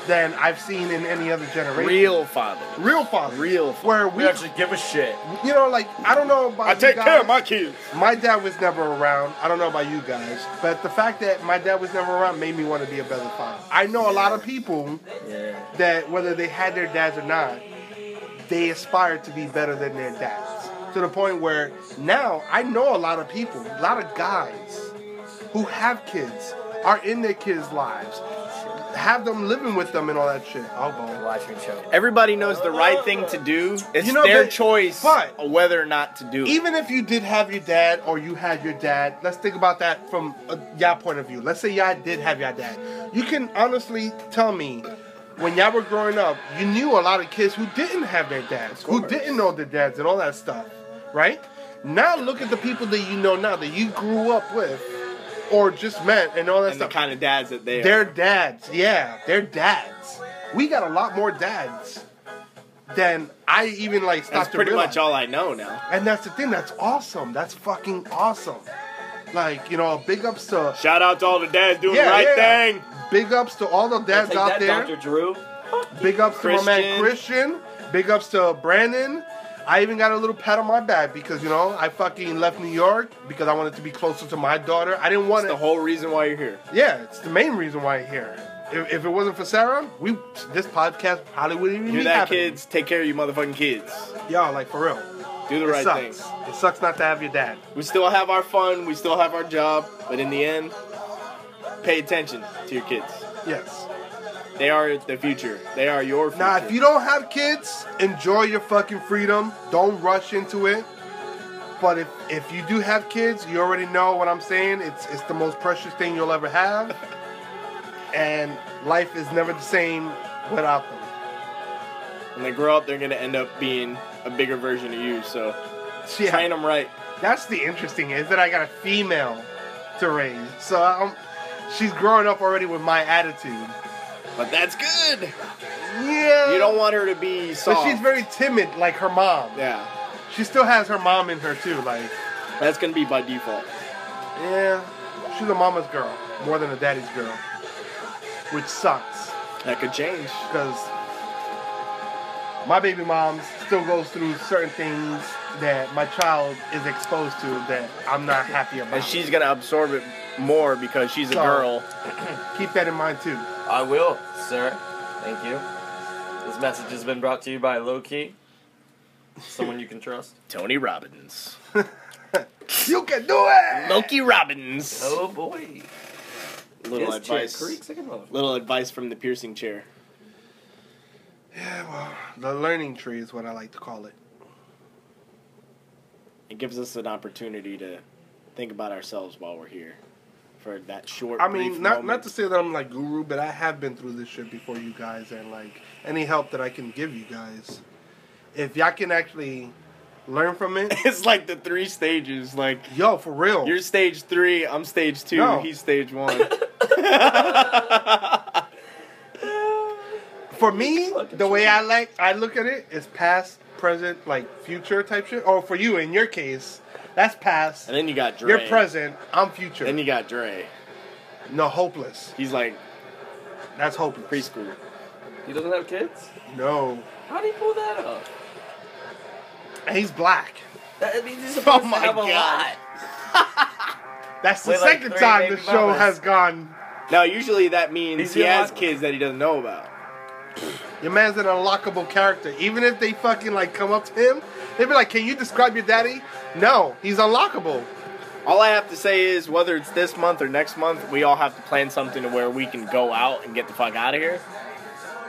[SPEAKER 6] than I've seen in any other generation.
[SPEAKER 4] Real fathers.
[SPEAKER 6] real fathers.
[SPEAKER 4] Real fathers.
[SPEAKER 6] Where we,
[SPEAKER 5] give a shit.
[SPEAKER 6] you know, like I don't know about.
[SPEAKER 4] I
[SPEAKER 6] you
[SPEAKER 4] take care of my
[SPEAKER 6] guys.
[SPEAKER 4] kids.
[SPEAKER 6] My dad was never around. I don't know about you guys, but the fact that my dad was never around made me want to be a better father. I know a lot of people
[SPEAKER 5] Yeah.
[SPEAKER 6] that whether they had their dads or not, they aspire to be better than their dads. To the point where now I know a lot of people, a lot of guys who have kids, are in their kids' lives, have them living with them and all that shit. Oh boy.
[SPEAKER 5] Watch me show.
[SPEAKER 4] Everybody knows the right thing to do. It's
[SPEAKER 6] You know,
[SPEAKER 4] their
[SPEAKER 6] but-
[SPEAKER 4] choice
[SPEAKER 6] but-
[SPEAKER 4] of whether or not to do it.
[SPEAKER 6] Even if you did have your dad or you had your dad, let's think about that from a y'all point of view. Let's say y'all did have your dad. You can honestly tell me when y'all were growing up, you knew a lot of kids who didn't have their dads, who didn't know their dads and all that stuff, right? Now look at the people that you know now that you grew up with or just met and all that
[SPEAKER 4] and the
[SPEAKER 6] stuff.
[SPEAKER 4] kind of dads that they
[SPEAKER 6] They're
[SPEAKER 4] are.
[SPEAKER 6] dads, yeah, they're dads. We got a lot more dads than I even like stopped
[SPEAKER 4] That's
[SPEAKER 6] to
[SPEAKER 4] pretty
[SPEAKER 6] realize.
[SPEAKER 4] much all I know now.
[SPEAKER 6] And that's the thing, that's awesome. That's fucking awesome. Like, you know, big ups to
[SPEAKER 4] Shout out to all the dads doing
[SPEAKER 6] Yeah,
[SPEAKER 4] the right
[SPEAKER 6] yeah.
[SPEAKER 4] thing.
[SPEAKER 6] big ups to all the dads
[SPEAKER 5] Take
[SPEAKER 6] out
[SPEAKER 5] that,
[SPEAKER 6] there.
[SPEAKER 5] Dr. Drew.
[SPEAKER 6] Big ups to my man Christian. Big ups to Brandon. I even got a little pat on my back because you know I fucking left New York because I wanted to be closer to my daughter. I didn't want
[SPEAKER 4] That's the
[SPEAKER 6] to.
[SPEAKER 4] whole reason why you're here.
[SPEAKER 6] yeah, it's the main reason why I'm here. If, if it wasn't for Sarah, we this podcast probably wouldn't even
[SPEAKER 4] Hear
[SPEAKER 6] be
[SPEAKER 4] that,
[SPEAKER 6] happening.
[SPEAKER 4] kids? Take care of you motherfucking kids.
[SPEAKER 6] Y'all like for real.
[SPEAKER 4] Do the
[SPEAKER 6] it
[SPEAKER 4] right
[SPEAKER 6] sucks.
[SPEAKER 4] thing.
[SPEAKER 6] It sucks not to have your dad.
[SPEAKER 4] We still have our fun. We still have our job. But in the end, pay attention to your kids.
[SPEAKER 6] Yes.
[SPEAKER 4] They are the future. They are your future.
[SPEAKER 6] Now, if you don't have kids, enjoy your fucking freedom. Don't rush into it. But if if you do have kids, you already know what I'm saying. It's it's the most precious thing you'll ever have, and life is never the same without them.
[SPEAKER 4] when they grow up, they're gonna end up being a bigger version of you. So
[SPEAKER 6] Yeah,
[SPEAKER 4] train them right.
[SPEAKER 6] that's the interesting is that I got a female to raise, so I'm. she's growing up already with my attitude.
[SPEAKER 4] But that's good.
[SPEAKER 6] Yeah.
[SPEAKER 4] You don't want her to be
[SPEAKER 6] But
[SPEAKER 4] soft.
[SPEAKER 6] she's very timid, like her mom.
[SPEAKER 4] Yeah,
[SPEAKER 6] She still has her mom in her too. Like,
[SPEAKER 4] that's gonna be by default.
[SPEAKER 6] yeah, she's a mama's girl more than a daddy's girl, which sucks
[SPEAKER 4] That could change.
[SPEAKER 6] because my baby mom still goes through certain things that my child is exposed to that I'm not happy about.
[SPEAKER 4] And she's gonna absorb it more because she's a
[SPEAKER 6] So-
[SPEAKER 4] girl.
[SPEAKER 6] keep that in mind too.
[SPEAKER 5] I will, sir. Thank you. This message has been brought to you by Low Key, someone you can trust.
[SPEAKER 4] Tony Robbins.
[SPEAKER 6] You can do it.
[SPEAKER 4] Loki Robbins.
[SPEAKER 5] Oh boy.
[SPEAKER 4] Little
[SPEAKER 5] This chair
[SPEAKER 4] advice.
[SPEAKER 5] creaks like a mother-
[SPEAKER 4] Little advice from the piercing chair.
[SPEAKER 6] Yeah, well, the learning tree is what I like to call it.
[SPEAKER 4] It gives us an opportunity to think about ourselves while we're here for that short.
[SPEAKER 6] I mean,
[SPEAKER 4] brief
[SPEAKER 6] not
[SPEAKER 4] moment.
[SPEAKER 6] not to say that I'm like guru, but I have been through this shit before you guys, and like any help that I can give you guys, if y'all can actually learn from it,
[SPEAKER 4] It's like the three stages. Like
[SPEAKER 6] yo, for real,
[SPEAKER 4] you're stage three, I'm stage two,
[SPEAKER 6] No.
[SPEAKER 4] he's stage one.
[SPEAKER 6] for me, the way I like I look at it is past, present, like future type shit. Or for you, in your case, that's past.
[SPEAKER 4] and then you got Dre.
[SPEAKER 6] You're present. I'm future.
[SPEAKER 4] Then you got Dre.
[SPEAKER 6] no, hopeless.
[SPEAKER 4] He's like
[SPEAKER 6] That's hopeless.
[SPEAKER 4] preschool.
[SPEAKER 9] He doesn't have kids?
[SPEAKER 6] No,
[SPEAKER 9] How do you pull that up?
[SPEAKER 6] and he's black.
[SPEAKER 9] That, I mean,
[SPEAKER 6] Oh
[SPEAKER 9] he's supposed to
[SPEAKER 4] my
[SPEAKER 9] have a
[SPEAKER 4] God.
[SPEAKER 9] lot.
[SPEAKER 6] That's the
[SPEAKER 5] With, like,
[SPEAKER 6] second
[SPEAKER 5] three
[SPEAKER 6] time the
[SPEAKER 5] baby
[SPEAKER 6] show
[SPEAKER 5] mamas.
[SPEAKER 6] has gone.
[SPEAKER 4] Now, usually that means
[SPEAKER 9] He's
[SPEAKER 4] he
[SPEAKER 9] your
[SPEAKER 4] has
[SPEAKER 9] uncle.
[SPEAKER 4] kids that he doesn't know about.
[SPEAKER 6] Your man's an unlockable character. Even if they fucking like come up to him, they'd be like, "Can you describe your daddy?" No, he's unlockable.
[SPEAKER 4] All I have to say is whether it's this month or next month, we all have to plan something to where we can go out and get the fuck out of here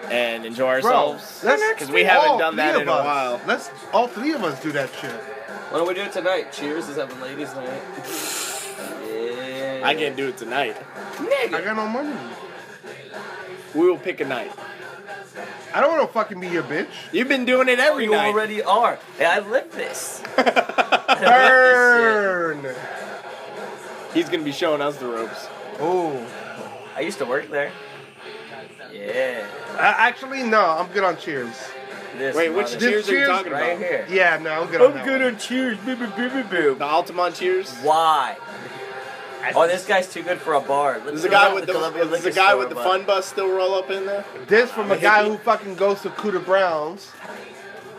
[SPEAKER 4] and enjoy ourselves.
[SPEAKER 6] let's-
[SPEAKER 4] Because we haven't
[SPEAKER 6] all
[SPEAKER 4] done that
[SPEAKER 6] three
[SPEAKER 4] in a
[SPEAKER 6] of us.
[SPEAKER 4] while.
[SPEAKER 6] Let's all three of us do that shit.
[SPEAKER 9] Why don't we do it tonight? Cheers is having ladies' night. yeah.
[SPEAKER 4] I can't do it tonight.
[SPEAKER 6] I got no money.
[SPEAKER 4] We will pick a night.
[SPEAKER 6] I don't want to fucking be your bitch.
[SPEAKER 4] You've been doing it every
[SPEAKER 9] You
[SPEAKER 4] night.
[SPEAKER 9] already are. Hey, I live this.
[SPEAKER 6] Burn.
[SPEAKER 4] He's gonna be showing us the ropes.
[SPEAKER 6] Oh,
[SPEAKER 5] I used to work there. Yeah.
[SPEAKER 6] I, actually, no. I'm good on cheers.
[SPEAKER 5] This
[SPEAKER 4] Wait, which
[SPEAKER 5] mother-
[SPEAKER 6] This
[SPEAKER 4] cheers are you
[SPEAKER 6] cheers
[SPEAKER 4] talking
[SPEAKER 5] right
[SPEAKER 4] about?
[SPEAKER 5] here?
[SPEAKER 6] Yeah, no, I'm good on that. one.
[SPEAKER 5] on cheers, baby, baby, baby.
[SPEAKER 4] The Altamont cheers.
[SPEAKER 5] Why? Oh, this guy's too good for a bar. Let
[SPEAKER 4] Is
[SPEAKER 5] me
[SPEAKER 4] the guy
[SPEAKER 5] go
[SPEAKER 4] with the,
[SPEAKER 5] to Columbia
[SPEAKER 4] is the
[SPEAKER 5] Liquor
[SPEAKER 4] guy
[SPEAKER 5] Store,
[SPEAKER 4] with the
[SPEAKER 5] bud.
[SPEAKER 4] fun bus still roll up in there?
[SPEAKER 6] This from a guy
[SPEAKER 4] hippie.
[SPEAKER 6] who fucking goes to Cuda Browns.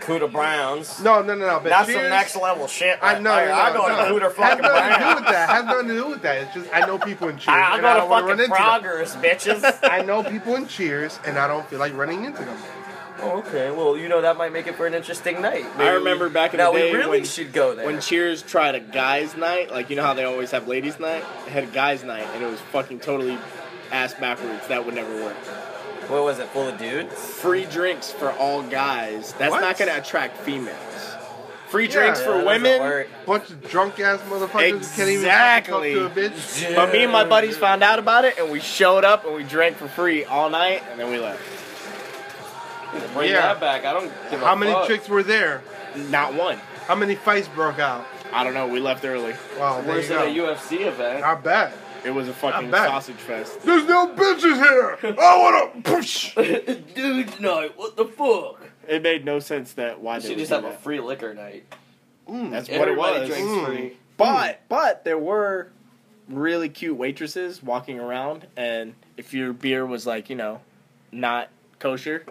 [SPEAKER 5] Cuda Browns.
[SPEAKER 6] No, no, no, no. But
[SPEAKER 5] That's
[SPEAKER 6] cheers,
[SPEAKER 5] some next level shit.
[SPEAKER 6] I know.
[SPEAKER 5] Like,
[SPEAKER 6] I
[SPEAKER 5] I
[SPEAKER 6] know.
[SPEAKER 5] go
[SPEAKER 6] no.
[SPEAKER 5] to Cooter
[SPEAKER 6] Has
[SPEAKER 5] fucking
[SPEAKER 6] nothing to do
[SPEAKER 5] Browns.
[SPEAKER 6] with that. Has nothing to do with that. It's just I know people in Cheers,
[SPEAKER 5] I, I
[SPEAKER 6] and I
[SPEAKER 5] go
[SPEAKER 6] don't want to
[SPEAKER 5] to
[SPEAKER 6] run into
[SPEAKER 5] fucking
[SPEAKER 6] them.
[SPEAKER 5] Frogger's, bitches.
[SPEAKER 6] I know people in Cheers, and I don't feel like running into them.
[SPEAKER 5] oh, okay, well, you know that might make it for an interesting night.
[SPEAKER 4] I remember back in
[SPEAKER 5] now
[SPEAKER 4] the day
[SPEAKER 5] we really
[SPEAKER 4] when,
[SPEAKER 5] should go there.
[SPEAKER 4] when Cheers tried a guys' night, like you know how they always have ladies' night. They had a guys' night, and it was fucking totally ass backwards. That would never work.
[SPEAKER 5] what was it? Full of dudes.
[SPEAKER 4] Free drinks for all guys. That's
[SPEAKER 6] What?
[SPEAKER 4] not gonna attract females. Free
[SPEAKER 6] Yeah.
[SPEAKER 4] drinks
[SPEAKER 6] Yeah,
[SPEAKER 5] that
[SPEAKER 4] for
[SPEAKER 5] doesn't
[SPEAKER 4] women.
[SPEAKER 5] work.
[SPEAKER 6] Bunch of drunk ass motherfuckers who can't
[SPEAKER 4] Exactly.
[SPEAKER 6] even talk to a bitch.
[SPEAKER 4] But me and my buddies found out about it, and we showed up and we drank for free all night, and then we left.
[SPEAKER 9] Bring
[SPEAKER 6] Yeah.
[SPEAKER 9] that back. I don't give a
[SPEAKER 6] How many
[SPEAKER 9] fuck.
[SPEAKER 6] chicks were there?
[SPEAKER 4] Not one.
[SPEAKER 6] How many fights broke out?
[SPEAKER 4] I don't know. We left early.
[SPEAKER 6] Wow, there
[SPEAKER 9] Worse
[SPEAKER 6] you
[SPEAKER 9] than a
[SPEAKER 6] go.
[SPEAKER 9] UFC event.
[SPEAKER 6] I bet.
[SPEAKER 4] It was a fucking
[SPEAKER 6] bad.
[SPEAKER 4] sausage fest.
[SPEAKER 6] There's no bitches here. I wanna push.
[SPEAKER 9] Dude night, what the fuck?
[SPEAKER 4] It made no sense that why
[SPEAKER 9] You
[SPEAKER 4] they
[SPEAKER 9] should
[SPEAKER 4] would
[SPEAKER 9] just
[SPEAKER 4] do
[SPEAKER 9] have a
[SPEAKER 4] that.
[SPEAKER 9] free liquor night.
[SPEAKER 4] That's what it
[SPEAKER 9] Everybody
[SPEAKER 4] was.
[SPEAKER 9] drinks
[SPEAKER 6] Mm.
[SPEAKER 9] free.
[SPEAKER 4] But but there were really cute waitresses walking around, and if your beer was like you know not kosher,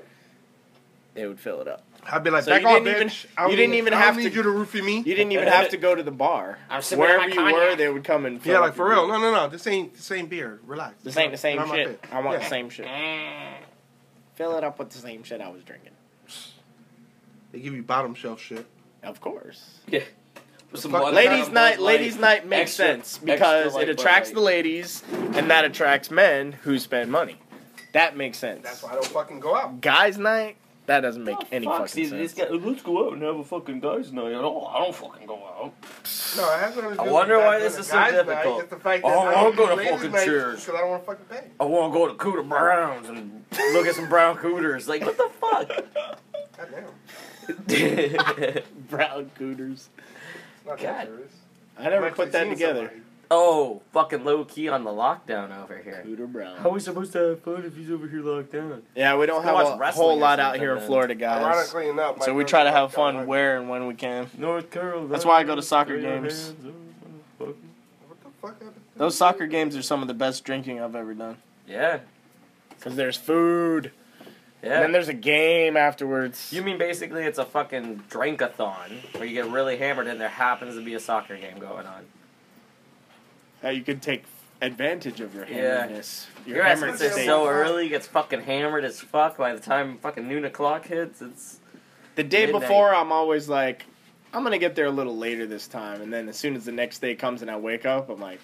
[SPEAKER 4] they would fill it up.
[SPEAKER 6] I'd be like,
[SPEAKER 4] So
[SPEAKER 6] back
[SPEAKER 4] you
[SPEAKER 6] off,
[SPEAKER 4] didn't even-
[SPEAKER 6] bitch. I don't
[SPEAKER 4] you didn't
[SPEAKER 6] need-
[SPEAKER 4] even
[SPEAKER 6] I don't
[SPEAKER 4] have
[SPEAKER 6] need
[SPEAKER 4] to-
[SPEAKER 6] you to roofie me.
[SPEAKER 4] You didn't even have to go to the bar.
[SPEAKER 5] I'm sipping on
[SPEAKER 4] Wherever
[SPEAKER 5] my
[SPEAKER 4] you
[SPEAKER 5] cognac.
[SPEAKER 4] were, they would come and fill
[SPEAKER 6] yeah,
[SPEAKER 4] up
[SPEAKER 6] like for
[SPEAKER 4] your
[SPEAKER 6] real.
[SPEAKER 4] beer.
[SPEAKER 6] No, no, no. This ain't the same beer. Relax.
[SPEAKER 4] This ain't the same
[SPEAKER 6] Not my
[SPEAKER 4] shit.
[SPEAKER 6] bitch.
[SPEAKER 4] I want
[SPEAKER 6] Yeah.
[SPEAKER 4] the same shit. Fill it up with the same shit I was drinking.
[SPEAKER 6] They give you bottom shelf shit.
[SPEAKER 4] Of course.
[SPEAKER 9] Yeah. With some
[SPEAKER 6] Fuck
[SPEAKER 9] water
[SPEAKER 4] Ladies'
[SPEAKER 9] down,
[SPEAKER 5] um,
[SPEAKER 4] night,
[SPEAKER 9] Bud Light.
[SPEAKER 4] ladies' night makes
[SPEAKER 9] Extra-
[SPEAKER 4] sense
[SPEAKER 9] extra
[SPEAKER 4] because
[SPEAKER 9] light
[SPEAKER 4] it
[SPEAKER 9] Bud
[SPEAKER 4] attracts
[SPEAKER 9] Light.
[SPEAKER 4] the ladies, and that attracts men who spend money. That makes sense.
[SPEAKER 6] That's why I don't fucking go out.
[SPEAKER 4] Guys' night, that doesn't make any
[SPEAKER 9] Fuck,
[SPEAKER 4] fucking
[SPEAKER 9] see, this
[SPEAKER 4] sense.
[SPEAKER 9] guy- let's go out and have a fucking guys' night. I don't, I don't fucking go out.
[SPEAKER 6] No, it has nothing to do
[SPEAKER 5] I
[SPEAKER 6] with
[SPEAKER 5] wonder
[SPEAKER 6] the fact
[SPEAKER 5] why
[SPEAKER 6] that
[SPEAKER 5] this
[SPEAKER 6] a
[SPEAKER 5] is so
[SPEAKER 6] guy's night,
[SPEAKER 5] difficult.
[SPEAKER 6] It's the fact that
[SPEAKER 5] Oh,
[SPEAKER 6] I
[SPEAKER 5] I'll
[SPEAKER 6] don't
[SPEAKER 5] go to
[SPEAKER 6] do ladies'
[SPEAKER 5] fucking
[SPEAKER 6] nights
[SPEAKER 5] Cheers.
[SPEAKER 6] 'cause I don't want to fucking pay.
[SPEAKER 5] I want to go to Cuda Browns and look at some brown cooters. Like, what the fuck?
[SPEAKER 6] Goddamn.
[SPEAKER 4] Brown cooters.
[SPEAKER 6] It's not
[SPEAKER 5] God.
[SPEAKER 6] that serious.
[SPEAKER 4] I never
[SPEAKER 6] I've
[SPEAKER 4] put
[SPEAKER 6] actually
[SPEAKER 4] that
[SPEAKER 6] seen
[SPEAKER 4] together.
[SPEAKER 6] somebody.
[SPEAKER 8] Oh, fucking low key on the lockdown over here.
[SPEAKER 4] Cooter Brown.
[SPEAKER 8] we supposed to have fun if he's over here locked down?
[SPEAKER 4] Yeah, we don't
[SPEAKER 8] Let's go
[SPEAKER 4] have
[SPEAKER 8] watch
[SPEAKER 4] a
[SPEAKER 8] wrestling
[SPEAKER 4] whole
[SPEAKER 8] or
[SPEAKER 4] lot out
[SPEAKER 8] something,
[SPEAKER 4] here in
[SPEAKER 8] man.
[SPEAKER 4] Florida, guys.
[SPEAKER 6] Ironically enough, my
[SPEAKER 4] So we
[SPEAKER 6] girl
[SPEAKER 4] try to
[SPEAKER 6] got
[SPEAKER 4] have
[SPEAKER 6] that
[SPEAKER 4] fun
[SPEAKER 6] right.
[SPEAKER 4] where and when we can.
[SPEAKER 8] North Carolina.
[SPEAKER 4] That's why I go to soccer games.
[SPEAKER 6] What the fuck happened?
[SPEAKER 4] Those soccer games are some of the best drinking I've ever done.
[SPEAKER 8] Yeah,
[SPEAKER 4] Cause there's food, and then
[SPEAKER 8] yeah.
[SPEAKER 4] there's a game afterwards.
[SPEAKER 8] You mean basically it's a fucking drink-a-thon where you get really hammered and there happens to be a soccer game going on.
[SPEAKER 4] How uh, you can take advantage of your
[SPEAKER 8] Yeah.
[SPEAKER 4] hammerness.
[SPEAKER 8] Your ass
[SPEAKER 4] hammered
[SPEAKER 8] gets there
[SPEAKER 4] state.
[SPEAKER 8] so early, gets fucking hammered as fuck. By the time fucking noon o'clock hits, it's
[SPEAKER 4] The day
[SPEAKER 8] midnight.
[SPEAKER 4] before, I'm always like, I'm gonna get there a little later this time, and then as soon as the next day comes and I wake up, I'm like,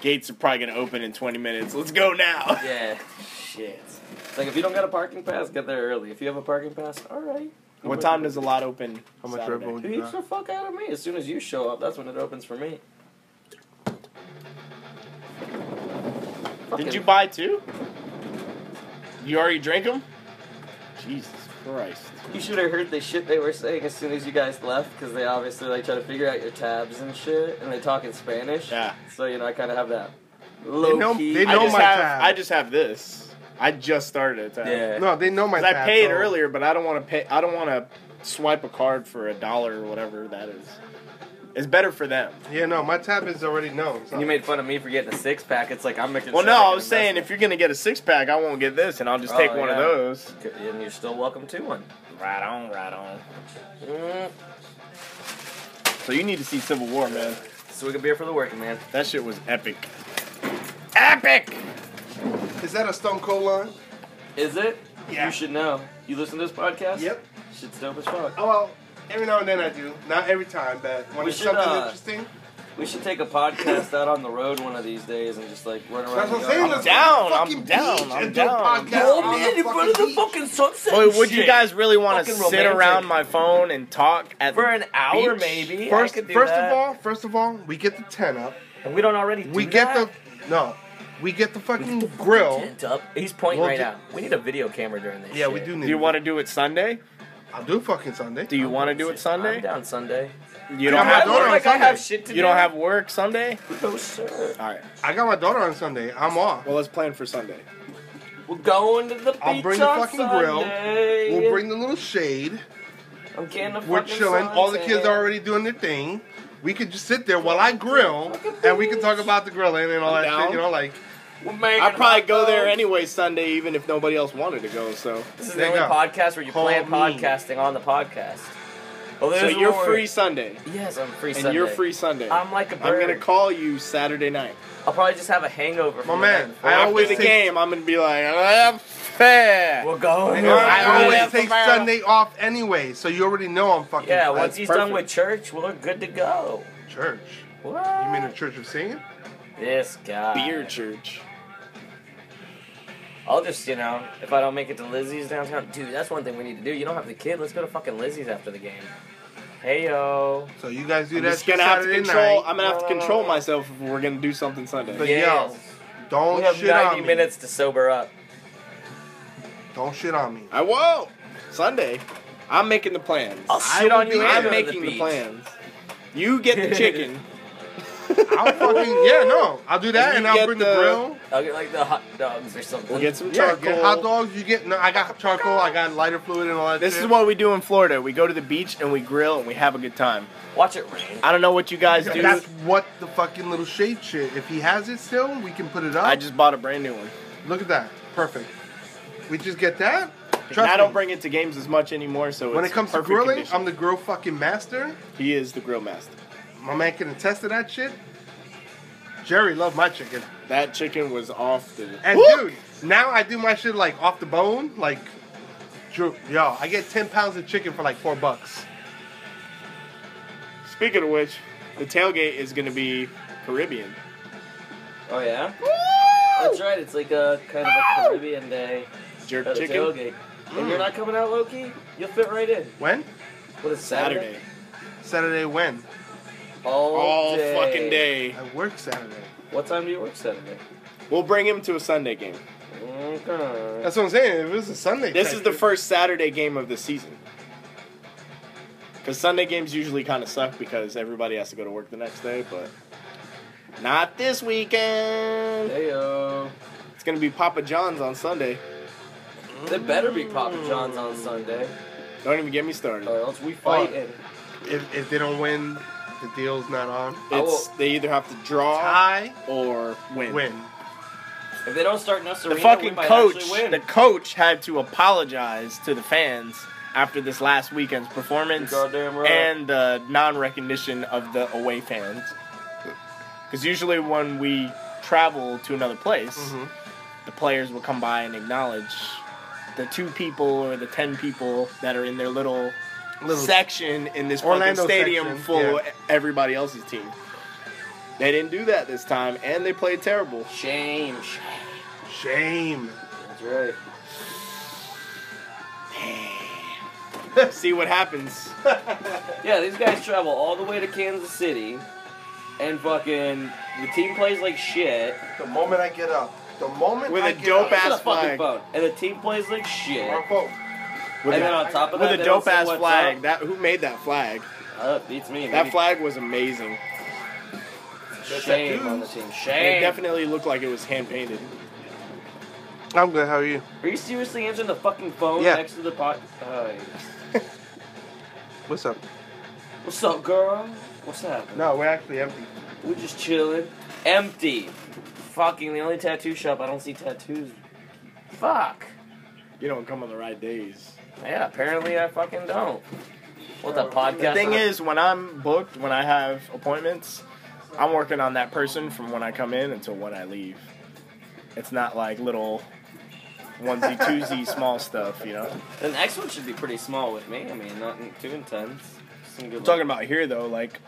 [SPEAKER 4] gates are probably gonna open in 20 minutes. Let's go now.
[SPEAKER 8] yeah.
[SPEAKER 4] Shit.
[SPEAKER 5] It's like if you don't got a parking pass, get there early. If you have a parking pass, all right.
[SPEAKER 4] What time does a lot open?
[SPEAKER 6] How much Red
[SPEAKER 4] Saturday?
[SPEAKER 6] Bull
[SPEAKER 5] Dude,
[SPEAKER 6] you
[SPEAKER 5] eat
[SPEAKER 6] got?
[SPEAKER 5] the fuck out of me. As soon as you show up, that's when it opens for me.
[SPEAKER 4] Did you buy two? You already drank them? Jesus Christ.
[SPEAKER 5] You should have heard the shit they were saying as soon as you guys left, because they obviously like try to figure out your tabs and shit, and they talk in Spanish.
[SPEAKER 4] Yeah.
[SPEAKER 5] So you know, I kind of have that low
[SPEAKER 6] know-
[SPEAKER 5] key.
[SPEAKER 6] they
[SPEAKER 4] I
[SPEAKER 6] know
[SPEAKER 4] just,
[SPEAKER 6] my
[SPEAKER 4] have,
[SPEAKER 6] tab.
[SPEAKER 4] I just have this. I just started a tab.
[SPEAKER 8] Yeah.
[SPEAKER 6] No, they know my.
[SPEAKER 4] 'Cause I
[SPEAKER 6] tab,
[SPEAKER 4] paid
[SPEAKER 6] so-
[SPEAKER 4] earlier, but I don't want to pay. I don't want to swipe a card for a dollar or whatever that is. It's better for them.
[SPEAKER 6] Yeah, no, my tab is already known. So.
[SPEAKER 8] You made fun of me for getting a six pack. It's like I'm making.
[SPEAKER 4] Well,
[SPEAKER 8] sure
[SPEAKER 4] no, I
[SPEAKER 8] can
[SPEAKER 4] was saying
[SPEAKER 8] invest
[SPEAKER 4] if you're gonna get a six pack, I won't get this, and I'll just take
[SPEAKER 8] Oh,
[SPEAKER 4] one of
[SPEAKER 8] yeah.
[SPEAKER 4] those.
[SPEAKER 8] in- and you're still welcome to one.
[SPEAKER 4] Right on, right on. Mm. So you need to see Civil War, man.
[SPEAKER 8] Swig a beer for the working man.
[SPEAKER 4] That shit was epic. Epic.
[SPEAKER 6] Is that a Stone Cold line?
[SPEAKER 5] Is it?
[SPEAKER 6] Yeah.
[SPEAKER 5] You should know. You listen to this podcast?
[SPEAKER 6] Yep.
[SPEAKER 5] Shit's dope as fuck.
[SPEAKER 6] Oh well, every now and then I do. Not every time, but when
[SPEAKER 5] We
[SPEAKER 6] it's
[SPEAKER 5] should,
[SPEAKER 6] something
[SPEAKER 5] uh,
[SPEAKER 6] interesting.
[SPEAKER 5] We should take a podcast out on the road one of these days and just like run around.
[SPEAKER 6] That's what
[SPEAKER 5] the
[SPEAKER 6] I'm saying.
[SPEAKER 5] yard.
[SPEAKER 6] Let's
[SPEAKER 4] down,
[SPEAKER 6] go
[SPEAKER 4] I'm
[SPEAKER 6] fucking
[SPEAKER 4] down,
[SPEAKER 6] beach
[SPEAKER 4] I'm
[SPEAKER 6] and do a
[SPEAKER 4] down.
[SPEAKER 6] podcast
[SPEAKER 4] No,
[SPEAKER 6] on
[SPEAKER 8] in front of the
[SPEAKER 6] beach.
[SPEAKER 8] fucking sunset.
[SPEAKER 4] Boy, would you guys really want to
[SPEAKER 8] Fucking
[SPEAKER 4] sit
[SPEAKER 8] romantic.
[SPEAKER 4] around my phone and talk at
[SPEAKER 8] for an hour
[SPEAKER 4] Beach?
[SPEAKER 8] maybe? I
[SPEAKER 6] First,
[SPEAKER 8] could do
[SPEAKER 6] first
[SPEAKER 8] that.
[SPEAKER 6] of all, first of all, we get the tent up.
[SPEAKER 8] and we don't already. Do
[SPEAKER 6] We get
[SPEAKER 8] that?
[SPEAKER 6] the no, we get the fucking grill.
[SPEAKER 8] Tent up. He's pointing
[SPEAKER 6] We'll
[SPEAKER 8] right
[SPEAKER 6] do-
[SPEAKER 8] now. We need a video camera during this.
[SPEAKER 6] Yeah, we
[SPEAKER 8] shit.
[SPEAKER 6] do
[SPEAKER 4] Do
[SPEAKER 6] need.
[SPEAKER 4] you want to do it Sunday?
[SPEAKER 6] I'll do fucking Sunday.
[SPEAKER 4] Do you want to do it
[SPEAKER 8] I'm
[SPEAKER 4] Sunday?
[SPEAKER 8] down Sunday.
[SPEAKER 4] You
[SPEAKER 6] Yeah,
[SPEAKER 4] don't
[SPEAKER 6] my
[SPEAKER 4] have
[SPEAKER 8] I look
[SPEAKER 6] daughter on
[SPEAKER 8] like I
[SPEAKER 6] Sunday.
[SPEAKER 8] have shit to
[SPEAKER 4] you
[SPEAKER 8] do.
[SPEAKER 4] don't have work Sunday.
[SPEAKER 8] No sir.
[SPEAKER 4] All right.
[SPEAKER 6] I got my daughter on Sunday. I'm off.
[SPEAKER 4] Well, let's plan for Sunday.
[SPEAKER 8] We're going to the beach
[SPEAKER 6] I'll bring the
[SPEAKER 8] on
[SPEAKER 6] fucking
[SPEAKER 8] Sunday.
[SPEAKER 6] grill. We'll bring the little shade.
[SPEAKER 8] I'm getting the
[SPEAKER 6] We're
[SPEAKER 8] fucking
[SPEAKER 6] chilling. All the
[SPEAKER 8] suntan.
[SPEAKER 6] kids are already doing their thing. We could just sit there while I grill, and we can talk about the grilling and all
[SPEAKER 4] I'm
[SPEAKER 6] that
[SPEAKER 4] down.
[SPEAKER 6] shit. You know, like
[SPEAKER 8] We're making
[SPEAKER 4] I'd probably go there
[SPEAKER 8] hot dogs.
[SPEAKER 4] anyway Sunday, even if nobody else wanted to go. So,
[SPEAKER 8] This is the
[SPEAKER 6] There
[SPEAKER 8] only
[SPEAKER 6] you go.
[SPEAKER 8] podcast where you
[SPEAKER 6] Call
[SPEAKER 8] plan
[SPEAKER 6] me.
[SPEAKER 8] podcasting on the podcast. Well,
[SPEAKER 4] so
[SPEAKER 8] there's
[SPEAKER 4] you're
[SPEAKER 8] more-
[SPEAKER 4] free Sunday,
[SPEAKER 8] Yes, I'm free.
[SPEAKER 4] and
[SPEAKER 8] Sunday.
[SPEAKER 4] you're free Sunday.
[SPEAKER 8] I'm like a bird.
[SPEAKER 4] I'm gonna call you Saturday night.
[SPEAKER 8] I'll probably just have a hangover.
[SPEAKER 6] my
[SPEAKER 8] from the
[SPEAKER 6] man.
[SPEAKER 8] night before.
[SPEAKER 6] I
[SPEAKER 4] After
[SPEAKER 6] always
[SPEAKER 4] the
[SPEAKER 6] take,
[SPEAKER 4] game, I'm gonna be like, I'm fair.
[SPEAKER 8] We're going.
[SPEAKER 4] I
[SPEAKER 6] I
[SPEAKER 4] always
[SPEAKER 6] always take
[SPEAKER 4] have-
[SPEAKER 6] Sunday off anyway, so you already know I'm fucking.
[SPEAKER 8] Yeah,
[SPEAKER 6] fat.
[SPEAKER 8] once he's done
[SPEAKER 4] perfect.
[SPEAKER 8] with church, we're good to go.
[SPEAKER 6] church.
[SPEAKER 8] What?
[SPEAKER 6] You mean the church of singing?
[SPEAKER 8] this guy?
[SPEAKER 4] Beer church.
[SPEAKER 8] I'll just, you know, if I don't make it to Lizzie's downtown, dude, that's one thing we need to do. You don't have the kid. Let's go to fucking Lizzie's after the game. Hey yo.
[SPEAKER 6] So you guys do
[SPEAKER 4] I'm
[SPEAKER 6] that
[SPEAKER 4] just
[SPEAKER 6] shit
[SPEAKER 4] gonna have to
[SPEAKER 6] Saturday
[SPEAKER 4] control.
[SPEAKER 6] night.
[SPEAKER 4] I'm gonna have to
[SPEAKER 8] No, no, no,
[SPEAKER 4] control
[SPEAKER 8] no.
[SPEAKER 4] myself if we're gonna do something Sunday.
[SPEAKER 6] But
[SPEAKER 8] Yes.
[SPEAKER 6] yo, don't
[SPEAKER 8] we have
[SPEAKER 6] shit on
[SPEAKER 8] 90
[SPEAKER 6] me.
[SPEAKER 8] minutes to sober up.
[SPEAKER 6] Don't shit on me.
[SPEAKER 4] I won't. Sunday, I'm making the plans.
[SPEAKER 8] I'll
[SPEAKER 6] I
[SPEAKER 8] shit
[SPEAKER 6] will
[SPEAKER 8] on
[SPEAKER 6] be-
[SPEAKER 8] you.
[SPEAKER 6] I'm
[SPEAKER 8] after
[SPEAKER 4] I'm making the,
[SPEAKER 8] beach.
[SPEAKER 4] plans. You get the chicken.
[SPEAKER 6] I'll fucking yeah, no. I'll do that,
[SPEAKER 4] You
[SPEAKER 6] and
[SPEAKER 4] get
[SPEAKER 6] I'll bring the,
[SPEAKER 4] the-
[SPEAKER 6] grill.
[SPEAKER 8] I'll get like the hot dogs or something.
[SPEAKER 4] We'll get some
[SPEAKER 6] Yeah,
[SPEAKER 4] charcoal.
[SPEAKER 6] get hot dogs. You get no. I got charcoal. I got lighter fluid and all that.
[SPEAKER 4] This
[SPEAKER 6] shit.
[SPEAKER 4] is what we do in Florida. We go to the beach and we grill and we have a good time.
[SPEAKER 8] Watch it rain.
[SPEAKER 4] I don't know what you guys do.
[SPEAKER 6] That's what the fucking little shade shit. If he has it still, we can put it up.
[SPEAKER 4] I just bought a brand new one.
[SPEAKER 6] look at that. Perfect. We just get that. Trust
[SPEAKER 4] And I don't
[SPEAKER 6] me,
[SPEAKER 4] bring it to games as much anymore, so
[SPEAKER 6] When it
[SPEAKER 4] it's
[SPEAKER 6] comes to
[SPEAKER 4] perfect
[SPEAKER 6] grilling,
[SPEAKER 4] condition.
[SPEAKER 6] I'm the grill fucking master.
[SPEAKER 4] he is the grill master.
[SPEAKER 6] My man can attest to that shit. Jerry loved my chicken.
[SPEAKER 4] That chicken was off the.
[SPEAKER 6] And
[SPEAKER 4] Woo!
[SPEAKER 6] dude, now I do my shit like off the bone. Like, Drew, yo, I get ten pounds of chicken for like four bucks.
[SPEAKER 4] Speaking of which, the tailgate is going to be Caribbean.
[SPEAKER 5] Oh yeah. That's right. It's like a kind of a Caribbean day
[SPEAKER 4] Jerk
[SPEAKER 5] at a
[SPEAKER 4] chicken.
[SPEAKER 5] tailgate. If you're not coming out, Loki, you'll fit right in.
[SPEAKER 6] When?
[SPEAKER 5] What is Saturday?
[SPEAKER 4] Saturday.
[SPEAKER 6] Saturday when?
[SPEAKER 5] All,
[SPEAKER 4] All
[SPEAKER 5] day.
[SPEAKER 4] fucking day.
[SPEAKER 6] I work Saturday.
[SPEAKER 5] What time do you work Saturday?
[SPEAKER 4] We'll bring him to a Sunday game.
[SPEAKER 5] Okay.
[SPEAKER 6] That's what I'm saying. If it was a Sunday.
[SPEAKER 4] This
[SPEAKER 6] type
[SPEAKER 4] is the
[SPEAKER 6] shit-
[SPEAKER 4] first Saturday game of the season. The Sunday games usually kind of suck because everybody has to go to work the next day, but not this weekend.
[SPEAKER 8] Heyo.
[SPEAKER 4] It's gonna be Papa John's on Sunday.
[SPEAKER 8] They better be Papa John's on Sunday,
[SPEAKER 4] Don't even get me started.
[SPEAKER 8] or else
[SPEAKER 6] Oh.
[SPEAKER 8] we fighting.
[SPEAKER 6] If, if they don't win, the deal's not on.
[SPEAKER 8] I will-
[SPEAKER 4] It's they either have to draw
[SPEAKER 6] Tie,
[SPEAKER 4] or win.
[SPEAKER 6] win.
[SPEAKER 8] If they don't start Nuss
[SPEAKER 4] The
[SPEAKER 8] Arena, we
[SPEAKER 4] fucking
[SPEAKER 8] might
[SPEAKER 4] coach,
[SPEAKER 8] actually win.
[SPEAKER 4] the coach had to apologize to the fans after this last weekend's performance
[SPEAKER 8] Goddamn right.
[SPEAKER 4] and the non-recognition of the away fans. Because usually when we travel to another place,
[SPEAKER 6] Mhm.
[SPEAKER 4] the players will come by and acknowledge the two people or the ten people that are in their little,
[SPEAKER 6] Little-
[SPEAKER 4] section in this
[SPEAKER 6] Orlando
[SPEAKER 4] fucking stadium
[SPEAKER 6] section,
[SPEAKER 4] full of
[SPEAKER 6] yeah.
[SPEAKER 4] everybody else's team. They didn't do that this time, and they played terrible.
[SPEAKER 8] Shame. shame.
[SPEAKER 6] Shame.
[SPEAKER 8] That's right.
[SPEAKER 4] See what happens.
[SPEAKER 8] Yeah, these guys travel all the way to Kansas City, and fucking the team plays like shit.
[SPEAKER 6] The moment I get up. The moment
[SPEAKER 4] With
[SPEAKER 6] I
[SPEAKER 4] a
[SPEAKER 6] get
[SPEAKER 4] dope
[SPEAKER 6] up,
[SPEAKER 4] ass-
[SPEAKER 8] That's a fucking
[SPEAKER 4] flag.
[SPEAKER 8] phone. And the team plays like shit.
[SPEAKER 6] my phone.
[SPEAKER 4] With
[SPEAKER 8] and
[SPEAKER 4] a-
[SPEAKER 8] then on top of
[SPEAKER 4] with
[SPEAKER 8] that,
[SPEAKER 4] a
[SPEAKER 8] they don't
[SPEAKER 4] dope
[SPEAKER 8] say
[SPEAKER 4] ass
[SPEAKER 8] what's
[SPEAKER 4] flag.
[SPEAKER 8] up.
[SPEAKER 4] That who made that flag?
[SPEAKER 8] Uh, beats me.
[SPEAKER 4] That flag was amazing.
[SPEAKER 8] Shame on the team.
[SPEAKER 4] And It
[SPEAKER 8] Shame.
[SPEAKER 4] definitely looked like it was hand painted.
[SPEAKER 6] I'm good. How are you?
[SPEAKER 8] Are you seriously answering the fucking phone
[SPEAKER 6] Yeah.
[SPEAKER 8] next to the pot? Uh,
[SPEAKER 6] What's up?
[SPEAKER 8] what's up, girl? What's up?
[SPEAKER 6] No, we're actually empty.
[SPEAKER 8] We're just chilling. Empty. Fucking the only tattoo shop I don't see tattoos. Fuck.
[SPEAKER 4] You don't come on the right days.
[SPEAKER 8] Yeah, apparently I fucking don't. What the podcast?
[SPEAKER 4] The thing is, when I'm booked, when I have appointments, I'm working on that person from when I come in until when I leave. It's not like little onesie twosie small stuff, you know.
[SPEAKER 8] the next one should be pretty small with me. I mean, not in- too intense. Some good
[SPEAKER 4] I'm talking about here though, like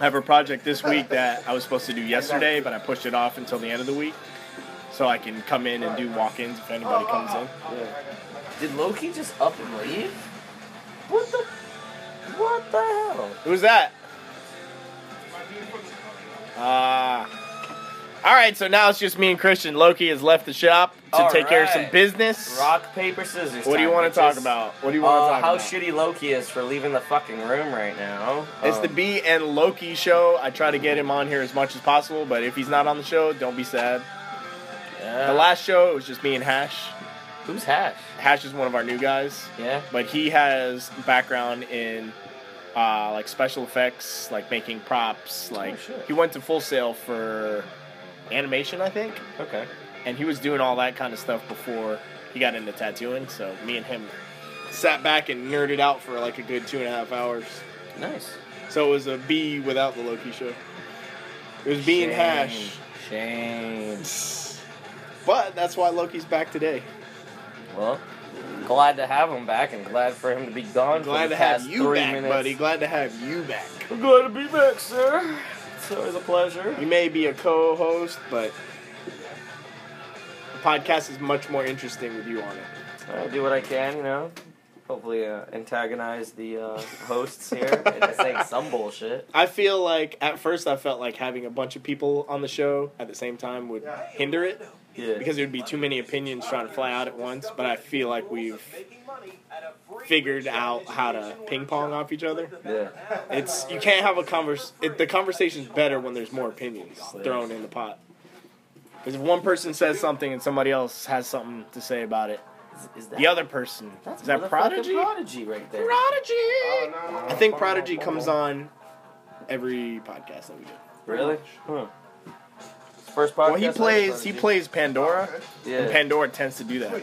[SPEAKER 4] I have a project this week that I was supposed to do yesterday, but I pushed it off until the end of the week, so I can come in and do walk-ins if anybody comes in.
[SPEAKER 8] Yeah. Did Loki just up and leave? What the? What the hell?
[SPEAKER 4] Who's that? Ah. all right, so now it's just me and Christian. Loki has left the shop to
[SPEAKER 8] All
[SPEAKER 4] take care of
[SPEAKER 8] right.
[SPEAKER 4] some business.
[SPEAKER 8] Rock paper scissors.
[SPEAKER 4] what do you
[SPEAKER 8] time,
[SPEAKER 4] want to talk
[SPEAKER 8] bitches.
[SPEAKER 4] about? What do you want to
[SPEAKER 8] Uh,
[SPEAKER 4] talk
[SPEAKER 8] how
[SPEAKER 4] about?
[SPEAKER 8] shitty Loki is for leaving the fucking room right now.
[SPEAKER 4] it's
[SPEAKER 8] Um,
[SPEAKER 4] the B and Loki show. I try to get him on here as much as possible, but if he's not on the show, don't be sad.
[SPEAKER 8] yeah.
[SPEAKER 4] The last show it was just me and Hash.
[SPEAKER 8] Who's Hash?
[SPEAKER 4] Hash is one of our new guys.
[SPEAKER 8] Yeah.
[SPEAKER 4] but he has background in uh, like special effects, like making props. Like
[SPEAKER 8] Oh, shit.
[SPEAKER 4] he went to Full Sail for animation, I think,
[SPEAKER 8] Okay.
[SPEAKER 4] and he was doing all that kind of stuff before he got into tattooing. So me and him sat back and nerded out for like a good two and a half hours.
[SPEAKER 8] Nice.
[SPEAKER 4] So it was a B without the Loki show. It was B and hash,
[SPEAKER 8] Shame.
[SPEAKER 4] but that's why Loki's back today.
[SPEAKER 8] Well, glad to have him back and glad for him to be gone.
[SPEAKER 4] I'm
[SPEAKER 8] for
[SPEAKER 4] glad
[SPEAKER 8] the
[SPEAKER 4] to have
[SPEAKER 8] past
[SPEAKER 4] you
[SPEAKER 8] three
[SPEAKER 4] back,
[SPEAKER 8] minutes.
[SPEAKER 4] buddy. Glad to have you back.
[SPEAKER 8] I'm glad to be back, sir. It's always a pleasure.
[SPEAKER 4] You may be a co-host, but the podcast is much more interesting with you on it.
[SPEAKER 8] I do what I can, you know. Hopefully, uh, antagonize the uh, hosts here and saying some bullshit.
[SPEAKER 4] I feel like at first I felt like having a bunch of people on the show at the same time would hinder it
[SPEAKER 8] Yeah.
[SPEAKER 4] because there would be too many opinions trying to fly out at once. But I feel like we've figured out how to ping pong off each other.
[SPEAKER 8] yeah.
[SPEAKER 4] It's you can't have a converse. It, the conversation's better when there's more opinions thrown in the pot. Because if one person says something and somebody else has something to say about it,
[SPEAKER 8] Is, is that,
[SPEAKER 4] the other person
[SPEAKER 8] that's
[SPEAKER 4] is that
[SPEAKER 8] motherfucking
[SPEAKER 4] prodigy?
[SPEAKER 8] Prodigy right there.
[SPEAKER 4] Prodigy.
[SPEAKER 8] Oh,
[SPEAKER 4] I think Prodigy comes on every podcast that we do.
[SPEAKER 8] Really? Huh. It's the First podcast.
[SPEAKER 4] Well, he
[SPEAKER 8] I
[SPEAKER 4] plays
[SPEAKER 8] heard
[SPEAKER 4] he
[SPEAKER 8] Prodigy.
[SPEAKER 4] plays Pandora, and
[SPEAKER 8] Yeah.
[SPEAKER 4] Pandora tends to do that.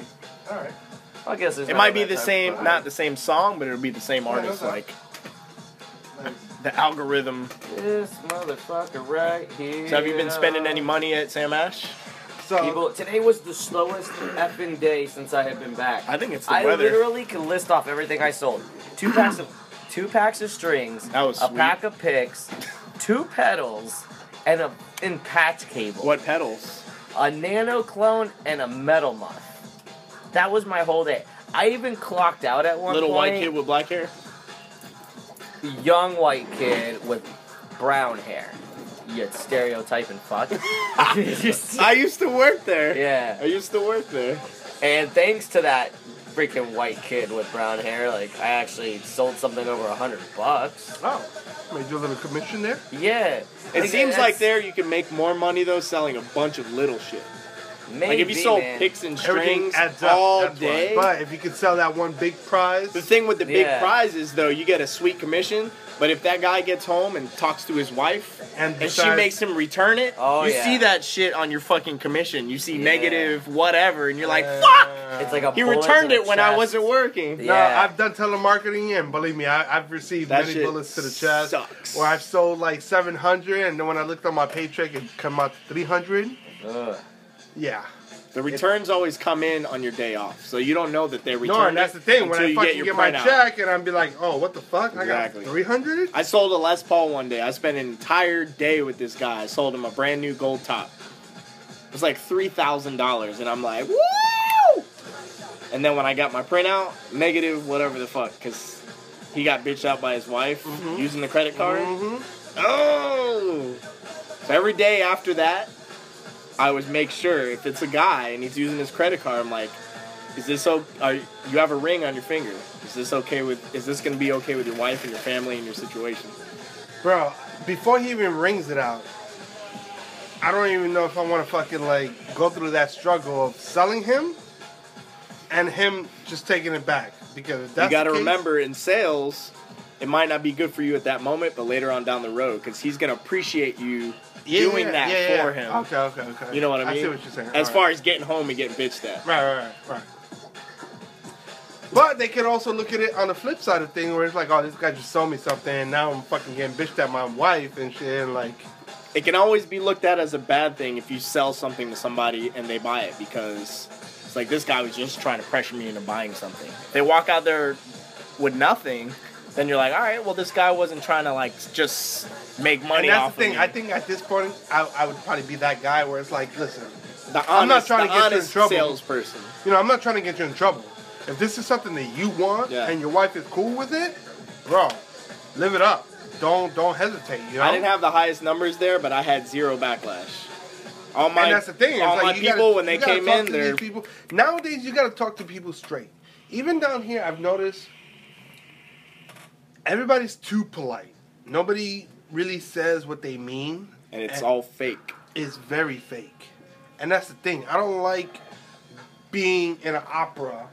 [SPEAKER 8] I guess there's
[SPEAKER 4] It
[SPEAKER 8] not
[SPEAKER 4] might be
[SPEAKER 8] that
[SPEAKER 4] the
[SPEAKER 8] type of
[SPEAKER 4] same,
[SPEAKER 8] Prodigy.
[SPEAKER 4] not the same song, but it'll be the same artist. Like the algorithm.
[SPEAKER 8] This motherfucker right here.
[SPEAKER 4] So have you been spending any money at Sam Ash?
[SPEAKER 6] So,
[SPEAKER 8] People, today was the slowest effing day since I have been back.
[SPEAKER 4] I think it's the
[SPEAKER 8] I
[SPEAKER 4] weather.
[SPEAKER 8] literally could list off everything I sold. Two packs of two packs of strings,
[SPEAKER 4] That was
[SPEAKER 8] a
[SPEAKER 4] sweet.
[SPEAKER 8] pack of picks, two pedals, and a and patch cable.
[SPEAKER 4] What pedals?
[SPEAKER 8] A nano clone and a metal muff. That was my whole day. I even clocked out at one
[SPEAKER 4] Little
[SPEAKER 8] point.
[SPEAKER 4] white kid with black hair.
[SPEAKER 8] young white kid with brown hair. You stereotyping fuck.
[SPEAKER 4] I used to work there.
[SPEAKER 8] yeah.
[SPEAKER 4] I used to work there.
[SPEAKER 8] And thanks to that
[SPEAKER 5] freaking white kid with brown hair. Like I actually sold something over a hundred bucks.
[SPEAKER 6] Oh, made you a little commission there.
[SPEAKER 5] Yeah.
[SPEAKER 4] It
[SPEAKER 5] Like,
[SPEAKER 4] seems
[SPEAKER 5] that's-
[SPEAKER 4] like there you can make more money though selling a bunch of little shit.
[SPEAKER 5] maybe,
[SPEAKER 4] like if you sold
[SPEAKER 5] man.
[SPEAKER 4] picks and
[SPEAKER 6] Everything
[SPEAKER 4] strings
[SPEAKER 6] adds up.
[SPEAKER 4] all
[SPEAKER 6] that's why.
[SPEAKER 4] day.
[SPEAKER 6] But if you could sell that one big prize,
[SPEAKER 4] The thing with the big
[SPEAKER 5] Yeah.
[SPEAKER 4] prizes, though, you get a sweet commission. But if that guy gets home and talks to his wife,
[SPEAKER 6] And
[SPEAKER 4] and, she
[SPEAKER 6] decides-
[SPEAKER 4] makes him return it,
[SPEAKER 5] Oh,
[SPEAKER 4] you
[SPEAKER 5] yeah.
[SPEAKER 4] see that shit on your fucking commission. You see
[SPEAKER 5] Yeah.
[SPEAKER 4] negative whatever, and you're like, "Fuck!"
[SPEAKER 5] It's like a
[SPEAKER 4] He
[SPEAKER 5] bullet to
[SPEAKER 4] returned
[SPEAKER 5] the
[SPEAKER 4] it when I
[SPEAKER 5] chest.
[SPEAKER 4] wasn't working.
[SPEAKER 6] No,
[SPEAKER 5] Yeah.
[SPEAKER 6] I've done telemarketing, and believe me, I, I've received
[SPEAKER 4] That
[SPEAKER 6] many
[SPEAKER 4] shit
[SPEAKER 6] bullets to the chest.
[SPEAKER 4] sucks.
[SPEAKER 6] Where I've sold like seven hundred, and then when I looked on my paycheck, it come out three hundred.
[SPEAKER 5] Ugh.
[SPEAKER 6] Yeah.
[SPEAKER 4] The returns always come in on your day off, so you don't know that they returned.
[SPEAKER 6] No, and that's the thing.
[SPEAKER 4] it
[SPEAKER 6] When
[SPEAKER 4] until
[SPEAKER 6] I
[SPEAKER 4] you
[SPEAKER 6] fucking
[SPEAKER 4] your
[SPEAKER 6] get, my
[SPEAKER 4] printout.
[SPEAKER 6] check, and I'm be like, oh, what the fuck? I
[SPEAKER 4] Exactly.
[SPEAKER 6] got three hundred.
[SPEAKER 4] I sold a Les Paul one day. I spent an entire day with this guy. I sold him a brand new gold top. It was like three thousand dollars, and I'm like, woo! And then when I got my printout, negative whatever the fuck, because he got bitched out by his wife using the credit card.
[SPEAKER 6] Mm-hmm.
[SPEAKER 4] Oh! So every day after that, I would make sure if it's a guy and he's using his credit card, I'm like, is this o Are you have a ring on your finger? Is this okay with? Is this gonna be okay with your wife and your family and your situation?
[SPEAKER 6] Bro, before he even rings it out, I don't even know if I want to fucking like go through that struggle of selling him and him just taking it back because if
[SPEAKER 4] you
[SPEAKER 6] that's
[SPEAKER 4] got to
[SPEAKER 6] the case-
[SPEAKER 4] remember in sales, it might not be good for you at that moment, but later on down the road, because he's gonna appreciate you
[SPEAKER 6] Yeah,
[SPEAKER 4] doing
[SPEAKER 6] yeah,
[SPEAKER 4] that
[SPEAKER 6] yeah, yeah.
[SPEAKER 4] for him.
[SPEAKER 6] Okay, okay, okay.
[SPEAKER 4] You know what I mean?
[SPEAKER 6] I see what you're saying.
[SPEAKER 4] As
[SPEAKER 6] Alright.
[SPEAKER 4] far as getting home and getting bitched at.
[SPEAKER 6] Right, right, right, right. But they could also look at it on the flip side of thing, where it's like, oh, this guy just sold me something, and now I'm fucking getting bitched at my wife and shit. And like,
[SPEAKER 4] it can always be looked at as a bad thing if you sell something to somebody and they buy it because it's like this guy was just trying to pressure me into buying something. They walk out there with nothing, then you're like, all right, well this guy wasn't trying to like just make money
[SPEAKER 6] and that's
[SPEAKER 4] off
[SPEAKER 6] the thing.
[SPEAKER 4] of me.
[SPEAKER 6] I think at this point, I, I would probably be that guy where it's like, listen,
[SPEAKER 4] the honest,
[SPEAKER 6] I'm not trying to
[SPEAKER 4] the
[SPEAKER 6] get you in
[SPEAKER 4] honest
[SPEAKER 6] trouble.
[SPEAKER 4] salesperson.
[SPEAKER 6] you know, I'm not trying to get you in trouble. If this is something that you want
[SPEAKER 4] Yeah.
[SPEAKER 6] and your wife is cool with it, bro, live it up. Don't don't hesitate. You know,
[SPEAKER 4] I didn't have the highest numbers there, but I had zero backlash. All my
[SPEAKER 6] and that's the thing.
[SPEAKER 4] all
[SPEAKER 6] it's
[SPEAKER 4] my
[SPEAKER 6] like, you
[SPEAKER 4] people
[SPEAKER 6] gotta,
[SPEAKER 4] when they
[SPEAKER 6] you gotta
[SPEAKER 4] came
[SPEAKER 6] talk
[SPEAKER 4] in,
[SPEAKER 6] to
[SPEAKER 4] they're
[SPEAKER 6] these people. Nowadays, you got to talk to people straight. Even down here, I've noticed everybody's too polite. Nobody really says what they mean.
[SPEAKER 4] and it's all fake.
[SPEAKER 6] is very fake, and that's the thing. I don't like being in an opera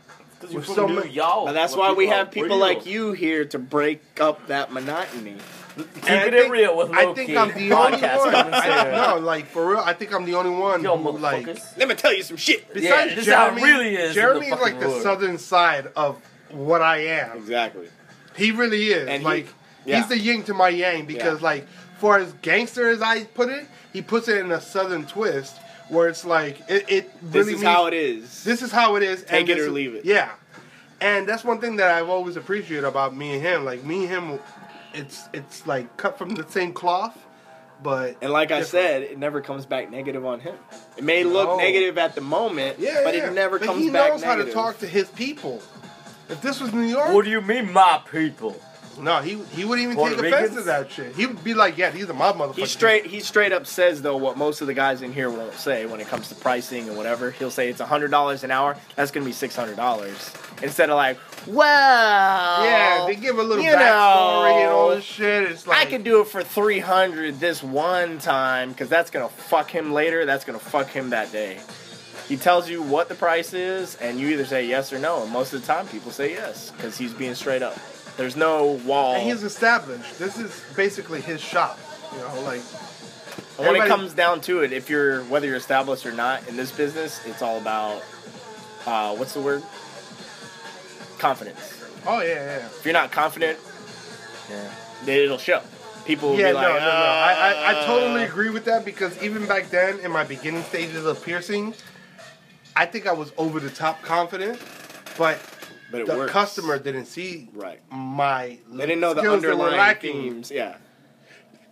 [SPEAKER 6] with so many.
[SPEAKER 5] y'all.
[SPEAKER 4] But that's why we have people like you here to break up that monotony.
[SPEAKER 6] And I
[SPEAKER 5] Keeping it
[SPEAKER 6] think-
[SPEAKER 5] real with
[SPEAKER 6] I
[SPEAKER 5] low
[SPEAKER 6] think
[SPEAKER 5] key
[SPEAKER 6] I'm the only
[SPEAKER 5] podcast.
[SPEAKER 6] one.
[SPEAKER 5] I'm
[SPEAKER 6] I,
[SPEAKER 5] saying.
[SPEAKER 6] no, like for real, I think I'm the only one
[SPEAKER 5] Yo,
[SPEAKER 6] who like.
[SPEAKER 5] motherfuckers.
[SPEAKER 4] Let me tell you some shit.
[SPEAKER 6] Besides
[SPEAKER 5] Yeah, this is how it
[SPEAKER 6] Jeremy,
[SPEAKER 5] really is in the
[SPEAKER 6] Jeremy is like
[SPEAKER 5] fucking
[SPEAKER 6] the
[SPEAKER 5] world.
[SPEAKER 6] southern side of what I am.
[SPEAKER 4] Exactly.
[SPEAKER 6] He really is.
[SPEAKER 4] And he-
[SPEAKER 6] like
[SPEAKER 4] yeah.
[SPEAKER 6] he's the yin to my yang because like for as gangster as I put it, he puts it in a southern twist where it's like it, it
[SPEAKER 4] This
[SPEAKER 6] really
[SPEAKER 4] is
[SPEAKER 6] means,
[SPEAKER 4] how it is.
[SPEAKER 6] this is how it is.
[SPEAKER 4] Take it
[SPEAKER 6] this
[SPEAKER 4] or
[SPEAKER 6] is-
[SPEAKER 4] leave it.
[SPEAKER 6] Yeah. And that's one thing that I've always appreciated about me and him. Like me and him it's it's like cut from the same cloth, but
[SPEAKER 4] and like I
[SPEAKER 6] different.
[SPEAKER 4] said, it never comes back negative on him. It may look
[SPEAKER 6] No.
[SPEAKER 4] negative at the moment,
[SPEAKER 6] yeah,
[SPEAKER 4] but
[SPEAKER 6] yeah.
[SPEAKER 4] it never
[SPEAKER 6] But
[SPEAKER 4] comes
[SPEAKER 6] he
[SPEAKER 4] back
[SPEAKER 6] knows how
[SPEAKER 4] negative.
[SPEAKER 6] to talk to his people. If this was New York,
[SPEAKER 5] What do you mean, my people?
[SPEAKER 6] no, he he wouldn't even
[SPEAKER 5] Puerto
[SPEAKER 6] take offense
[SPEAKER 5] Ricans?
[SPEAKER 6] to that shit. He would be like, "Yeah, these are my motherfuckers."
[SPEAKER 4] he straight he straight up says though what most of the guys in here won't say when it comes to pricing and whatever. He'll say it's hundred dollars an hour. That's gonna be six hundred dollars instead of like, well,
[SPEAKER 6] Yeah, they give a little
[SPEAKER 4] you
[SPEAKER 6] backstory and all
[SPEAKER 4] know,
[SPEAKER 6] this shit. It's
[SPEAKER 4] Oh. I
[SPEAKER 6] like
[SPEAKER 4] can do it for 300 this one time because that's gonna fuck him later. That's gonna fuck him that day. He tells you what the price is, and you either say yes or no. And most of the time, people say yes because he's being straight up. There's no wall.
[SPEAKER 6] And he's established. This is basically his shop. You know, like
[SPEAKER 4] And when it
[SPEAKER 6] everybody-
[SPEAKER 4] comes down to it, if you're whether you're established or not in this business, it's all about uh, what's the word? Confidence.
[SPEAKER 6] oh yeah, yeah.
[SPEAKER 4] If you're not confident,
[SPEAKER 5] Yeah.
[SPEAKER 4] then it'll show. People will
[SPEAKER 6] Yeah,
[SPEAKER 4] be
[SPEAKER 6] no,
[SPEAKER 4] like,
[SPEAKER 6] no, no. I, I, I
[SPEAKER 4] "Uh,
[SPEAKER 6] totally agree with that because even back then, in my beginning stages of piercing, I think I was over the top confident, but
[SPEAKER 4] But it
[SPEAKER 6] the
[SPEAKER 4] works.
[SPEAKER 6] customer didn't see
[SPEAKER 4] Right.
[SPEAKER 6] my.
[SPEAKER 4] They didn't know the
[SPEAKER 6] skills that were
[SPEAKER 4] underlying
[SPEAKER 6] lacking.
[SPEAKER 4] themes. Yeah.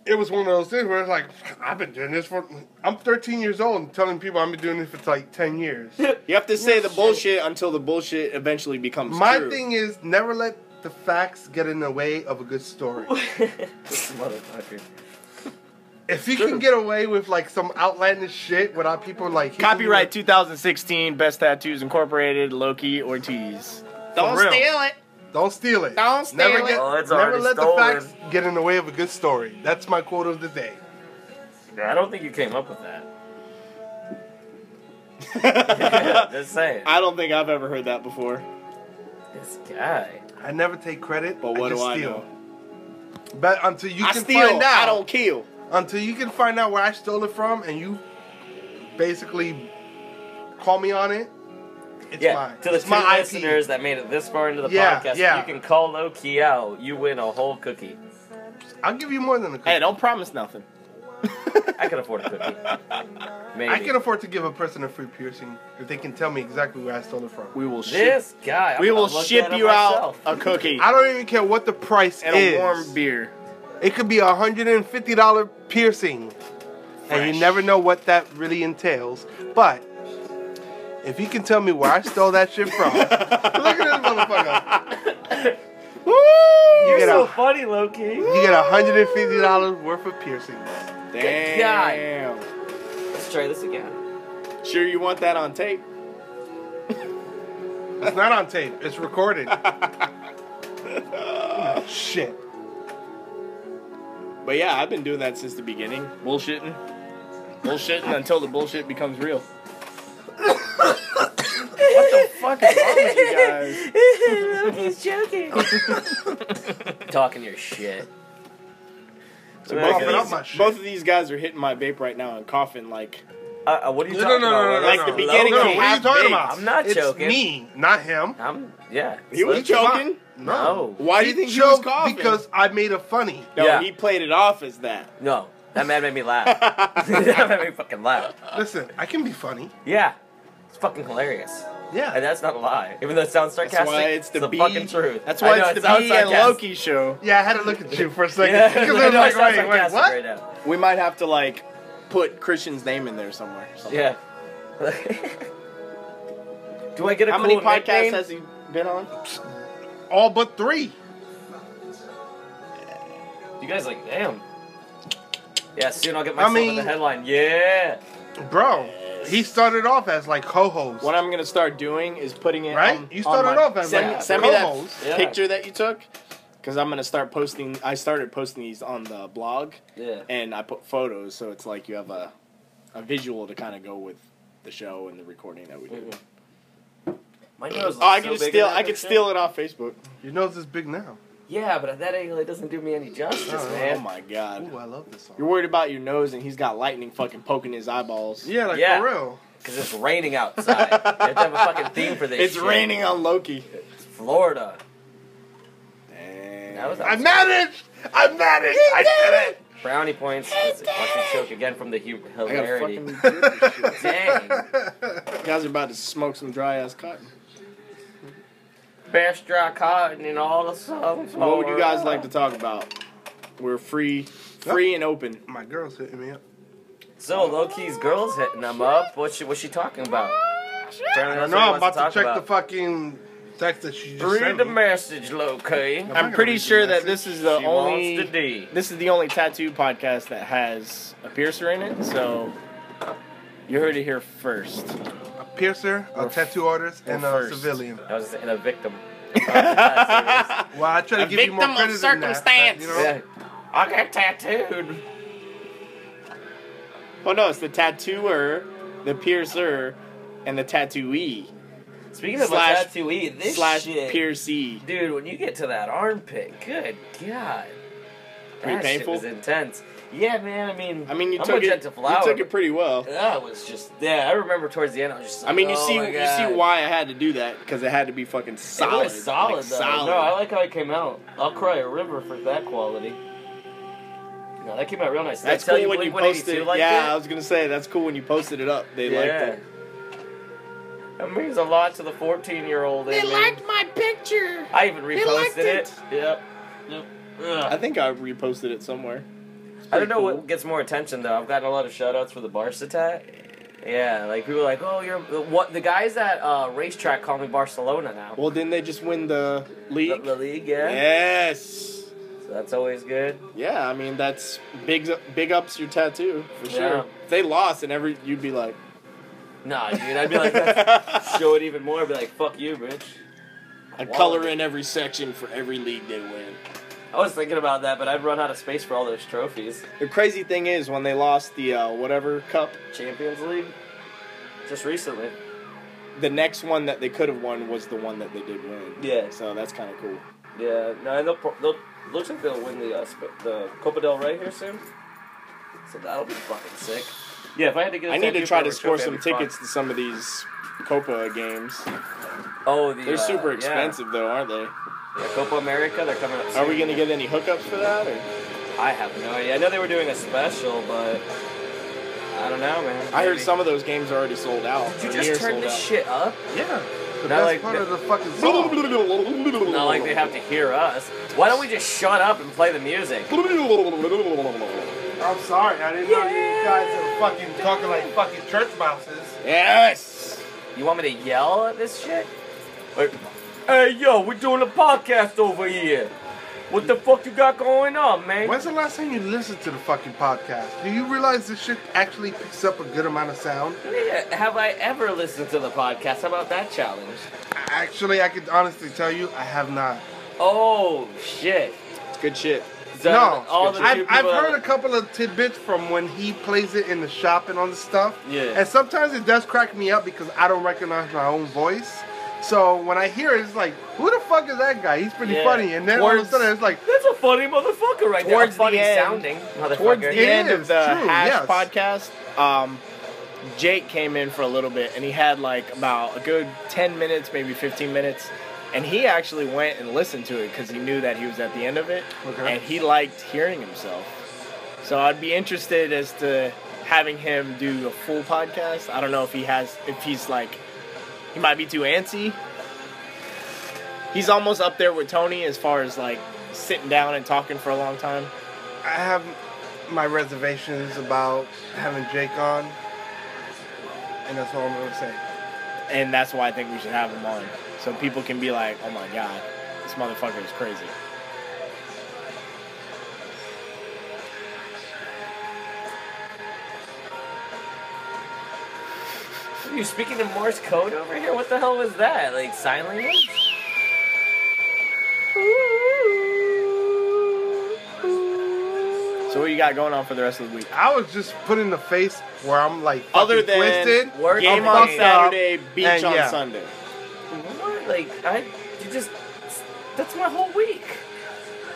[SPEAKER 6] It was one of those things where it's like, I've been doing this for. I'm 13 years old and telling people I've been doing this for like 10 years.
[SPEAKER 4] You have to say the bullshit until the bullshit eventually becomes
[SPEAKER 6] My
[SPEAKER 4] true.
[SPEAKER 6] thing is never let the facts get in the way of a good story.
[SPEAKER 5] This motherfucker.
[SPEAKER 6] If you can get away with like some outlandish shit without people like hitting you
[SPEAKER 4] Copyright
[SPEAKER 6] with-
[SPEAKER 4] 2016 Best Tattoos Incorporated Loki Ortiz. Don't
[SPEAKER 6] real.
[SPEAKER 4] steal it.
[SPEAKER 6] don't steal it.
[SPEAKER 4] Don't steal
[SPEAKER 6] never
[SPEAKER 4] it.
[SPEAKER 6] Get,
[SPEAKER 8] Oh, it's
[SPEAKER 6] never
[SPEAKER 8] already
[SPEAKER 6] let
[SPEAKER 8] stolen.
[SPEAKER 6] the facts get in the way of a good story. That's my quote of the day.
[SPEAKER 8] I don't think you came up with that. Just saying.
[SPEAKER 4] I don't think I've ever heard that before.
[SPEAKER 8] This guy.
[SPEAKER 6] I never take credit,
[SPEAKER 4] But what
[SPEAKER 6] I just
[SPEAKER 4] do I
[SPEAKER 6] steal.
[SPEAKER 4] know?
[SPEAKER 6] But until you
[SPEAKER 4] I
[SPEAKER 6] can
[SPEAKER 4] steal.
[SPEAKER 6] find out,
[SPEAKER 4] I don't kill.
[SPEAKER 6] until you can find out where I stole it from, and you basically call me on it. It's
[SPEAKER 8] yeah,
[SPEAKER 6] mine.
[SPEAKER 8] to the
[SPEAKER 6] it's
[SPEAKER 8] two
[SPEAKER 6] my IP.
[SPEAKER 8] listeners that made it this far into the
[SPEAKER 6] Yeah,
[SPEAKER 8] podcast,
[SPEAKER 6] yeah.
[SPEAKER 8] you can call Loki out. You win a whole cookie.
[SPEAKER 6] I'll give you more than a cookie.
[SPEAKER 4] Hey, don't promise nothing.
[SPEAKER 8] I can afford a cookie. Maybe.
[SPEAKER 6] I can afford to give a person a free piercing if they can tell me exactly where I stole it from.
[SPEAKER 4] We will ship.
[SPEAKER 8] this guy. I'm
[SPEAKER 4] We
[SPEAKER 8] gonna
[SPEAKER 4] will
[SPEAKER 8] look
[SPEAKER 4] ship
[SPEAKER 8] that up
[SPEAKER 4] you out
[SPEAKER 8] myself.
[SPEAKER 4] a cookie
[SPEAKER 6] I don't even care what the price
[SPEAKER 4] and
[SPEAKER 6] is.
[SPEAKER 4] a warm beer.
[SPEAKER 6] It could be a hundred and fifty dollar piercing, and you never know what that really entails. But if you can tell me where I stole that shit from, look at this motherfucker. Woo! You
[SPEAKER 8] You're
[SPEAKER 6] get
[SPEAKER 8] so
[SPEAKER 6] a
[SPEAKER 8] funny, Loki.
[SPEAKER 6] you get a hundred and fifty dollars worth of piercing.
[SPEAKER 4] Damn.
[SPEAKER 9] Let's try this again.
[SPEAKER 4] Sure, you want that on tape?
[SPEAKER 6] It's not on tape. It's recorded. shit.
[SPEAKER 4] But yeah, I've been doing that since the beginning. Bullshitting. Bullshitting until the bullshit becomes real. what the fuck is wrong with you guys?
[SPEAKER 8] Talking your shit.
[SPEAKER 4] So
[SPEAKER 8] Look
[SPEAKER 4] both, of
[SPEAKER 8] at this.
[SPEAKER 6] Open up my shit.
[SPEAKER 4] these, both of these guys are hitting my vape right now and coughing like
[SPEAKER 8] Uh, uh, what are you
[SPEAKER 6] No,
[SPEAKER 8] talking
[SPEAKER 6] no, no,
[SPEAKER 8] about?
[SPEAKER 6] no, no,
[SPEAKER 4] no,
[SPEAKER 8] Loki?
[SPEAKER 4] no. Like the beginning
[SPEAKER 8] Loki.
[SPEAKER 4] of
[SPEAKER 6] what are you talking
[SPEAKER 4] Half-baked.
[SPEAKER 6] about?
[SPEAKER 8] I'm not
[SPEAKER 6] it's
[SPEAKER 8] joking.
[SPEAKER 6] Me, not him.
[SPEAKER 8] I'm yeah.
[SPEAKER 4] he was
[SPEAKER 8] Loki.
[SPEAKER 4] joking.
[SPEAKER 6] No.
[SPEAKER 4] Why do you
[SPEAKER 6] He
[SPEAKER 4] think he was
[SPEAKER 6] choked
[SPEAKER 4] coughing?
[SPEAKER 6] Because I made a funny.
[SPEAKER 4] no,
[SPEAKER 8] Yeah.
[SPEAKER 4] he played it off as that.
[SPEAKER 8] No, that man made me laugh. that made me fucking laugh.
[SPEAKER 6] Listen, I can be funny.
[SPEAKER 8] Yeah, it's fucking hilarious.
[SPEAKER 6] Yeah.
[SPEAKER 8] And that's not a lie. Even though it sounds sarcastic,
[SPEAKER 4] That's why it's the,
[SPEAKER 8] the
[SPEAKER 4] B.
[SPEAKER 8] fucking truth.
[SPEAKER 4] That's
[SPEAKER 8] I
[SPEAKER 4] why
[SPEAKER 8] know,
[SPEAKER 4] it's
[SPEAKER 8] it
[SPEAKER 4] the B
[SPEAKER 8] sounds
[SPEAKER 4] and
[SPEAKER 8] sarcastic.
[SPEAKER 4] Loki show.
[SPEAKER 6] Yeah, I had to look at you for a second.
[SPEAKER 8] Yeah,
[SPEAKER 6] Because
[SPEAKER 8] I
[SPEAKER 6] I was
[SPEAKER 8] know, it
[SPEAKER 6] like,
[SPEAKER 8] sounds
[SPEAKER 6] wait, wait,
[SPEAKER 8] sarcastic
[SPEAKER 6] what?
[SPEAKER 8] right now.
[SPEAKER 4] We might have to like put Christian's name in there somewhere. somewhere.
[SPEAKER 8] Yeah. Do I get a
[SPEAKER 4] How
[SPEAKER 8] cool
[SPEAKER 4] many podcasts
[SPEAKER 8] nickname?
[SPEAKER 4] has he been on?
[SPEAKER 6] All but three.
[SPEAKER 8] You guys like, damn. Yeah, soon I'll get
[SPEAKER 6] I
[SPEAKER 8] myself in
[SPEAKER 6] mean-
[SPEAKER 8] the headline. Yeah.
[SPEAKER 6] Bro, he started off as like co host.
[SPEAKER 4] What I'm gonna start doing is putting it
[SPEAKER 6] Right?
[SPEAKER 4] on-
[SPEAKER 6] You
[SPEAKER 4] on
[SPEAKER 6] started
[SPEAKER 4] my-
[SPEAKER 6] off as,
[SPEAKER 4] send,
[SPEAKER 6] like,
[SPEAKER 4] send me that
[SPEAKER 6] promos.
[SPEAKER 8] Yeah.
[SPEAKER 4] picture that you took because I'm gonna start posting. I started posting these on the blog
[SPEAKER 8] Yeah.
[SPEAKER 4] and I put photos, so it's like you have a a visual to kind of go with the show and the recording that we
[SPEAKER 8] Mm-hmm.
[SPEAKER 4] did.
[SPEAKER 8] My nose
[SPEAKER 4] Oh, I could just steal. I could steal it off Facebook.
[SPEAKER 6] Your nose is big now.
[SPEAKER 8] Yeah, but at that angle, it doesn't do me any justice,
[SPEAKER 6] Oh,
[SPEAKER 4] Oh
[SPEAKER 8] man.
[SPEAKER 4] my god.
[SPEAKER 6] Ooh, I love this
[SPEAKER 4] You're
[SPEAKER 6] song.
[SPEAKER 4] worried about your nose, and he's got lightning fucking poking his eyeballs.
[SPEAKER 6] Yeah, like
[SPEAKER 8] Yeah.
[SPEAKER 6] for real.
[SPEAKER 8] Because it's raining outside. you have to have a fucking theme for this
[SPEAKER 4] It's
[SPEAKER 8] shit.
[SPEAKER 4] raining on Loki.
[SPEAKER 8] It's Florida.
[SPEAKER 4] Damn.
[SPEAKER 8] That was
[SPEAKER 6] I managed! I managed! I did it!
[SPEAKER 8] brownie points. That's a fucking joke again from the hu-
[SPEAKER 4] I got
[SPEAKER 8] hilarity.
[SPEAKER 4] fucking. you
[SPEAKER 8] Dang.
[SPEAKER 4] guys are about to smoke some dry ass cotton.
[SPEAKER 8] Best dry cotton in all of Southern
[SPEAKER 4] What would you guys like to talk about? We're free, free and open.
[SPEAKER 6] My girl's hitting me up.
[SPEAKER 8] So Loki's girls hitting them up. What's she? What's she talking about?
[SPEAKER 6] I don't know, I'm about to check the fucking text that she just
[SPEAKER 8] Read
[SPEAKER 6] sent
[SPEAKER 8] the
[SPEAKER 6] me.
[SPEAKER 8] message, Loki.
[SPEAKER 6] I'm not
[SPEAKER 4] I'm
[SPEAKER 6] gonna
[SPEAKER 4] pretty
[SPEAKER 6] read the
[SPEAKER 4] sure that
[SPEAKER 6] message.
[SPEAKER 4] this is the
[SPEAKER 8] She
[SPEAKER 4] only
[SPEAKER 8] wants to D.
[SPEAKER 4] this is the only tattoo podcast that has a piercer in it. So you heard it here first.
[SPEAKER 6] A piercer, a
[SPEAKER 4] We're
[SPEAKER 6] tattoo artist,
[SPEAKER 4] we're
[SPEAKER 6] and a
[SPEAKER 4] first.
[SPEAKER 6] civilian.
[SPEAKER 8] I was in a victim.
[SPEAKER 6] Well, I try to
[SPEAKER 4] A
[SPEAKER 6] give you more
[SPEAKER 4] victim of
[SPEAKER 6] credit than that, but, you know,
[SPEAKER 8] Yeah. I got tattooed.
[SPEAKER 4] Well, Oh, no, it's the tattooer, the piercer, and the tattooee
[SPEAKER 8] Speaking of
[SPEAKER 4] Slash-
[SPEAKER 8] a tattooee, this
[SPEAKER 4] slash
[SPEAKER 8] shit,
[SPEAKER 4] piercee.
[SPEAKER 8] dude. When you get to that armpit, good god,
[SPEAKER 4] Pretty
[SPEAKER 8] that
[SPEAKER 4] painful?
[SPEAKER 8] shit was intense. Yeah, man. I mean,
[SPEAKER 4] I mean, you
[SPEAKER 8] I'm
[SPEAKER 4] took
[SPEAKER 8] a
[SPEAKER 4] it.
[SPEAKER 8] gentle flower.
[SPEAKER 4] You took it pretty well.
[SPEAKER 8] That was just yeah. I remember towards the end, I was just. Like,
[SPEAKER 4] I mean, you
[SPEAKER 8] oh
[SPEAKER 4] see,
[SPEAKER 8] my
[SPEAKER 4] you
[SPEAKER 8] God.
[SPEAKER 4] see why I had to do that because it had to be fucking solid.
[SPEAKER 8] It was solid
[SPEAKER 4] like,
[SPEAKER 8] though.
[SPEAKER 4] solid.
[SPEAKER 8] No, I like how it came out. I'll cry a river for that quality. No, that came out real nice. Did
[SPEAKER 4] That's
[SPEAKER 8] I tell
[SPEAKER 4] cool
[SPEAKER 8] you
[SPEAKER 4] when you
[SPEAKER 8] Blink 182
[SPEAKER 4] posted.
[SPEAKER 8] liked
[SPEAKER 4] yeah, I
[SPEAKER 8] it?
[SPEAKER 4] was gonna say that's cool when you posted it up. They
[SPEAKER 8] yeah.
[SPEAKER 4] liked it.
[SPEAKER 8] That means a lot to the 14 year old. They liked my picture. I even reposted it. Yep. Yep.
[SPEAKER 4] I
[SPEAKER 8] Ugh.
[SPEAKER 4] think I reposted it somewhere.
[SPEAKER 8] I don't
[SPEAKER 4] pretty
[SPEAKER 8] know
[SPEAKER 4] cool.
[SPEAKER 8] what gets more attention though. I've gotten a lot of shout outs for the Barca tat. Yeah, like people are like, oh, you're what? The guys at uh, racetrack call me Barcelona now.
[SPEAKER 4] Well, didn't they just win the league?
[SPEAKER 8] The, the league,
[SPEAKER 4] Yes.
[SPEAKER 8] So that's always good.
[SPEAKER 4] Yeah, I mean that's big big ups your tattoo for sure.
[SPEAKER 8] Yeah.
[SPEAKER 4] If they lost and every you'd be like,
[SPEAKER 8] Nah, dude, I'd be like, that's, show it even more. I'd be like, fuck you, bitch.
[SPEAKER 4] I color in every section for every league they win.
[SPEAKER 8] I was thinking about that, but I'd run out of space for all those trophies.
[SPEAKER 4] The crazy thing is when they lost the uh, whatever cup,
[SPEAKER 8] Champions League, just recently.
[SPEAKER 4] the next one that they could have won was the one that they did win.
[SPEAKER 8] Yeah.
[SPEAKER 4] So that's kind of cool.
[SPEAKER 8] Yeah, no, and they'll, pro- they'll looks like they'll win the uh, sp- the Copa del Rey here soon. So that'll be fucking sick. Yeah, if I had to get, a
[SPEAKER 4] I need
[SPEAKER 8] tattoo
[SPEAKER 4] to try
[SPEAKER 8] for
[SPEAKER 4] to
[SPEAKER 8] a
[SPEAKER 4] score
[SPEAKER 8] trophy,
[SPEAKER 4] some
[SPEAKER 8] that'd be fun.
[SPEAKER 4] tickets to some of these Copa games.
[SPEAKER 8] Oh, the,
[SPEAKER 4] They're
[SPEAKER 8] uh,
[SPEAKER 4] super
[SPEAKER 8] yeah.
[SPEAKER 4] expensive though, aren't they?
[SPEAKER 8] Yeah, Copa America, they're coming up. Soon.
[SPEAKER 4] Are we gonna get any hookups for that? Or?
[SPEAKER 8] I have no idea. I know they were doing a special, but I don't know, man.
[SPEAKER 4] I heard
[SPEAKER 8] Maybe.
[SPEAKER 4] some of those games are already sold out.
[SPEAKER 8] Did
[SPEAKER 4] or
[SPEAKER 8] you
[SPEAKER 4] near
[SPEAKER 8] just turn
[SPEAKER 4] sold
[SPEAKER 8] this
[SPEAKER 4] out.
[SPEAKER 8] shit up?
[SPEAKER 6] Yeah. The best
[SPEAKER 8] Not like
[SPEAKER 6] part
[SPEAKER 8] the-
[SPEAKER 6] of the fucking song.
[SPEAKER 8] Not like they have to hear us. Why don't we just shut up and play the music?
[SPEAKER 6] I'm sorry, I didn't know you guys are fucking talking like fucking church mouses.
[SPEAKER 4] Yes.
[SPEAKER 8] You want me to yell at this shit? Like, hey yo, we're doing a podcast over here. What the fuck you got going on, man?
[SPEAKER 6] When's the last time you listened to the fucking podcast? Do you realize this shit actually picks up a good amount of sound?
[SPEAKER 8] Yeah, have I ever listened to the podcast? How about that challenge?
[SPEAKER 6] Actually, I could honestly tell you, I have not.
[SPEAKER 8] Oh shit!
[SPEAKER 4] It's good shit.
[SPEAKER 8] So
[SPEAKER 6] no,
[SPEAKER 8] all the
[SPEAKER 6] I've,
[SPEAKER 8] two
[SPEAKER 6] I've
[SPEAKER 8] people-
[SPEAKER 6] heard a couple of tidbits from when he plays it in the shop and all this stuff.
[SPEAKER 8] Yeah.
[SPEAKER 6] And sometimes it does crack me up because I don't recognize my own voice. So when I hear it, it's like, who the fuck is that guy? He's pretty
[SPEAKER 8] Yeah.
[SPEAKER 6] funny. And then all of a
[SPEAKER 4] Towards-
[SPEAKER 6] sudden, it's like,
[SPEAKER 8] That's a funny motherfucker right there.
[SPEAKER 4] Towards the
[SPEAKER 8] funny
[SPEAKER 4] end-
[SPEAKER 8] sounding motherfucker.
[SPEAKER 4] Towards the
[SPEAKER 6] It
[SPEAKER 4] end
[SPEAKER 6] is,
[SPEAKER 4] of the
[SPEAKER 6] true,
[SPEAKER 4] Hash
[SPEAKER 6] yes.
[SPEAKER 4] podcast, um, Jake came in for a little bit, and he had like about a good ten minutes, maybe fifteen minutes, and he actually went and listened to it because he knew that he was at the end of it,
[SPEAKER 6] Okay.
[SPEAKER 4] and he liked hearing himself. So I'd be interested as to having him do a full podcast. I don't know if he has, if he's like, he might be too antsy. He's almost up there with Tony as far as like sitting down and talking for a long time.
[SPEAKER 6] I have my reservations about having Jake on. And that's all I'm going to say.
[SPEAKER 4] and that's why I think we should have him on, so people can be like, "Oh my god, this motherfucker is crazy."
[SPEAKER 8] Are you speaking in Morse code over here? What the hell was that? Like sign language?
[SPEAKER 4] So what you got going on for the rest of the week?
[SPEAKER 6] I was just put in the face where I'm like
[SPEAKER 4] Other
[SPEAKER 6] fucking
[SPEAKER 4] than
[SPEAKER 6] twisted.
[SPEAKER 8] work
[SPEAKER 4] game
[SPEAKER 6] I'm
[SPEAKER 4] on
[SPEAKER 6] fucked up,
[SPEAKER 4] Saturday, beach
[SPEAKER 6] and
[SPEAKER 4] on
[SPEAKER 6] yeah.
[SPEAKER 4] Sunday.
[SPEAKER 8] What? Like I, you just that's my whole week.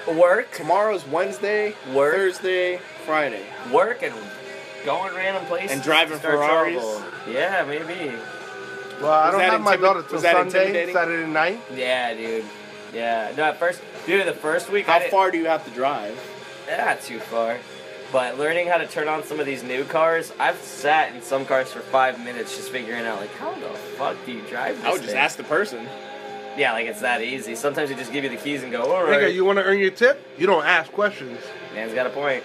[SPEAKER 8] Work,
[SPEAKER 4] Tomorrow's Wednesday,
[SPEAKER 8] Work.
[SPEAKER 4] Thursday, Friday.
[SPEAKER 8] work, and going random places
[SPEAKER 4] And driving
[SPEAKER 8] to start
[SPEAKER 4] Ferraris?
[SPEAKER 8] trouble. Yeah, maybe.
[SPEAKER 6] Well, I
[SPEAKER 4] Was
[SPEAKER 6] don't
[SPEAKER 4] that
[SPEAKER 6] have my
[SPEAKER 4] intimi-
[SPEAKER 6] daughter till
[SPEAKER 4] was that
[SPEAKER 6] Sunday,
[SPEAKER 4] intimidating?
[SPEAKER 6] Saturday night.
[SPEAKER 8] Yeah, dude. Yeah. No, at first, dude, the first week I
[SPEAKER 4] How
[SPEAKER 8] didn't-
[SPEAKER 4] far do you have to drive?
[SPEAKER 8] Not too far. But learning how to turn on some of these new cars, I've sat in some cars for five minutes just figuring out like how the fuck do you drive this?
[SPEAKER 4] I would just
[SPEAKER 8] thing?
[SPEAKER 4] ask the person.
[SPEAKER 8] Yeah, like it's that easy. Sometimes they just give you the keys and go, all right.
[SPEAKER 6] Nigga, you want to earn your tip? You don't ask questions.
[SPEAKER 8] Man's got a point.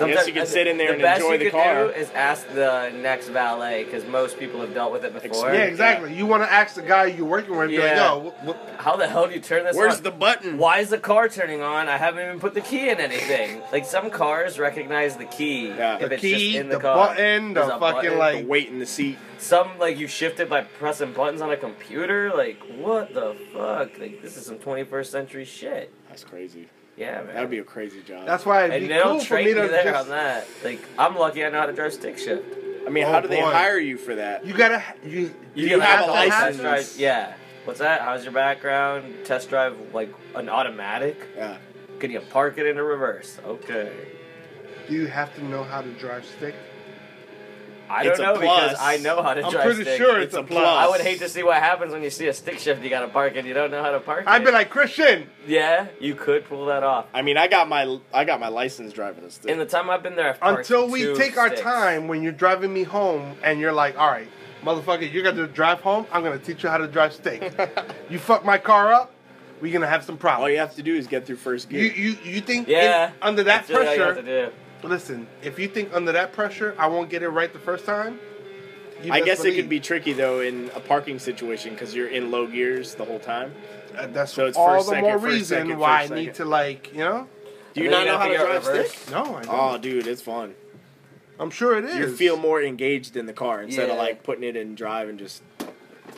[SPEAKER 4] you can sit in there
[SPEAKER 8] the
[SPEAKER 4] and
[SPEAKER 8] best
[SPEAKER 4] enjoy
[SPEAKER 8] you
[SPEAKER 4] the
[SPEAKER 8] could
[SPEAKER 4] car.
[SPEAKER 8] Do is ask the next valet because most people have dealt with it before.
[SPEAKER 4] Ex-
[SPEAKER 6] Yeah, exactly. You want to ask the guy you're working with, be like,
[SPEAKER 8] Yeah.
[SPEAKER 6] yo, what, what,
[SPEAKER 8] How the hell do you turn this?
[SPEAKER 4] Where's
[SPEAKER 8] on?
[SPEAKER 4] the button?
[SPEAKER 8] Why is the car turning on? I haven't even put the key in anything. like some cars recognize the key
[SPEAKER 4] Yeah.
[SPEAKER 8] if
[SPEAKER 6] The
[SPEAKER 8] it's
[SPEAKER 6] key,
[SPEAKER 8] just in
[SPEAKER 6] the
[SPEAKER 8] the, car.
[SPEAKER 6] button, the
[SPEAKER 8] There's a
[SPEAKER 6] fucking,
[SPEAKER 8] button.
[SPEAKER 6] like-
[SPEAKER 4] The wait in the seat.
[SPEAKER 8] some like you shift it by pressing buttons on a computer. Like what the fuck? Like this is some 21st century shit.
[SPEAKER 4] That's crazy.
[SPEAKER 8] Yeah, man.
[SPEAKER 4] That would be a crazy job.
[SPEAKER 6] that's why it'd
[SPEAKER 8] and
[SPEAKER 6] be
[SPEAKER 8] they don't
[SPEAKER 6] cool for
[SPEAKER 8] train
[SPEAKER 6] me
[SPEAKER 8] you
[SPEAKER 6] to
[SPEAKER 8] there
[SPEAKER 6] just.
[SPEAKER 8] on that. Like I'm lucky I know how to drive stick shift.
[SPEAKER 4] I mean,
[SPEAKER 6] Oh,
[SPEAKER 4] how do they
[SPEAKER 6] boy.
[SPEAKER 4] hire you for that?
[SPEAKER 6] You gotta. You,
[SPEAKER 4] You have
[SPEAKER 6] have,
[SPEAKER 4] a
[SPEAKER 6] to
[SPEAKER 4] license.
[SPEAKER 8] test drive. Yeah. What's that? How's your background? Test drive like an automatic?
[SPEAKER 4] Yeah.
[SPEAKER 8] Can you park it in a reverse? Okay.
[SPEAKER 6] Have, do you have to know how to drive stick?
[SPEAKER 8] I
[SPEAKER 4] It's
[SPEAKER 8] don't
[SPEAKER 4] a
[SPEAKER 8] know
[SPEAKER 4] plus.
[SPEAKER 8] because I know how to
[SPEAKER 6] I'm
[SPEAKER 8] drive
[SPEAKER 6] pretty
[SPEAKER 8] stick.
[SPEAKER 6] sure it's a plus.
[SPEAKER 8] I would hate to see what happens when you see a stick shift you got to park and you don't know how to park.
[SPEAKER 6] I'd
[SPEAKER 8] it.
[SPEAKER 6] be like, Christian!
[SPEAKER 8] yeah, you could pull that off.
[SPEAKER 4] I mean, I got my I got my license driving this
[SPEAKER 8] In
[SPEAKER 4] thing.
[SPEAKER 8] the time I've been there, I've parked
[SPEAKER 6] Until we
[SPEAKER 8] two
[SPEAKER 6] take our
[SPEAKER 8] sticks.
[SPEAKER 6] time when you're driving me home and you're like, all right, motherfucker, you're gonna drive home, I'm gonna teach you how to drive stick. you fuck my car up, we're gonna have some
[SPEAKER 4] All
[SPEAKER 6] problems.
[SPEAKER 4] you have to do is get through first
[SPEAKER 6] You,
[SPEAKER 4] gear.
[SPEAKER 6] you, you think in-
[SPEAKER 8] Oh, Yeah.
[SPEAKER 6] under that
[SPEAKER 8] That's really all you have
[SPEAKER 6] pressure,
[SPEAKER 8] to do.
[SPEAKER 6] Listen, if you think under that pressure I won't get it right the first time, you
[SPEAKER 4] I
[SPEAKER 6] best
[SPEAKER 4] guess it
[SPEAKER 6] believe.
[SPEAKER 4] could be tricky though in a parking situation because you're in low gears the whole time.
[SPEAKER 6] Uh, that's
[SPEAKER 4] so it's
[SPEAKER 6] all
[SPEAKER 4] first,
[SPEAKER 6] the
[SPEAKER 4] second,
[SPEAKER 6] more
[SPEAKER 4] first,
[SPEAKER 6] reason
[SPEAKER 4] second,
[SPEAKER 6] why
[SPEAKER 4] first,
[SPEAKER 6] I need
[SPEAKER 4] second.
[SPEAKER 6] to like you know
[SPEAKER 4] Do you
[SPEAKER 5] And
[SPEAKER 4] not
[SPEAKER 5] then you
[SPEAKER 4] know
[SPEAKER 5] gotta
[SPEAKER 4] how to
[SPEAKER 5] figure out
[SPEAKER 4] drive
[SPEAKER 5] reverse.
[SPEAKER 4] stick?
[SPEAKER 6] No, I don't.
[SPEAKER 4] Oh, dude, it's fun.
[SPEAKER 6] I'm sure it is.
[SPEAKER 4] You feel more engaged in the car instead of
[SPEAKER 5] Yeah.
[SPEAKER 4] like putting it in drive and just.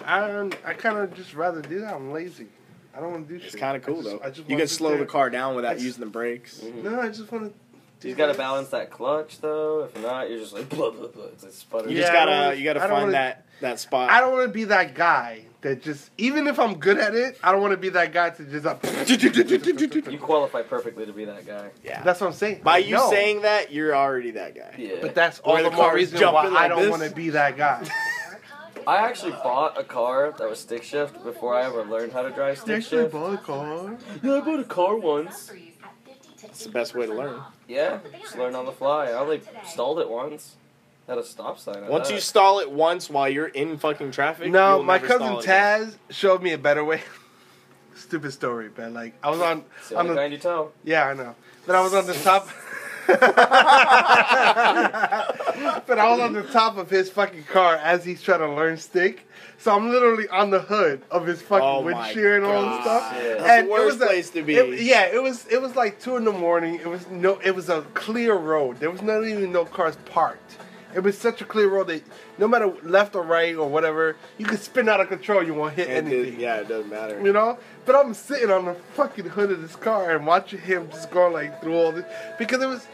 [SPEAKER 6] I don't- I kind of just rather do that. I'm lazy. I don't want to do shit.
[SPEAKER 4] It's kind of
[SPEAKER 6] I
[SPEAKER 4] cool
[SPEAKER 6] just- I
[SPEAKER 4] though.
[SPEAKER 6] just
[SPEAKER 4] You
[SPEAKER 6] wanna
[SPEAKER 4] can
[SPEAKER 6] sit
[SPEAKER 4] slow the
[SPEAKER 6] there.
[SPEAKER 4] car down without
[SPEAKER 6] That's-
[SPEAKER 4] using the brakes.
[SPEAKER 6] No, I just want to.
[SPEAKER 5] You gotta balance that clutch though. If not, you're just like blah blah blah. It's like sputtering.
[SPEAKER 4] You
[SPEAKER 6] Yeah,
[SPEAKER 4] just
[SPEAKER 6] I don't
[SPEAKER 4] gotta
[SPEAKER 6] wanna-
[SPEAKER 4] you gotta
[SPEAKER 6] I don't
[SPEAKER 4] find
[SPEAKER 6] wanna-
[SPEAKER 4] that that spot.
[SPEAKER 6] I don't want to be that guy that just, even if I'm good at it, I don't want to be that guy to just. Up.
[SPEAKER 5] You qualify perfectly to be that guy.
[SPEAKER 4] yeah.
[SPEAKER 6] That's what I'm saying.
[SPEAKER 4] By
[SPEAKER 6] Like,
[SPEAKER 4] you
[SPEAKER 6] no.
[SPEAKER 4] saying that, you're already that guy.
[SPEAKER 5] Yeah.
[SPEAKER 6] But that's
[SPEAKER 4] Where
[SPEAKER 6] all
[SPEAKER 4] the
[SPEAKER 6] the more
[SPEAKER 4] car is
[SPEAKER 6] reason why
[SPEAKER 4] jumping
[SPEAKER 6] I
[SPEAKER 4] like
[SPEAKER 6] don't
[SPEAKER 4] this?
[SPEAKER 6] want to be that guy.
[SPEAKER 5] I actually bought a car that was stick shift before I ever learned how to drive stick shift.
[SPEAKER 6] bought a car.
[SPEAKER 5] Yeah, I bought a car once.
[SPEAKER 7] It's
[SPEAKER 4] the best way to learn.
[SPEAKER 5] Yeah, just learn on the fly. I only stalled it once at a stop sign. I
[SPEAKER 4] Once
[SPEAKER 5] thought.
[SPEAKER 4] you stall it once while you're in fucking traffic,
[SPEAKER 6] No,
[SPEAKER 4] you'll
[SPEAKER 6] my
[SPEAKER 4] never
[SPEAKER 6] cousin
[SPEAKER 4] stall it.
[SPEAKER 6] Taz showed me a better way. Stupid story, but like I was on,
[SPEAKER 5] It's the
[SPEAKER 6] on
[SPEAKER 5] only
[SPEAKER 6] the
[SPEAKER 5] kind you tell.
[SPEAKER 6] Yeah, I know. But I was on the top. but I was on the top of his fucking car as he's trying to learn stick. So I'm literally on the hood of his fucking
[SPEAKER 4] Oh my
[SPEAKER 6] windshield and all this stuff.
[SPEAKER 4] God.
[SPEAKER 5] Yeah.
[SPEAKER 4] That's the worst
[SPEAKER 6] a-
[SPEAKER 4] place to be.
[SPEAKER 6] it- yeah, it was it was like two in the morning. It was no, it was a clear road. There was not even no cars parked. It was such a clear road that no matter left or right or whatever, you could spin out of control. You won't hit
[SPEAKER 4] And it-
[SPEAKER 6] anything.
[SPEAKER 4] yeah, it doesn't matter.
[SPEAKER 6] You know? But I'm sitting on the fucking hood of this car and watching him just go like through all this because it was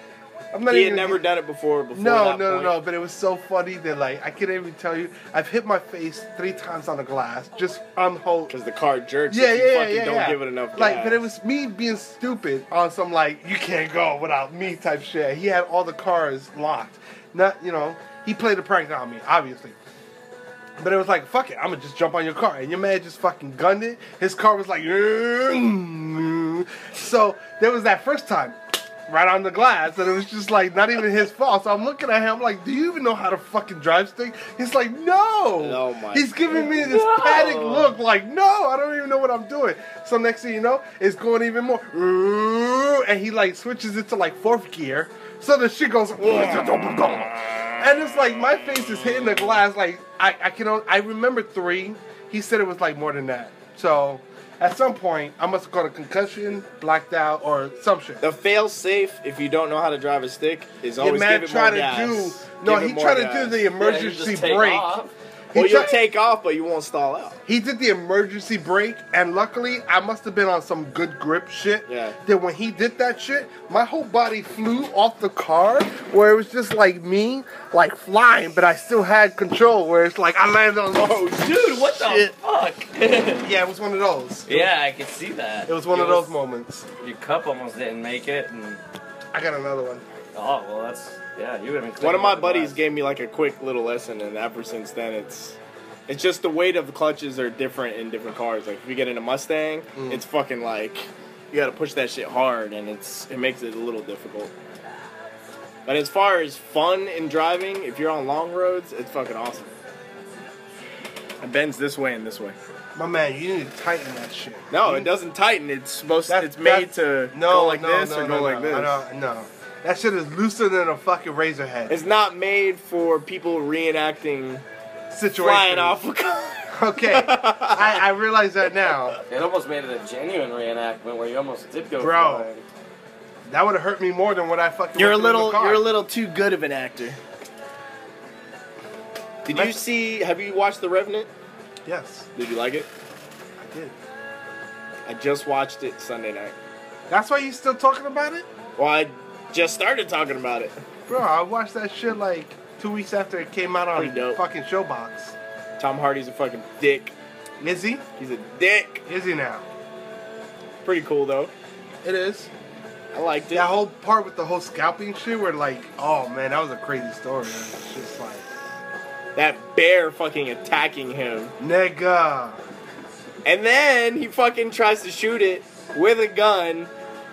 [SPEAKER 6] I'm not
[SPEAKER 4] he had
[SPEAKER 6] even
[SPEAKER 4] never done it before. Before
[SPEAKER 6] No,
[SPEAKER 4] that
[SPEAKER 6] no, no,
[SPEAKER 4] point.
[SPEAKER 6] no, but it was so funny that like I can't even tell you. I've hit my face three times on the glass, just on hold.
[SPEAKER 4] because the car jerks.
[SPEAKER 6] Yeah,
[SPEAKER 4] if you
[SPEAKER 6] yeah, yeah,
[SPEAKER 4] fucking
[SPEAKER 6] yeah,
[SPEAKER 4] Don't
[SPEAKER 6] yeah.
[SPEAKER 4] give it enough.
[SPEAKER 6] Like,
[SPEAKER 4] gas.
[SPEAKER 6] but it was me being stupid on some like you can't go without me type shit. He had all the cars locked. Not you know he played a prank on me, obviously. But it was like fuck it, I'm gonna just jump on your car, and your man just fucking gunned it. His car was like, so there was that first time. Right on the glass, and it was just like not even his fault. So I'm looking at him like, "Do you even know how to fucking drive stick?" He's like, "No."
[SPEAKER 4] Oh my
[SPEAKER 6] He's giving me this panic look, like, no, I don't even know what I'm doing. So next thing you know, it's going even more. Ooh, And he like switches it to like fourth gear. So the shit goes and it's like my face is hitting the glass. Like I, I can only, I remember three. He said it was like more than that. So at some point I must have got a concussion, blacked out, or some shit.
[SPEAKER 4] the fail safe if you don't know how to drive a stick is
[SPEAKER 6] Your
[SPEAKER 4] always
[SPEAKER 6] man
[SPEAKER 4] give it more
[SPEAKER 6] tried to
[SPEAKER 4] gas.
[SPEAKER 6] do no,
[SPEAKER 4] Give it
[SPEAKER 6] he
[SPEAKER 4] more
[SPEAKER 6] tried to
[SPEAKER 4] gas.
[SPEAKER 6] do the emergency
[SPEAKER 5] take
[SPEAKER 6] brake.
[SPEAKER 5] off.
[SPEAKER 6] He
[SPEAKER 4] Well, you'll
[SPEAKER 6] tried-
[SPEAKER 4] take off, but you won't stall out.
[SPEAKER 6] He did the emergency brake, and luckily, I must have been on some good grip shit.
[SPEAKER 4] Yeah.
[SPEAKER 6] That when he did that shit, my whole body flew off the car, where it was just like me, like flying, but I still had control. Where it's like I landed on.
[SPEAKER 5] Oh, dude, what the
[SPEAKER 6] Shit.
[SPEAKER 5] fuck?
[SPEAKER 6] Yeah, it was one of those.
[SPEAKER 8] Yeah, I could see that.
[SPEAKER 6] It was one of
[SPEAKER 8] Yours-
[SPEAKER 6] those moments.
[SPEAKER 8] Your cup almost didn't make it, and
[SPEAKER 6] I got another one.
[SPEAKER 8] oh well, that's yeah. You would have been.
[SPEAKER 4] One of my buddies gave me like a quick little lesson, and ever since then, it's it's just the weight of the clutches are different in different cars. Like if you get in a Mustang,
[SPEAKER 6] Mm.
[SPEAKER 4] it's fucking like you got to push that shit hard, and it's it makes it a little difficult. But as far as fun in driving, if you're on long roads, it's fucking awesome. It bends this way and this way.
[SPEAKER 6] My man, you need to tighten that shit.
[SPEAKER 4] No, it doesn't tighten. It's supposed.
[SPEAKER 6] That-
[SPEAKER 4] it's made
[SPEAKER 6] that-
[SPEAKER 4] to
[SPEAKER 6] no,
[SPEAKER 4] go like
[SPEAKER 6] no,
[SPEAKER 4] this
[SPEAKER 6] no,
[SPEAKER 4] or
[SPEAKER 6] no,
[SPEAKER 4] go
[SPEAKER 6] no,
[SPEAKER 4] like this.
[SPEAKER 6] I don't- No, that shit is looser than a fucking razor head.
[SPEAKER 4] It's not made for people reenacting
[SPEAKER 6] Situation.
[SPEAKER 4] flying off a car.
[SPEAKER 6] Okay, I, I realize that now.
[SPEAKER 5] It almost made it a genuine reenactment where you almost did go.
[SPEAKER 6] Bro.
[SPEAKER 5] flying.
[SPEAKER 6] That would have hurt me more than what I fucking.
[SPEAKER 4] You're a
[SPEAKER 6] went through in
[SPEAKER 4] little
[SPEAKER 6] the car.
[SPEAKER 4] you're a little too good of an actor. Did you see have you watched The Revenant?
[SPEAKER 6] Yes,
[SPEAKER 4] Did you like it?
[SPEAKER 6] I did.
[SPEAKER 4] I just watched it Sunday night.
[SPEAKER 6] That's why you still talking about it,
[SPEAKER 4] Well, I just started talking about it.
[SPEAKER 6] bro. I watched that shit like two weeks after it came out on
[SPEAKER 4] Pretty dope.
[SPEAKER 6] fucking Showbox.
[SPEAKER 4] Tom Hardy's a fucking dick.
[SPEAKER 6] Is he?
[SPEAKER 4] He's a dick.
[SPEAKER 6] Is he now?
[SPEAKER 4] Pretty cool though.
[SPEAKER 6] It is.
[SPEAKER 4] I liked it.
[SPEAKER 6] That whole part with the whole scalping shit, where like, oh man, that was a crazy story. Man. It's just like,
[SPEAKER 4] That bear fucking attacking him.
[SPEAKER 6] nigga,
[SPEAKER 4] And then he fucking tries to shoot it with a gun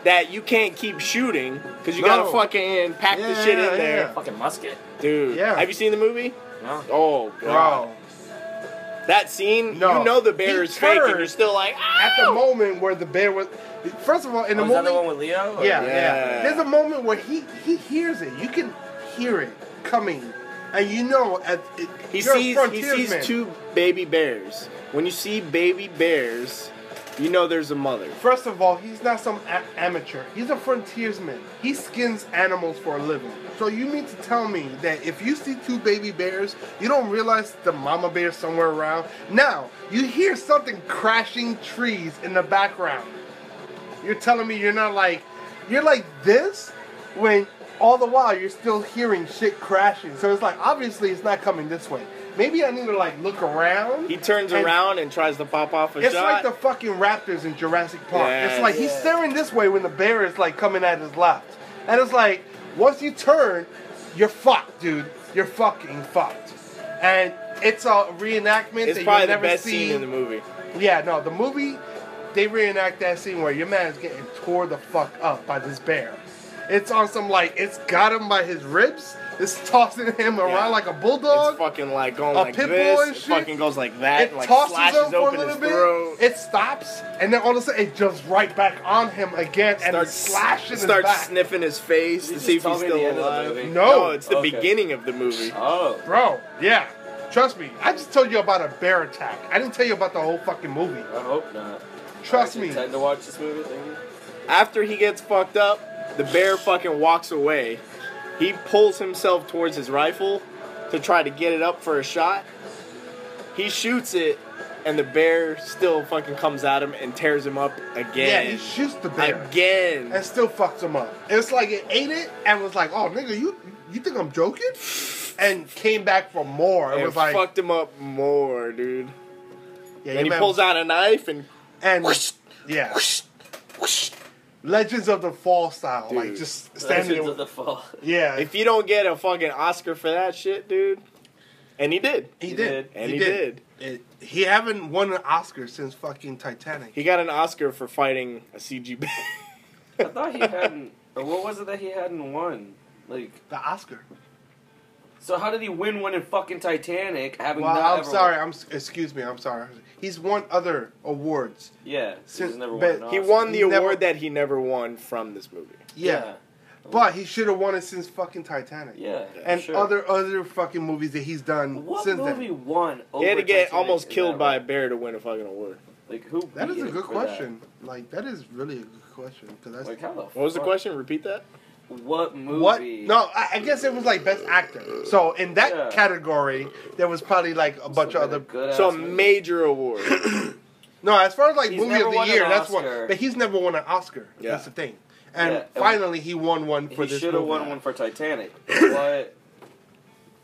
[SPEAKER 4] that you can't keep shooting because you
[SPEAKER 6] No.
[SPEAKER 4] gotta fucking pack the
[SPEAKER 6] Yeah,
[SPEAKER 4] shit in
[SPEAKER 6] yeah,
[SPEAKER 4] there.
[SPEAKER 6] yeah.
[SPEAKER 8] fucking musket.
[SPEAKER 4] Dude,
[SPEAKER 6] Yeah.
[SPEAKER 4] have you seen the movie?
[SPEAKER 8] No.
[SPEAKER 4] Oh, God.
[SPEAKER 6] bro.
[SPEAKER 4] That scene,
[SPEAKER 6] No.
[SPEAKER 4] you know the
[SPEAKER 6] He
[SPEAKER 4] bear is fake, and
[SPEAKER 6] turned.
[SPEAKER 4] you're still like, "Ah!"
[SPEAKER 6] At
[SPEAKER 4] "Ow!"
[SPEAKER 6] the moment where the bear was, first of all, in the
[SPEAKER 8] Oh, is that
[SPEAKER 6] moment,
[SPEAKER 8] the one with Leo? Or-
[SPEAKER 6] Yeah, yeah,
[SPEAKER 4] Yeah.
[SPEAKER 6] There's a moment where he he hears it. You can hear it coming, and you know at it,
[SPEAKER 4] he
[SPEAKER 6] you're
[SPEAKER 4] sees
[SPEAKER 6] a
[SPEAKER 4] he sees
[SPEAKER 6] frontiersman.
[SPEAKER 4] two baby bears. When you see baby bears, You know there's a mother.
[SPEAKER 6] First of all, he's not some a- amateur. He's a frontiersman. He skins animals for a living. So you mean to tell me that if you see two baby bears, you don't realize the mama bear somewhere around? Now, you hear something crashing trees in the background. You're telling me you're not like you're like this when all the while you're still hearing shit crashing. So it's like obviously it's not coming this way. Maybe I need to like look around.
[SPEAKER 4] He turns
[SPEAKER 6] and-
[SPEAKER 4] around and tries to pop off a
[SPEAKER 6] it's
[SPEAKER 4] shot.
[SPEAKER 6] like the fucking raptors in Jurassic Park.
[SPEAKER 4] Yes.
[SPEAKER 6] It's like he's staring this way when the bear is like coming at his left. And it's like, once you turn, you're fucked, dude. You're fucking fucked. And it's a reenactment
[SPEAKER 4] it's
[SPEAKER 6] that
[SPEAKER 4] probably
[SPEAKER 6] you'll
[SPEAKER 4] the
[SPEAKER 6] never
[SPEAKER 4] best
[SPEAKER 6] see.
[SPEAKER 4] scene in the movie.
[SPEAKER 6] Yeah, no, the movie, they reenact that scene where your man is getting tore the fuck up by this bear. It's on some like, it's got him by his ribs. It's tossing him around
[SPEAKER 4] Yeah.
[SPEAKER 6] like a
[SPEAKER 4] It's
[SPEAKER 6] bulldog.
[SPEAKER 4] fucking like going
[SPEAKER 6] A
[SPEAKER 4] like
[SPEAKER 6] pit bull
[SPEAKER 4] this.
[SPEAKER 6] and
[SPEAKER 4] It
[SPEAKER 6] shit.
[SPEAKER 4] fucking goes like that.
[SPEAKER 6] It
[SPEAKER 4] and, like
[SPEAKER 6] tosses
[SPEAKER 4] slashes
[SPEAKER 6] him for a
[SPEAKER 4] open his
[SPEAKER 6] little bit.
[SPEAKER 4] throat.
[SPEAKER 6] It stops, and then all of a sudden it jumps right back on him again and
[SPEAKER 4] starts
[SPEAKER 6] it's slashing his
[SPEAKER 4] starts
[SPEAKER 6] back.
[SPEAKER 4] sniffing his face to
[SPEAKER 9] just
[SPEAKER 4] see if
[SPEAKER 9] told
[SPEAKER 4] he's
[SPEAKER 9] me the
[SPEAKER 4] still
[SPEAKER 9] end of the
[SPEAKER 4] alive.
[SPEAKER 9] movie.
[SPEAKER 6] No.
[SPEAKER 4] it's the
[SPEAKER 9] Okay.
[SPEAKER 4] beginning of the movie.
[SPEAKER 9] Oh.
[SPEAKER 6] Bro, yeah. Trust me, I just told you about a bear attack. I didn't tell you about the whole fucking movie.
[SPEAKER 9] I hope not.
[SPEAKER 6] Trust
[SPEAKER 9] I
[SPEAKER 6] me.
[SPEAKER 9] intend to watch this movie. Thank you.
[SPEAKER 4] After he gets fucked up, the bear fucking walks away. He pulls himself towards his rifle to try to get it up for a shot. He shoots it, and the bear still fucking comes at him and tears him up
[SPEAKER 6] Yeah,
[SPEAKER 4] again.
[SPEAKER 6] he shoots the bear
[SPEAKER 4] again.
[SPEAKER 6] and still fucks him up. It's like it ate it and was like, "Oh, nigga, you you think I'm joking?" And came back for more. It
[SPEAKER 4] And
[SPEAKER 6] was like,
[SPEAKER 4] fucked him up more, dude.
[SPEAKER 6] yeah,
[SPEAKER 4] And
[SPEAKER 6] you
[SPEAKER 4] he
[SPEAKER 6] man-
[SPEAKER 4] pulls out a knife and
[SPEAKER 6] and yeah, Legends of the Fall style, like
[SPEAKER 4] Dude.
[SPEAKER 6] just standing.
[SPEAKER 9] Legends
[SPEAKER 6] there
[SPEAKER 9] of the Fall.
[SPEAKER 6] with- yeah,
[SPEAKER 4] If you don't get a fucking Oscar for that shit, dude, and he did,
[SPEAKER 6] He,
[SPEAKER 9] He
[SPEAKER 6] did.
[SPEAKER 9] did.
[SPEAKER 4] and he, did.
[SPEAKER 6] It, he haven't won an Oscar since fucking Titanic.
[SPEAKER 4] He got an Oscar for fighting a CG bear.
[SPEAKER 9] I thought he hadn't. Or what was it that he hadn't won? Like,
[SPEAKER 6] the Oscar.
[SPEAKER 9] so how did he win one in fucking Titanic? Having
[SPEAKER 6] Well,
[SPEAKER 9] not
[SPEAKER 6] I'm
[SPEAKER 9] ever
[SPEAKER 6] sorry.
[SPEAKER 9] Won?
[SPEAKER 6] I'm s- excuse me. I'm sorry. He's won other awards.
[SPEAKER 9] Yeah,
[SPEAKER 6] Since-
[SPEAKER 9] since never won.
[SPEAKER 6] but
[SPEAKER 9] an
[SPEAKER 4] he
[SPEAKER 9] Oscar.
[SPEAKER 4] won the
[SPEAKER 6] He never-
[SPEAKER 4] award that he never won from this movie.
[SPEAKER 6] Yeah, but he should have won it since fucking Titanic.
[SPEAKER 9] Yeah.
[SPEAKER 6] and
[SPEAKER 9] sure.
[SPEAKER 6] other other fucking movies that he's done
[SPEAKER 9] What
[SPEAKER 6] since
[SPEAKER 9] movie
[SPEAKER 6] then.
[SPEAKER 9] won? Over
[SPEAKER 4] He had to get
[SPEAKER 9] Titanic
[SPEAKER 4] almost
[SPEAKER 9] in
[SPEAKER 4] killed
[SPEAKER 9] that
[SPEAKER 4] by a
[SPEAKER 9] way?
[SPEAKER 4] bear to win a fucking award.
[SPEAKER 9] Like who?
[SPEAKER 6] That
[SPEAKER 9] beat
[SPEAKER 6] is a
[SPEAKER 9] it
[SPEAKER 6] good
[SPEAKER 9] for that?
[SPEAKER 6] question. Like that is really a good question because that's
[SPEAKER 9] Like how the?
[SPEAKER 4] What was the
[SPEAKER 9] fuck-
[SPEAKER 4] question? Repeat that.
[SPEAKER 9] What movie?
[SPEAKER 6] what? No, I, I guess it was like best actor. So in that
[SPEAKER 9] Yeah.
[SPEAKER 6] category, there was probably like a bunch of other.
[SPEAKER 9] good
[SPEAKER 4] So a major award.
[SPEAKER 6] No, as far as like
[SPEAKER 9] He's
[SPEAKER 6] movie
[SPEAKER 9] never
[SPEAKER 6] of the
[SPEAKER 9] won an
[SPEAKER 6] year, that's
[SPEAKER 9] Oscar.
[SPEAKER 6] one. But he's never won an Oscar.
[SPEAKER 4] Yeah.
[SPEAKER 6] That's the thing. And
[SPEAKER 9] Yeah, and
[SPEAKER 6] finally, he won one for
[SPEAKER 9] he
[SPEAKER 6] this
[SPEAKER 9] should
[SPEAKER 6] movie.
[SPEAKER 9] have won one for Titanic. What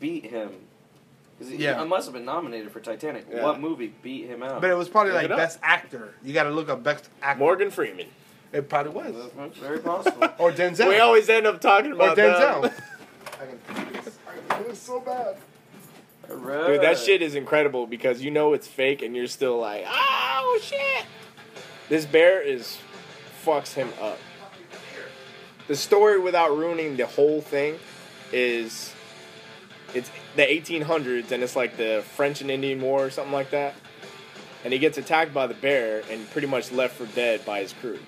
[SPEAKER 9] beat him? 'Cause He,
[SPEAKER 6] Yeah.
[SPEAKER 9] I must have been nominated for Titanic.
[SPEAKER 4] Yeah.
[SPEAKER 9] What movie beat him out?
[SPEAKER 6] But it was probably
[SPEAKER 4] Look
[SPEAKER 6] like
[SPEAKER 4] it up.
[SPEAKER 6] best actor. You got to look up best actor.
[SPEAKER 4] Morgan Freeman.
[SPEAKER 6] It probably was.
[SPEAKER 9] That's very possible.
[SPEAKER 6] Or Denzel.
[SPEAKER 4] We always end up talking
[SPEAKER 6] or
[SPEAKER 4] about that.
[SPEAKER 6] Denzel. I can do this. I can do this so bad.
[SPEAKER 4] Dude, that
[SPEAKER 9] Alright.
[SPEAKER 4] shit is incredible because you know it's fake and you're still like, oh shit. This bear is fucks him up. The story without ruining the whole thing is it's the 1800s and it's like the French and Indian War or something like that. And he gets attacked by the bear and pretty much left for dead by his crew.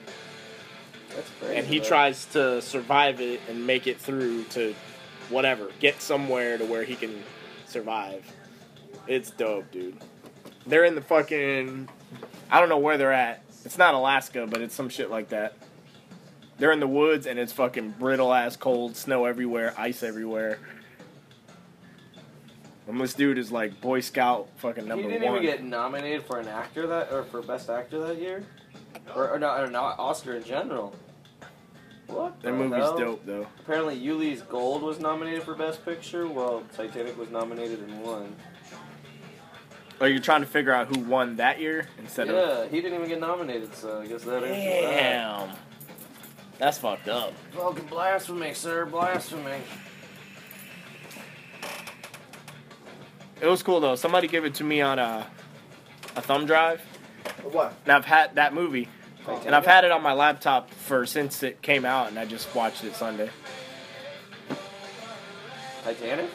[SPEAKER 9] That's crazy.
[SPEAKER 4] And he
[SPEAKER 9] though.
[SPEAKER 4] tries to survive it and make it through to whatever, get somewhere to where he can survive. It's dope, dude. They're in the fucking I don't know where they're at. It's not Alaska, but it's some shit like that. They're in the woods and it's fucking brittle ass cold, snow everywhere, ice everywhere. And this dude is like Boy Scout fucking
[SPEAKER 9] He
[SPEAKER 4] number
[SPEAKER 9] didn't even
[SPEAKER 4] one.
[SPEAKER 9] get nominated for an actor that, or for best actor that year, or, or not, or not Oscar in general. What? the
[SPEAKER 4] that movie's
[SPEAKER 9] hell?
[SPEAKER 4] dope though.
[SPEAKER 9] Apparently, Yuli's Gold was nominated for best picture. Well, Titanic was nominated and won.
[SPEAKER 4] Are you trying to figure out who won that year instead of
[SPEAKER 9] Yeah, he didn't even get nominated, so I guess that is.
[SPEAKER 5] Damn. That's fucked up.
[SPEAKER 9] Vulcan blasphemy, sir, blasphemy.
[SPEAKER 4] It was cool though. Somebody gave it to me on a, a thumb drive,
[SPEAKER 6] What?
[SPEAKER 4] and I've had that movie, and I've had it on my laptop for since it came out, and I just watched it Sunday.
[SPEAKER 9] Titanic?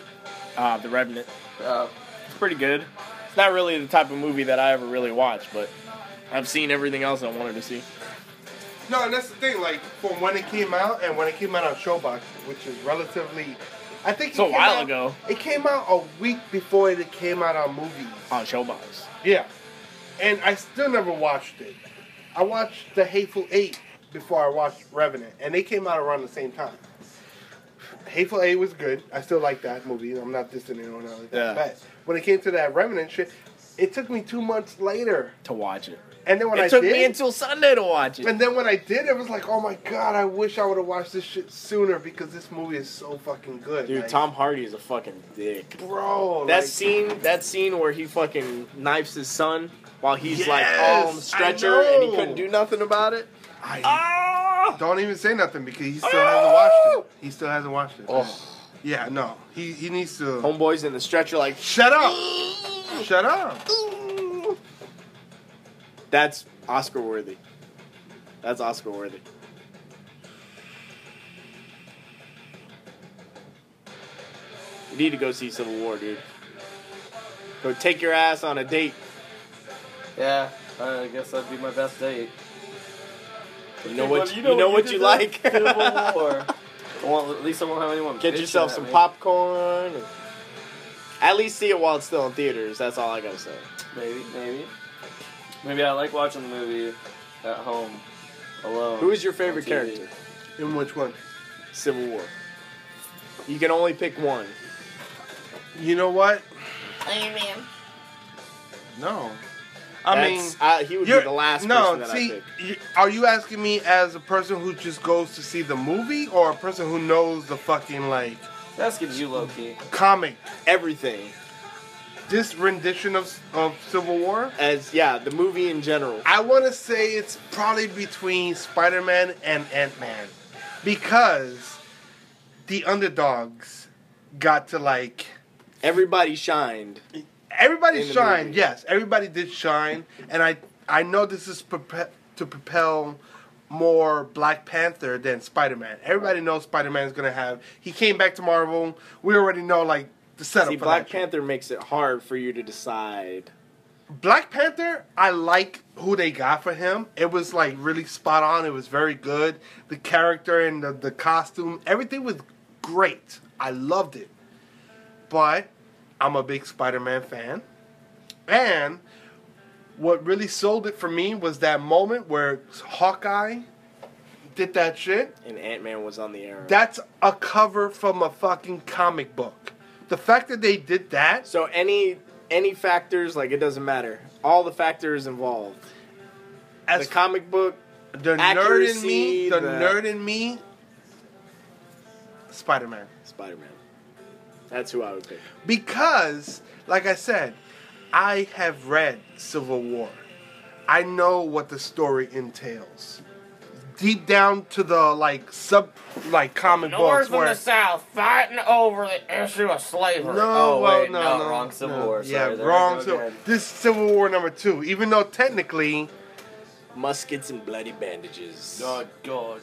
[SPEAKER 4] Uh, the Revenant.
[SPEAKER 9] Oh,
[SPEAKER 4] It's pretty good. It's not really the type of movie that I ever really watch, but I've seen everything else I wanted to see.
[SPEAKER 6] No, and that's the thing. Like from when it came out and when it came out on Showbox, which is relatively, I think
[SPEAKER 4] It's a
[SPEAKER 6] it came
[SPEAKER 4] while
[SPEAKER 6] out-
[SPEAKER 4] ago.
[SPEAKER 6] It came out a week before it came out on movies.
[SPEAKER 4] On Showbox.
[SPEAKER 6] Yeah, and I still never watched it. I watched The Hateful Eight before I watched Revenant, and they came out around the same time. Hateful Eight was good. I still like that movie. I'm not dissing anyone else. Like that.
[SPEAKER 4] Yeah.
[SPEAKER 6] But when it came to that Revenant shit, it took me two months later.
[SPEAKER 4] to watch it.
[SPEAKER 6] And then when
[SPEAKER 4] it
[SPEAKER 6] I
[SPEAKER 4] took
[SPEAKER 6] did,
[SPEAKER 4] me until Sunday to watch it.
[SPEAKER 6] and then when I did, it was like, oh my god, I wish I would have watched this shit sooner because this movie is so fucking good.
[SPEAKER 4] Dude,
[SPEAKER 6] Like,
[SPEAKER 4] Tom Hardy is a fucking dick.
[SPEAKER 6] bro,
[SPEAKER 4] That
[SPEAKER 6] like-
[SPEAKER 4] scene, that scene where he fucking knifes his son while he's like
[SPEAKER 6] Yes,
[SPEAKER 4] on
[SPEAKER 6] I
[SPEAKER 4] the stretcher and he
[SPEAKER 6] know.
[SPEAKER 4] couldn't do nothing about it.
[SPEAKER 6] I
[SPEAKER 4] Ah!
[SPEAKER 6] don't even say nothing because he still hasn't watched it. He still hasn't watched it.
[SPEAKER 4] Oh,
[SPEAKER 6] Yeah, no, he he needs to.
[SPEAKER 4] homeboys in the stretcher like
[SPEAKER 6] Shut up! Shut up!
[SPEAKER 4] that's Oscar worthy. That's Oscar worthy. You need to go see Civil War, dude. Go take your ass on a date.
[SPEAKER 9] Yeah, I guess that'd be my best date.
[SPEAKER 4] You know what you, know what you like.
[SPEAKER 9] Civil War. I won't- at least I won't have anyone.
[SPEAKER 4] Get
[SPEAKER 9] bitching
[SPEAKER 4] yourself
[SPEAKER 9] at
[SPEAKER 4] some
[SPEAKER 9] me.
[SPEAKER 4] popcorn. and- At least see it while it's still in theaters. That's all I gotta say.
[SPEAKER 9] Maybe, maybe, maybe I like watching the movie at home alone.
[SPEAKER 4] Who is your
[SPEAKER 9] on
[SPEAKER 4] favorite
[SPEAKER 9] TV.
[SPEAKER 4] character?
[SPEAKER 6] In which one?
[SPEAKER 4] Civil War. You can only pick one.
[SPEAKER 6] You know what?
[SPEAKER 7] Iron Man.
[SPEAKER 6] No. I mean,
[SPEAKER 4] That's- I, he would be
[SPEAKER 6] you're-
[SPEAKER 4] the last
[SPEAKER 6] no,
[SPEAKER 4] person that I
[SPEAKER 6] see,
[SPEAKER 4] pick.
[SPEAKER 6] you, are you asking me as a person who just goes to see the movie or a person who knows the fucking like
[SPEAKER 9] That's gives you low key.
[SPEAKER 6] comic?
[SPEAKER 4] Everything
[SPEAKER 6] This rendition of of Civil War.
[SPEAKER 4] as yeah, the movie in general.
[SPEAKER 6] I want to say it's probably between Spider Man and Ant Man because the underdogs got to like.
[SPEAKER 4] Everybody shined.
[SPEAKER 6] Everybody
[SPEAKER 4] in the
[SPEAKER 6] shined,
[SPEAKER 4] movie.
[SPEAKER 6] yes. Everybody did shine, and I I know this is prope- to propel more Black Panther than Spider Man. Everybody knows Spider Man is gonna have. He came back to Marvel. We already know like the setup
[SPEAKER 4] See,
[SPEAKER 6] for
[SPEAKER 4] Black
[SPEAKER 6] that.
[SPEAKER 4] Panther makes it hard for you to decide.
[SPEAKER 6] Black Panther. I like who they got for him. It was like really spot on. It was very good. The character and the, the costume, everything was great. I loved it. But I'm a big Spider Man fan. And what really sold it for me was that moment where Hawkeye did that shit.
[SPEAKER 4] And Ant Man was on the air.
[SPEAKER 6] That's a cover from a fucking comic book. The fact that they did that,
[SPEAKER 4] so any any factors like it doesn't matter. All the factors involved.
[SPEAKER 6] as
[SPEAKER 4] the comic book.
[SPEAKER 6] the nerd in
[SPEAKER 4] accuracy,
[SPEAKER 6] me, the,
[SPEAKER 4] the-
[SPEAKER 6] nerd in me, Spider Man.
[SPEAKER 4] Spider Man. That's who I would pick.
[SPEAKER 6] Because, like I said, I have read Civil War. I know what the story entails. Deep down to the like sub like comic
[SPEAKER 8] North
[SPEAKER 6] books
[SPEAKER 8] and
[SPEAKER 6] where
[SPEAKER 8] the South fighting over the issue of
[SPEAKER 6] no,
[SPEAKER 8] slavery. oh,
[SPEAKER 6] well,
[SPEAKER 8] wait,
[SPEAKER 6] no, no,
[SPEAKER 8] wrong Civil
[SPEAKER 6] no.
[SPEAKER 8] War.
[SPEAKER 6] Yeah,
[SPEAKER 8] Sorry, there I
[SPEAKER 6] wrong.
[SPEAKER 8] go
[SPEAKER 6] Civil.
[SPEAKER 8] again.
[SPEAKER 6] This Civil War number two, even though technically,
[SPEAKER 4] Muskets and bloody bandages.
[SPEAKER 8] Oh God.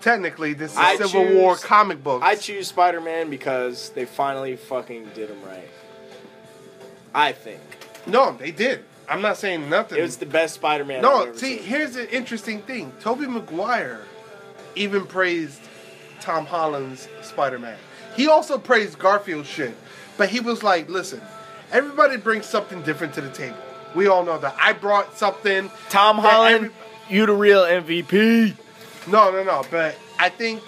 [SPEAKER 6] technically this is
[SPEAKER 4] I
[SPEAKER 6] Civil War
[SPEAKER 4] choose-
[SPEAKER 6] comic books.
[SPEAKER 4] I choose Spider Man because they finally fucking did him right. I think
[SPEAKER 6] no, they did. I'm not saying nothing.
[SPEAKER 4] it was the best Spider Man.
[SPEAKER 6] No, see, here's the interesting thing. Toby Maguire even praised Tom Holland's Spider-Man. He also praised Garfield's shit, but he was like, "Listen, everybody brings something different to the table. We all know that. I brought something.
[SPEAKER 4] Tom
[SPEAKER 6] that
[SPEAKER 4] Holland,
[SPEAKER 6] every-
[SPEAKER 4] you the real MVP.
[SPEAKER 6] no, no, no. But I think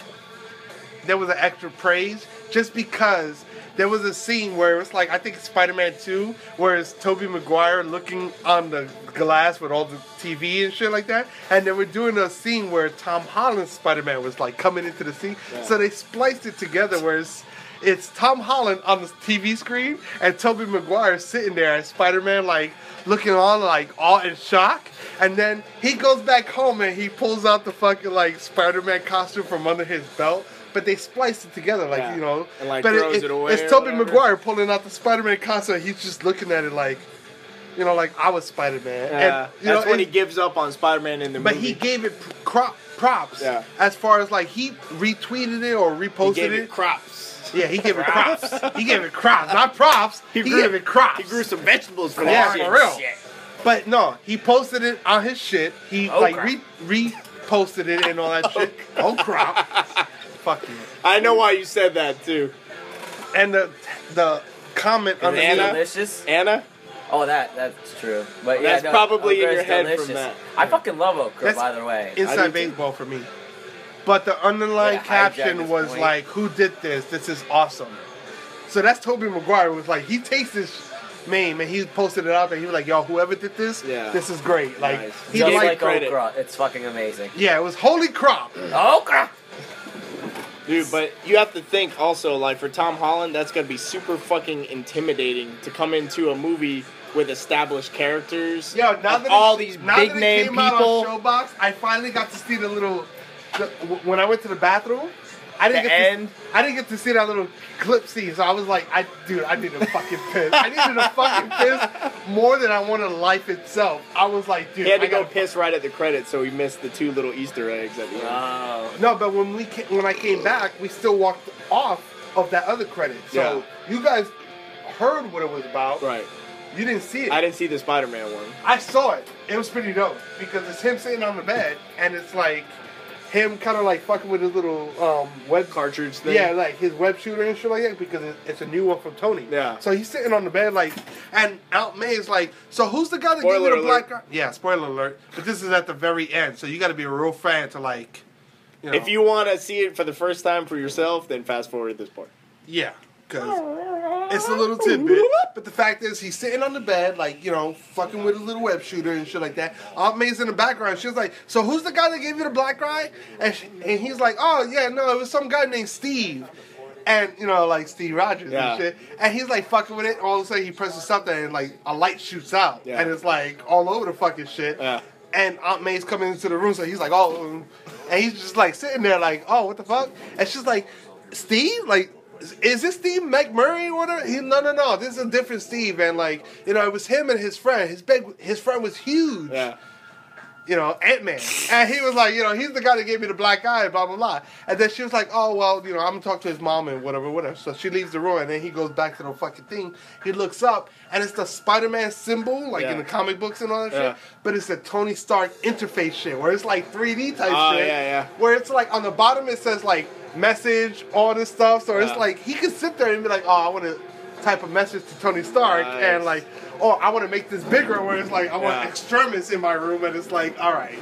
[SPEAKER 6] there was an extra praise just because there was a scene where it's like I think it's Spider-Man 2, where it's Toby Maguire looking on the glass with all the TV and shit like that, and they were doing a scene where Tom Holland's Spider-Man was like coming into the scene, so they spliced it together where it's. It's Tom Holland on the TV screen and Toby Maguire sitting there and Spider-Man like looking on like all in shock. And then he goes back home and he pulls out the fucking like Spider-Man costume from under his belt but they spliced it together, like
[SPEAKER 4] Yeah.
[SPEAKER 6] you know.
[SPEAKER 4] And, like,
[SPEAKER 6] but
[SPEAKER 4] throws it away
[SPEAKER 6] it's
[SPEAKER 4] or
[SPEAKER 6] Tobey
[SPEAKER 4] whatever.
[SPEAKER 6] Maguire pulling out the Spider-Man concert. He's just looking at it like, you know, like I was Spider-Man.
[SPEAKER 4] Yeah,
[SPEAKER 6] and, you
[SPEAKER 4] Uh, that's
[SPEAKER 6] know,
[SPEAKER 4] when
[SPEAKER 6] and-
[SPEAKER 4] he gives up on Spider Man in the
[SPEAKER 6] but
[SPEAKER 4] movie.
[SPEAKER 6] he gave it pr- crop, props
[SPEAKER 4] Yeah.
[SPEAKER 6] as far as like he retweeted it or reposted
[SPEAKER 4] gave
[SPEAKER 6] it.
[SPEAKER 4] it crops.
[SPEAKER 6] yeah, he gave it props. he gave it crops, not props. He, gave it crops.
[SPEAKER 4] He grew some vegetables for
[SPEAKER 6] Yeah,
[SPEAKER 4] that.
[SPEAKER 6] for real. But no, he posted it on his shit. He like re reposted it and all that shit. Oh crap! Fuck you.
[SPEAKER 4] I know why you said that too.
[SPEAKER 6] And the the comment on
[SPEAKER 4] Anna?
[SPEAKER 8] Delicious.
[SPEAKER 4] Anna,
[SPEAKER 8] Oh, that that's true. But yeah,
[SPEAKER 4] That's
[SPEAKER 8] no,
[SPEAKER 4] probably in
[SPEAKER 8] okra
[SPEAKER 4] your
[SPEAKER 8] is
[SPEAKER 4] head from
[SPEAKER 8] delicious.
[SPEAKER 4] that.
[SPEAKER 8] I fucking love okra,
[SPEAKER 6] That's-
[SPEAKER 8] by the way.
[SPEAKER 4] I do
[SPEAKER 6] Inside
[SPEAKER 4] too.
[SPEAKER 6] baseball for me. But the underlying
[SPEAKER 8] Yeah, hijack
[SPEAKER 6] caption
[SPEAKER 8] this
[SPEAKER 6] was
[SPEAKER 8] point.
[SPEAKER 6] like, "Who did this? This is awesome." So that's Toby Maguire was like, he takes this meme and he posted it out there. He was like, "Yo, whoever did this,
[SPEAKER 4] Yeah.
[SPEAKER 6] this is great." Like
[SPEAKER 4] Nice.
[SPEAKER 6] he
[SPEAKER 8] Just
[SPEAKER 4] like
[SPEAKER 8] like
[SPEAKER 6] liked,
[SPEAKER 4] credit.
[SPEAKER 8] okra, it's fucking amazing.
[SPEAKER 6] yeah, it was holy crap.
[SPEAKER 8] Okra.
[SPEAKER 4] Dude, but you have to think also, like for Tom Holland, that's gonna be super fucking intimidating to come into a movie with established characters.
[SPEAKER 6] Yo, now
[SPEAKER 4] and
[SPEAKER 6] that it-
[SPEAKER 4] all these
[SPEAKER 6] now
[SPEAKER 4] big
[SPEAKER 6] that it
[SPEAKER 4] name
[SPEAKER 6] came
[SPEAKER 4] people.
[SPEAKER 6] out on Showbox, I finally got to see the little. The, when I went to the bathroom, I didn't
[SPEAKER 4] The
[SPEAKER 6] get
[SPEAKER 4] end.
[SPEAKER 6] To, I didn't get to see that little clip scene, so I was like, "I dude, I need a fucking piss. I needed a fucking piss more than I wanted life itself." I was like, "Dude,
[SPEAKER 4] he had to
[SPEAKER 6] I
[SPEAKER 4] go
[SPEAKER 6] gotta
[SPEAKER 4] piss right at the credits, so he missed the two little Easter eggs at the end.
[SPEAKER 8] Oh.
[SPEAKER 6] No, but when we ca- when I came back, we still walked off of that other credit. So you guys heard what it was about.
[SPEAKER 4] Right.
[SPEAKER 6] You didn't see it.
[SPEAKER 4] I didn't see the Spider-Man one.
[SPEAKER 6] I saw it. It was pretty dope because it's him sitting on the bed and it's like him kind of like fucking with his little um web
[SPEAKER 4] Cartridge thing.
[SPEAKER 6] Yeah, like his web shooter and shit like that because it- it's a new one from Tony.
[SPEAKER 4] Yeah.
[SPEAKER 6] So he's sitting on the bed like, and Aunt May is like, so who's the guy that
[SPEAKER 4] Spoiler
[SPEAKER 6] gave you the
[SPEAKER 4] alert.
[SPEAKER 6] black eye? Yeah, spoiler alert. But this is at the very end, so you got to be a real fan to like, you know.
[SPEAKER 4] If you want to see it for the first time for yourself, then fast forward this part.
[SPEAKER 6] Yeah, because it's a little tidbit. But the fact is, he's sitting on the bed, like, you know, fucking with his little web shooter and shit like that. Aunt May's in the background. She was like, So who's the guy that gave you the black eye? And, she, and he's like, Oh, yeah, no, it was some guy named Steve. And, you know, like Steve Rogers
[SPEAKER 4] Yeah.
[SPEAKER 6] and shit. And he's like fucking with it. All of a sudden, he presses something and, like, a light shoots out.
[SPEAKER 4] Yeah.
[SPEAKER 6] And it's like all over the fucking shit.
[SPEAKER 4] Yeah.
[SPEAKER 6] And Aunt May's coming into the room, so he's like, oh, and he's just like sitting there, like, oh, what the fuck? And she's like, Steve, like, is this Steve McMurray or whatever? He, no, no, no, this is a different Steve. And like, you know, it was him and his friend. His big, his friend was huge.
[SPEAKER 4] Yeah.
[SPEAKER 6] You know, Ant Man, and he was like, you know, he's the guy that gave me the black eye, blah blah blah. And then she was like, oh well, you know, I'm gonna talk to his mom and whatever, whatever. So she leaves the room, and then he goes back to the fucking thing. He looks up, and it's the Spider Man symbol, like
[SPEAKER 4] Yeah.
[SPEAKER 6] in the comic books and all that
[SPEAKER 4] Yeah.
[SPEAKER 6] shit. But it's the Tony Stark interface shit, where it's like 3D type
[SPEAKER 4] Oh,
[SPEAKER 6] shit.
[SPEAKER 4] yeah, yeah.
[SPEAKER 6] Where it's like on the bottom it says like message, all this stuff. So
[SPEAKER 4] Yeah.
[SPEAKER 6] it's like he could sit there and be like, oh, I want to type a message to Tony Stark,
[SPEAKER 4] Nice.
[SPEAKER 6] and like, oh, I want to make this bigger. Where it's like I want
[SPEAKER 4] Yeah.
[SPEAKER 6] extremists in my room, and it's like, all right,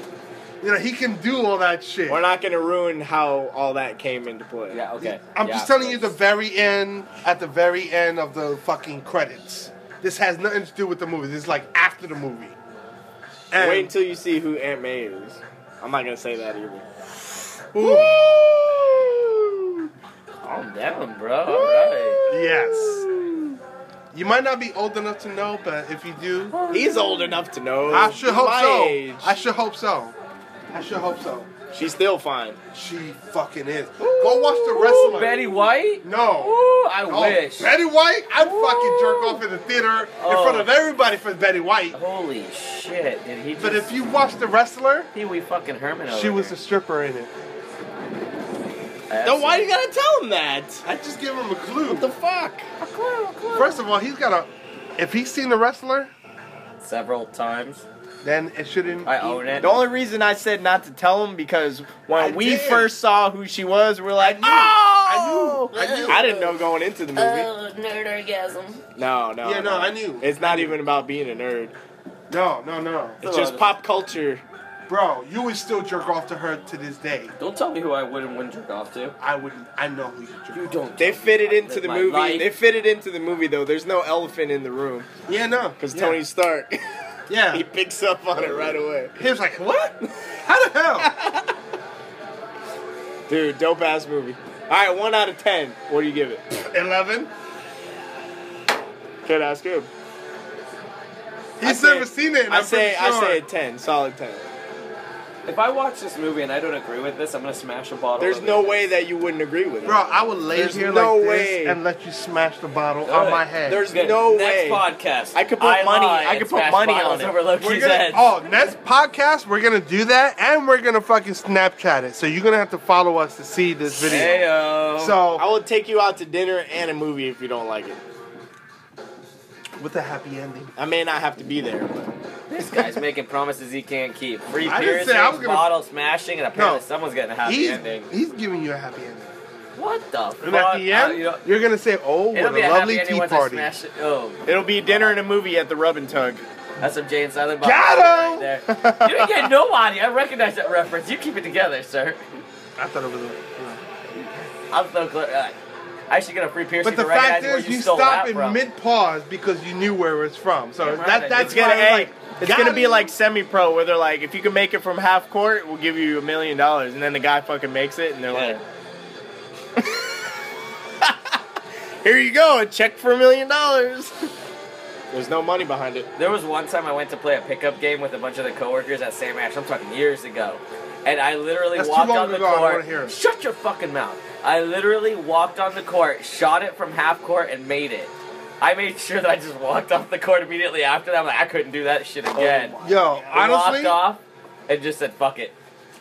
[SPEAKER 6] you know, he can do all that shit.
[SPEAKER 4] We're not gonna ruin how all that came into play.
[SPEAKER 8] Yeah. Okay.
[SPEAKER 6] I'm
[SPEAKER 8] Yeah.
[SPEAKER 6] just telling you the very end, at the very end of the fucking credits. This has nothing to do with the movie. This is like after the movie. And-
[SPEAKER 4] Wait until you see who Aunt May is. I'm not gonna say that either.
[SPEAKER 8] Calm down, bro. All right.
[SPEAKER 6] Yes. You might not be old enough to know, but if you do,
[SPEAKER 4] He's old enough to know.
[SPEAKER 6] I should hope
[SPEAKER 4] Oh, my
[SPEAKER 6] so.
[SPEAKER 4] Age.
[SPEAKER 6] I should hope so. I should hope so.
[SPEAKER 4] She's still fine.
[SPEAKER 6] She fucking is. Go watch the wrestler.
[SPEAKER 8] Betty White.
[SPEAKER 6] No.
[SPEAKER 8] Ooh, I
[SPEAKER 6] No.
[SPEAKER 8] wish.
[SPEAKER 6] Betty White? I'd fucking jerk off in the theater in
[SPEAKER 8] Oh.
[SPEAKER 6] front of everybody for Betty White.
[SPEAKER 8] Holy shit! Did he? Just
[SPEAKER 6] But if you watch the wrestler,
[SPEAKER 8] Pee Wee fucking Herman. Over
[SPEAKER 6] she was a
[SPEAKER 8] here.
[SPEAKER 6] stripper in it.
[SPEAKER 4] No, why you gotta tell him that?
[SPEAKER 6] I just give him a clue.
[SPEAKER 4] The fuck?
[SPEAKER 6] First of all, he's got a. If he's seen the wrestler,
[SPEAKER 8] Several times.
[SPEAKER 6] then it shouldn't.
[SPEAKER 8] I own it.
[SPEAKER 4] The only reason I said not to tell him because when
[SPEAKER 6] I
[SPEAKER 4] we
[SPEAKER 6] did.
[SPEAKER 4] first saw who she was, we were like,
[SPEAKER 6] I
[SPEAKER 4] oh!
[SPEAKER 6] knew. I knew.
[SPEAKER 4] I didn't know going into the movie.
[SPEAKER 9] Uh,
[SPEAKER 7] nerdergasm.
[SPEAKER 4] no, no.
[SPEAKER 6] Yeah, no, I knew.
[SPEAKER 4] It's not even about being a nerd.
[SPEAKER 6] No, no, no.
[SPEAKER 4] It's just pop culture.
[SPEAKER 6] Bro, you would still jerk off to her to this day.
[SPEAKER 9] Don't tell me who I would and wouldn't jerk off to.
[SPEAKER 6] I wouldn't. I know who you jerk.
[SPEAKER 9] You
[SPEAKER 6] off.
[SPEAKER 9] don't.
[SPEAKER 4] They fit it into the
[SPEAKER 9] my
[SPEAKER 4] movie.
[SPEAKER 9] life.
[SPEAKER 4] They fit it into the movie though. There's no elephant in the room
[SPEAKER 6] Yeah, no.
[SPEAKER 4] because
[SPEAKER 6] yeah.
[SPEAKER 4] Tony Stark he
[SPEAKER 6] Yeah.
[SPEAKER 4] picks up on it right away.
[SPEAKER 6] He was like, what? How the hell?
[SPEAKER 4] Dude, dope ass movie. All right, one out of ten. What do you give it?
[SPEAKER 6] Eleven.
[SPEAKER 4] Good ass good.
[SPEAKER 6] He's
[SPEAKER 4] I say-
[SPEAKER 6] never seen it. and
[SPEAKER 4] I
[SPEAKER 6] I'm
[SPEAKER 4] say
[SPEAKER 6] pretty
[SPEAKER 4] I
[SPEAKER 6] sure.
[SPEAKER 4] say a ten, solid ten.
[SPEAKER 9] If I watch this movie and I don't agree with this, I'm gonna smash a bottle.
[SPEAKER 4] There's
[SPEAKER 9] of
[SPEAKER 4] no
[SPEAKER 9] it.
[SPEAKER 4] way that you wouldn't agree with it.
[SPEAKER 6] Bro, I would lay
[SPEAKER 4] There's
[SPEAKER 6] here
[SPEAKER 4] no
[SPEAKER 6] like
[SPEAKER 4] way.
[SPEAKER 6] this and let you smash the bottle
[SPEAKER 9] Good.
[SPEAKER 6] on my head.
[SPEAKER 4] There's
[SPEAKER 9] Good.
[SPEAKER 4] no
[SPEAKER 9] Next
[SPEAKER 4] way.
[SPEAKER 9] podcast.
[SPEAKER 4] I could put money- I could put money on it.
[SPEAKER 8] Over
[SPEAKER 6] We're
[SPEAKER 8] Loki's
[SPEAKER 6] gonna,
[SPEAKER 8] head.
[SPEAKER 6] oh, next podcast we're gonna do that, and we're gonna fucking Snapchat it. So you're gonna have to follow us to see this video.
[SPEAKER 8] Heyo.
[SPEAKER 6] So
[SPEAKER 4] I will take you out to dinner and a movie if you don't like it.
[SPEAKER 6] with a happy ending.
[SPEAKER 4] I may not have to be there, but
[SPEAKER 8] This guy's making promises he can't keep. Free
[SPEAKER 6] I didn't say I was
[SPEAKER 8] piercings,
[SPEAKER 6] gonna-
[SPEAKER 8] bottle smashing, and apparently
[SPEAKER 6] No.
[SPEAKER 8] someone's getting a happy
[SPEAKER 6] He's,
[SPEAKER 8] ending.
[SPEAKER 6] he's giving you a happy ending.
[SPEAKER 8] What the fuck?
[SPEAKER 6] And at the
[SPEAKER 8] I- you
[SPEAKER 6] end,
[SPEAKER 8] know,
[SPEAKER 6] you're gonna say, "Oh,
[SPEAKER 8] it'll
[SPEAKER 6] what
[SPEAKER 8] be
[SPEAKER 6] a lovely
[SPEAKER 8] happy
[SPEAKER 6] tea
[SPEAKER 8] ending
[SPEAKER 6] party."
[SPEAKER 8] Once I smash it. Oh,
[SPEAKER 4] It'll be dinner and a movie at the Rub and Tug.
[SPEAKER 8] that's some Jay and Silent Bob.
[SPEAKER 6] Got
[SPEAKER 8] shit
[SPEAKER 6] him!
[SPEAKER 8] Right there. You didn't get nobody. I recognize that reference. You keep it together, sir.
[SPEAKER 6] I thought it was. A, yeah.
[SPEAKER 8] I'm so clear. Uh, I should get a free piercing
[SPEAKER 6] But the
[SPEAKER 8] to recognize
[SPEAKER 6] fact
[SPEAKER 8] where
[SPEAKER 6] is,
[SPEAKER 8] you
[SPEAKER 6] you
[SPEAKER 8] stole
[SPEAKER 6] stop
[SPEAKER 8] that
[SPEAKER 6] in
[SPEAKER 8] from.
[SPEAKER 6] mid pause because you knew where it's from. So
[SPEAKER 8] right.
[SPEAKER 6] that that's
[SPEAKER 4] It's gonna
[SPEAKER 6] why,
[SPEAKER 4] hey,
[SPEAKER 6] like,
[SPEAKER 4] it's
[SPEAKER 6] got
[SPEAKER 4] gonna be
[SPEAKER 6] him.
[SPEAKER 4] like semi-pro where they're like, if you can make it from half court, we'll give you a million dollars, and then the guy fucking makes it, and they're
[SPEAKER 8] Yeah.
[SPEAKER 4] like, here you go, a check for a million dollars. There's no money behind it.
[SPEAKER 8] There was one time I went to play a pickup game with a bunch of the coworkers at Sam Ash. I'm talking years ago. And I literally
[SPEAKER 6] That's too
[SPEAKER 8] walked
[SPEAKER 6] long
[SPEAKER 8] on the
[SPEAKER 6] ago. I wanna
[SPEAKER 8] court.
[SPEAKER 6] hear it.
[SPEAKER 8] Shut your fucking mouth. I literally walked on the court, shot it from half court, and made it. I made sure that I just walked off the court immediately after that. I'm like, I couldn't do that shit again.
[SPEAKER 6] Yo,
[SPEAKER 8] I
[SPEAKER 6] Oh, honestly,
[SPEAKER 8] walked off and just said, fuck it.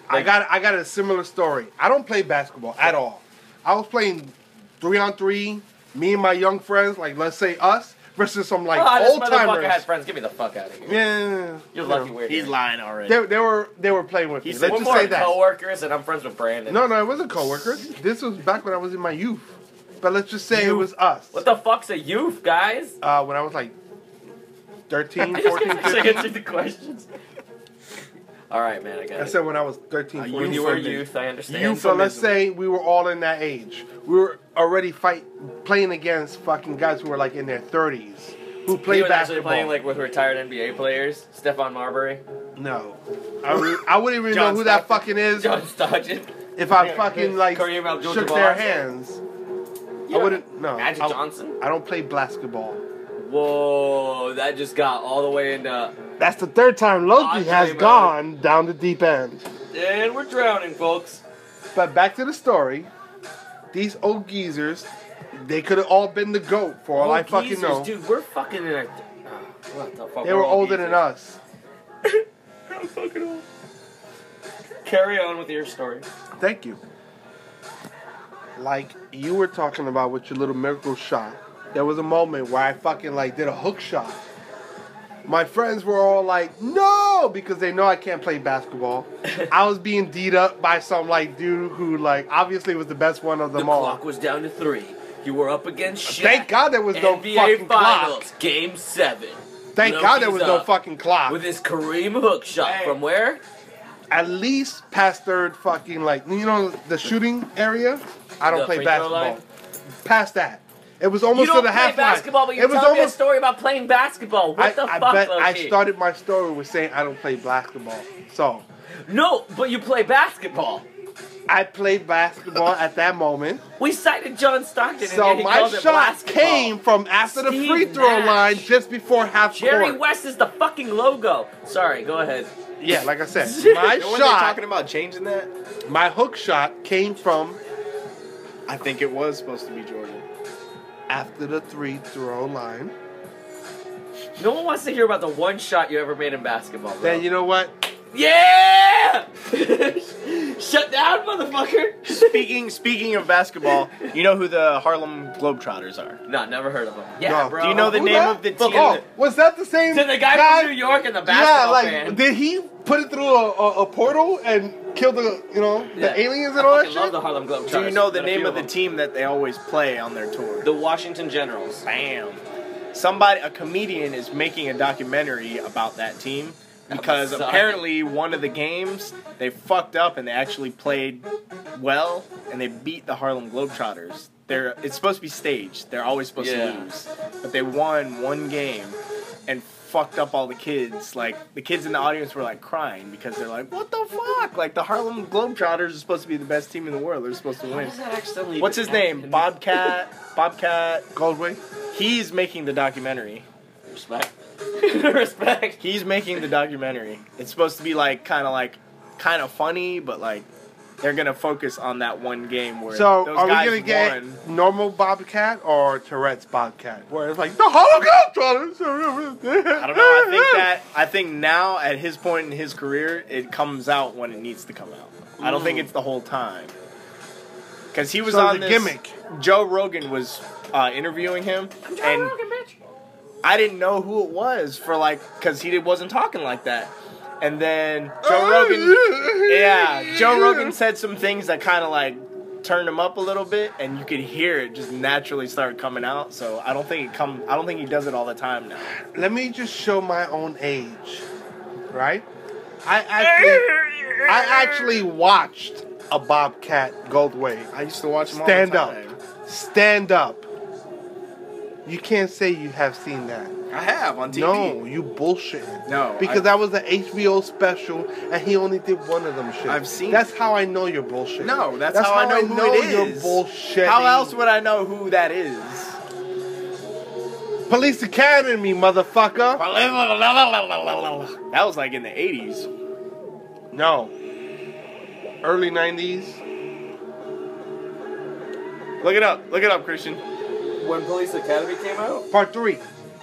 [SPEAKER 6] I got I got a similar story. I don't play basketball at all. I was playing three on three, me and my young friends, like let's say us versus some like
[SPEAKER 8] oh,
[SPEAKER 6] old
[SPEAKER 8] this motherfucker
[SPEAKER 6] timers.
[SPEAKER 8] had friends. Get me the fuck out of here.
[SPEAKER 6] Yeah,
[SPEAKER 8] You're
[SPEAKER 6] you
[SPEAKER 8] lucky
[SPEAKER 6] know.
[SPEAKER 8] we're
[SPEAKER 4] He's
[SPEAKER 8] here.
[SPEAKER 4] lying already.
[SPEAKER 6] They, they were they were playing with me.
[SPEAKER 4] He's-
[SPEAKER 6] Let's
[SPEAKER 8] We're
[SPEAKER 6] just
[SPEAKER 8] more
[SPEAKER 6] say that.
[SPEAKER 8] coworkers, and I'm friends with Brandon.
[SPEAKER 6] No, no, it wasn't coworkers. This was back when I was in my youth. But let's just say it was us.
[SPEAKER 8] What the fuck's a youth, guys?
[SPEAKER 6] Uh, when I was like 13,
[SPEAKER 8] I
[SPEAKER 6] 14,
[SPEAKER 8] just
[SPEAKER 6] 15.
[SPEAKER 8] answered the questions. All right, man. I got
[SPEAKER 6] I
[SPEAKER 8] it.
[SPEAKER 6] said when I was 13,
[SPEAKER 4] Uh,
[SPEAKER 6] 14.
[SPEAKER 8] when you were a
[SPEAKER 4] Euphemism.
[SPEAKER 8] youth, I understand.
[SPEAKER 6] So let's say we were all in that age. We were already fight playing against fucking guys who were like in their 30s who
[SPEAKER 8] he
[SPEAKER 6] play
[SPEAKER 8] was actually
[SPEAKER 6] basketball.
[SPEAKER 8] playing like with retired NBA players, Stefan Marbury,
[SPEAKER 6] no, I, re- I wouldn't even
[SPEAKER 4] John
[SPEAKER 6] know who that
[SPEAKER 4] Stockton.
[SPEAKER 6] fucking is
[SPEAKER 8] John Stockton.
[SPEAKER 6] if I fucking like
[SPEAKER 8] Kareem Abdul-Jabbar.
[SPEAKER 6] shook their hands. I wouldn't. No,
[SPEAKER 8] Magic
[SPEAKER 6] I,
[SPEAKER 8] Johnson.
[SPEAKER 6] I don't play basketball.
[SPEAKER 8] Whoa, that just got all the way into.
[SPEAKER 6] That's the third time Loki
[SPEAKER 8] Andre
[SPEAKER 6] has
[SPEAKER 8] Miller.
[SPEAKER 6] gone down the deep end.
[SPEAKER 8] And we're drowning, folks.
[SPEAKER 6] But back to the story. These old geezers, they could have all been the goat for all I
[SPEAKER 8] Old
[SPEAKER 6] fucking
[SPEAKER 8] Oh, geezers,
[SPEAKER 6] know.
[SPEAKER 8] Dude, we're fucking in our. Oh, what the fuck?
[SPEAKER 6] They were
[SPEAKER 8] all
[SPEAKER 6] older than
[SPEAKER 8] geezers.
[SPEAKER 6] us.
[SPEAKER 8] Carry on with your story.
[SPEAKER 6] Thank you. Like you were talking about with your little miracle shot. There was a moment where I fucking like did a hook shot. My friends were all like, "No," because they know I can't play basketball. I was being D'd up by some like dude who like obviously was the best one of
[SPEAKER 8] The
[SPEAKER 6] them all.
[SPEAKER 8] clock was down to three. You were up against Shaq.
[SPEAKER 6] Thank God there was no
[SPEAKER 8] NBA
[SPEAKER 6] fucking
[SPEAKER 8] Finals,
[SPEAKER 6] clock.
[SPEAKER 8] Game Seven.
[SPEAKER 6] Thank God there
[SPEAKER 8] Loki's
[SPEAKER 6] was no
[SPEAKER 8] up
[SPEAKER 6] fucking clock.
[SPEAKER 8] With his Kareem hook shot from where?
[SPEAKER 6] at least past third fucking like you know the shooting area. I don't
[SPEAKER 8] The
[SPEAKER 6] play
[SPEAKER 8] free throw
[SPEAKER 6] basketball.
[SPEAKER 8] line?
[SPEAKER 6] Past that, it was almost
[SPEAKER 8] you don't
[SPEAKER 6] to the
[SPEAKER 8] play
[SPEAKER 6] half
[SPEAKER 8] basketball,
[SPEAKER 6] line.
[SPEAKER 8] but you
[SPEAKER 6] it was
[SPEAKER 8] tell me a
[SPEAKER 6] almost.
[SPEAKER 8] story about playing basketball. What
[SPEAKER 6] I,
[SPEAKER 8] the
[SPEAKER 6] I
[SPEAKER 8] fuck,
[SPEAKER 6] bet
[SPEAKER 8] Loki?
[SPEAKER 6] I started my story with saying I don't play basketball. So
[SPEAKER 8] No, but you play basketball.
[SPEAKER 6] I played basketball at that moment.
[SPEAKER 8] We cited John Stockton, and
[SPEAKER 6] So
[SPEAKER 8] yet he
[SPEAKER 6] my
[SPEAKER 8] called it
[SPEAKER 6] shot
[SPEAKER 8] basketball.
[SPEAKER 6] came from after the
[SPEAKER 8] Steve
[SPEAKER 6] free throw
[SPEAKER 8] Nash.
[SPEAKER 6] line, just before half
[SPEAKER 8] Jerry
[SPEAKER 6] court.
[SPEAKER 8] West is the fucking logo. Sorry, go ahead.
[SPEAKER 6] Yeah, like I said,
[SPEAKER 4] You
[SPEAKER 6] my
[SPEAKER 4] know when they're
[SPEAKER 6] shot,
[SPEAKER 4] talking about changing that?
[SPEAKER 6] my hook shot came from
[SPEAKER 4] I think it was supposed to be Jordan.
[SPEAKER 6] after the three throw line.
[SPEAKER 8] No one wants to hear about the one shot you ever made in basketball. Bro.
[SPEAKER 6] Then you know what?
[SPEAKER 8] yeah! Shut down, motherfucker.
[SPEAKER 4] Speaking speaking of basketball, you know who the Harlem Globetrotters are?
[SPEAKER 8] no, never heard of him. Yeah,
[SPEAKER 6] No.
[SPEAKER 8] bro.
[SPEAKER 4] Do you know the
[SPEAKER 6] Who
[SPEAKER 4] name
[SPEAKER 6] that?
[SPEAKER 4] of the team?
[SPEAKER 6] Fuck off. was that the same?
[SPEAKER 8] To the guy, from New York and the
[SPEAKER 6] Yeah,
[SPEAKER 8] basketball
[SPEAKER 6] like
[SPEAKER 8] fan.
[SPEAKER 6] did he put it through a, a, a portal and kill the you know the
[SPEAKER 8] Yeah.
[SPEAKER 6] aliens
[SPEAKER 8] I
[SPEAKER 6] and all that
[SPEAKER 8] fucking love
[SPEAKER 6] shit?
[SPEAKER 8] the Harlem Globetrotters.
[SPEAKER 4] Do you know the
[SPEAKER 8] Got a
[SPEAKER 4] name
[SPEAKER 8] few
[SPEAKER 4] of the
[SPEAKER 8] them.
[SPEAKER 4] team that they always play on their tour?
[SPEAKER 9] The Washington Generals.
[SPEAKER 4] Bam. Somebody, a comedian, is making a documentary about that team because
[SPEAKER 8] suck.
[SPEAKER 4] apparently one of the games they fucked up and they actually played well and they beat the Harlem Globetrotters. They're it's supposed to be staged. They're always supposed
[SPEAKER 8] Yeah.
[SPEAKER 4] to lose, but they won one game and fucked up all the kids. Like the kids in the audience were like crying because they're like, "What the fuck?" Like the Harlem Globetrotters are supposed to be the best team in the world. They're supposed to win. What's his name? Bobcat. Bobcat.
[SPEAKER 6] Goldway.
[SPEAKER 4] He's making the documentary.
[SPEAKER 8] Respect. Respect.
[SPEAKER 4] He's making the documentary. It's supposed to be like kind of like kind of funny, but like they're gonna focus on that one game where
[SPEAKER 6] So
[SPEAKER 4] those
[SPEAKER 6] are we
[SPEAKER 4] guys
[SPEAKER 6] gonna get
[SPEAKER 4] won.
[SPEAKER 6] normal Bobcat or Tourette's Bobcat? Where it's like the Holocaust.
[SPEAKER 4] I don't know. I think that I think now at his point in his career, it comes out when it needs to come out. I don't think it's the whole time. Because he was
[SPEAKER 6] Mm. So
[SPEAKER 4] on
[SPEAKER 6] the
[SPEAKER 4] this,
[SPEAKER 6] gimmick.
[SPEAKER 4] Joe Rogan was uh, interviewing him, and I didn't know who it was for like because he wasn't talking like that.
[SPEAKER 6] Oh,
[SPEAKER 4] And then Joe Rogan, yeah, Joe Rogan said some things that kind of like turned him up a little bit, and you could hear it just naturally start coming out. So I don't think it come. I don't think he does it all the time now.
[SPEAKER 6] Let me just show my own age, right? I actually, I actually watched a Bobcat Goldway
[SPEAKER 4] I used to watch him all the
[SPEAKER 6] stand up,
[SPEAKER 4] time.
[SPEAKER 6] stand up. You can't say you have seen that.
[SPEAKER 4] I have on TV.
[SPEAKER 6] No, you bullshitting.
[SPEAKER 4] No,
[SPEAKER 6] because
[SPEAKER 4] I-
[SPEAKER 6] that was an HBO special, and he only did one of them shit.
[SPEAKER 4] I've seen
[SPEAKER 6] That's how I know you're bullshit.
[SPEAKER 4] No, that's, how, I know who it
[SPEAKER 6] You're
[SPEAKER 4] is.
[SPEAKER 6] bullshit.
[SPEAKER 4] How else would I know who that is?
[SPEAKER 6] Police Academy, motherfucker.
[SPEAKER 4] That was like in the eighties.
[SPEAKER 6] No. Early '90s.
[SPEAKER 4] Look it up. Look it up, Christian.
[SPEAKER 9] When Police Academy came out,
[SPEAKER 6] Part three.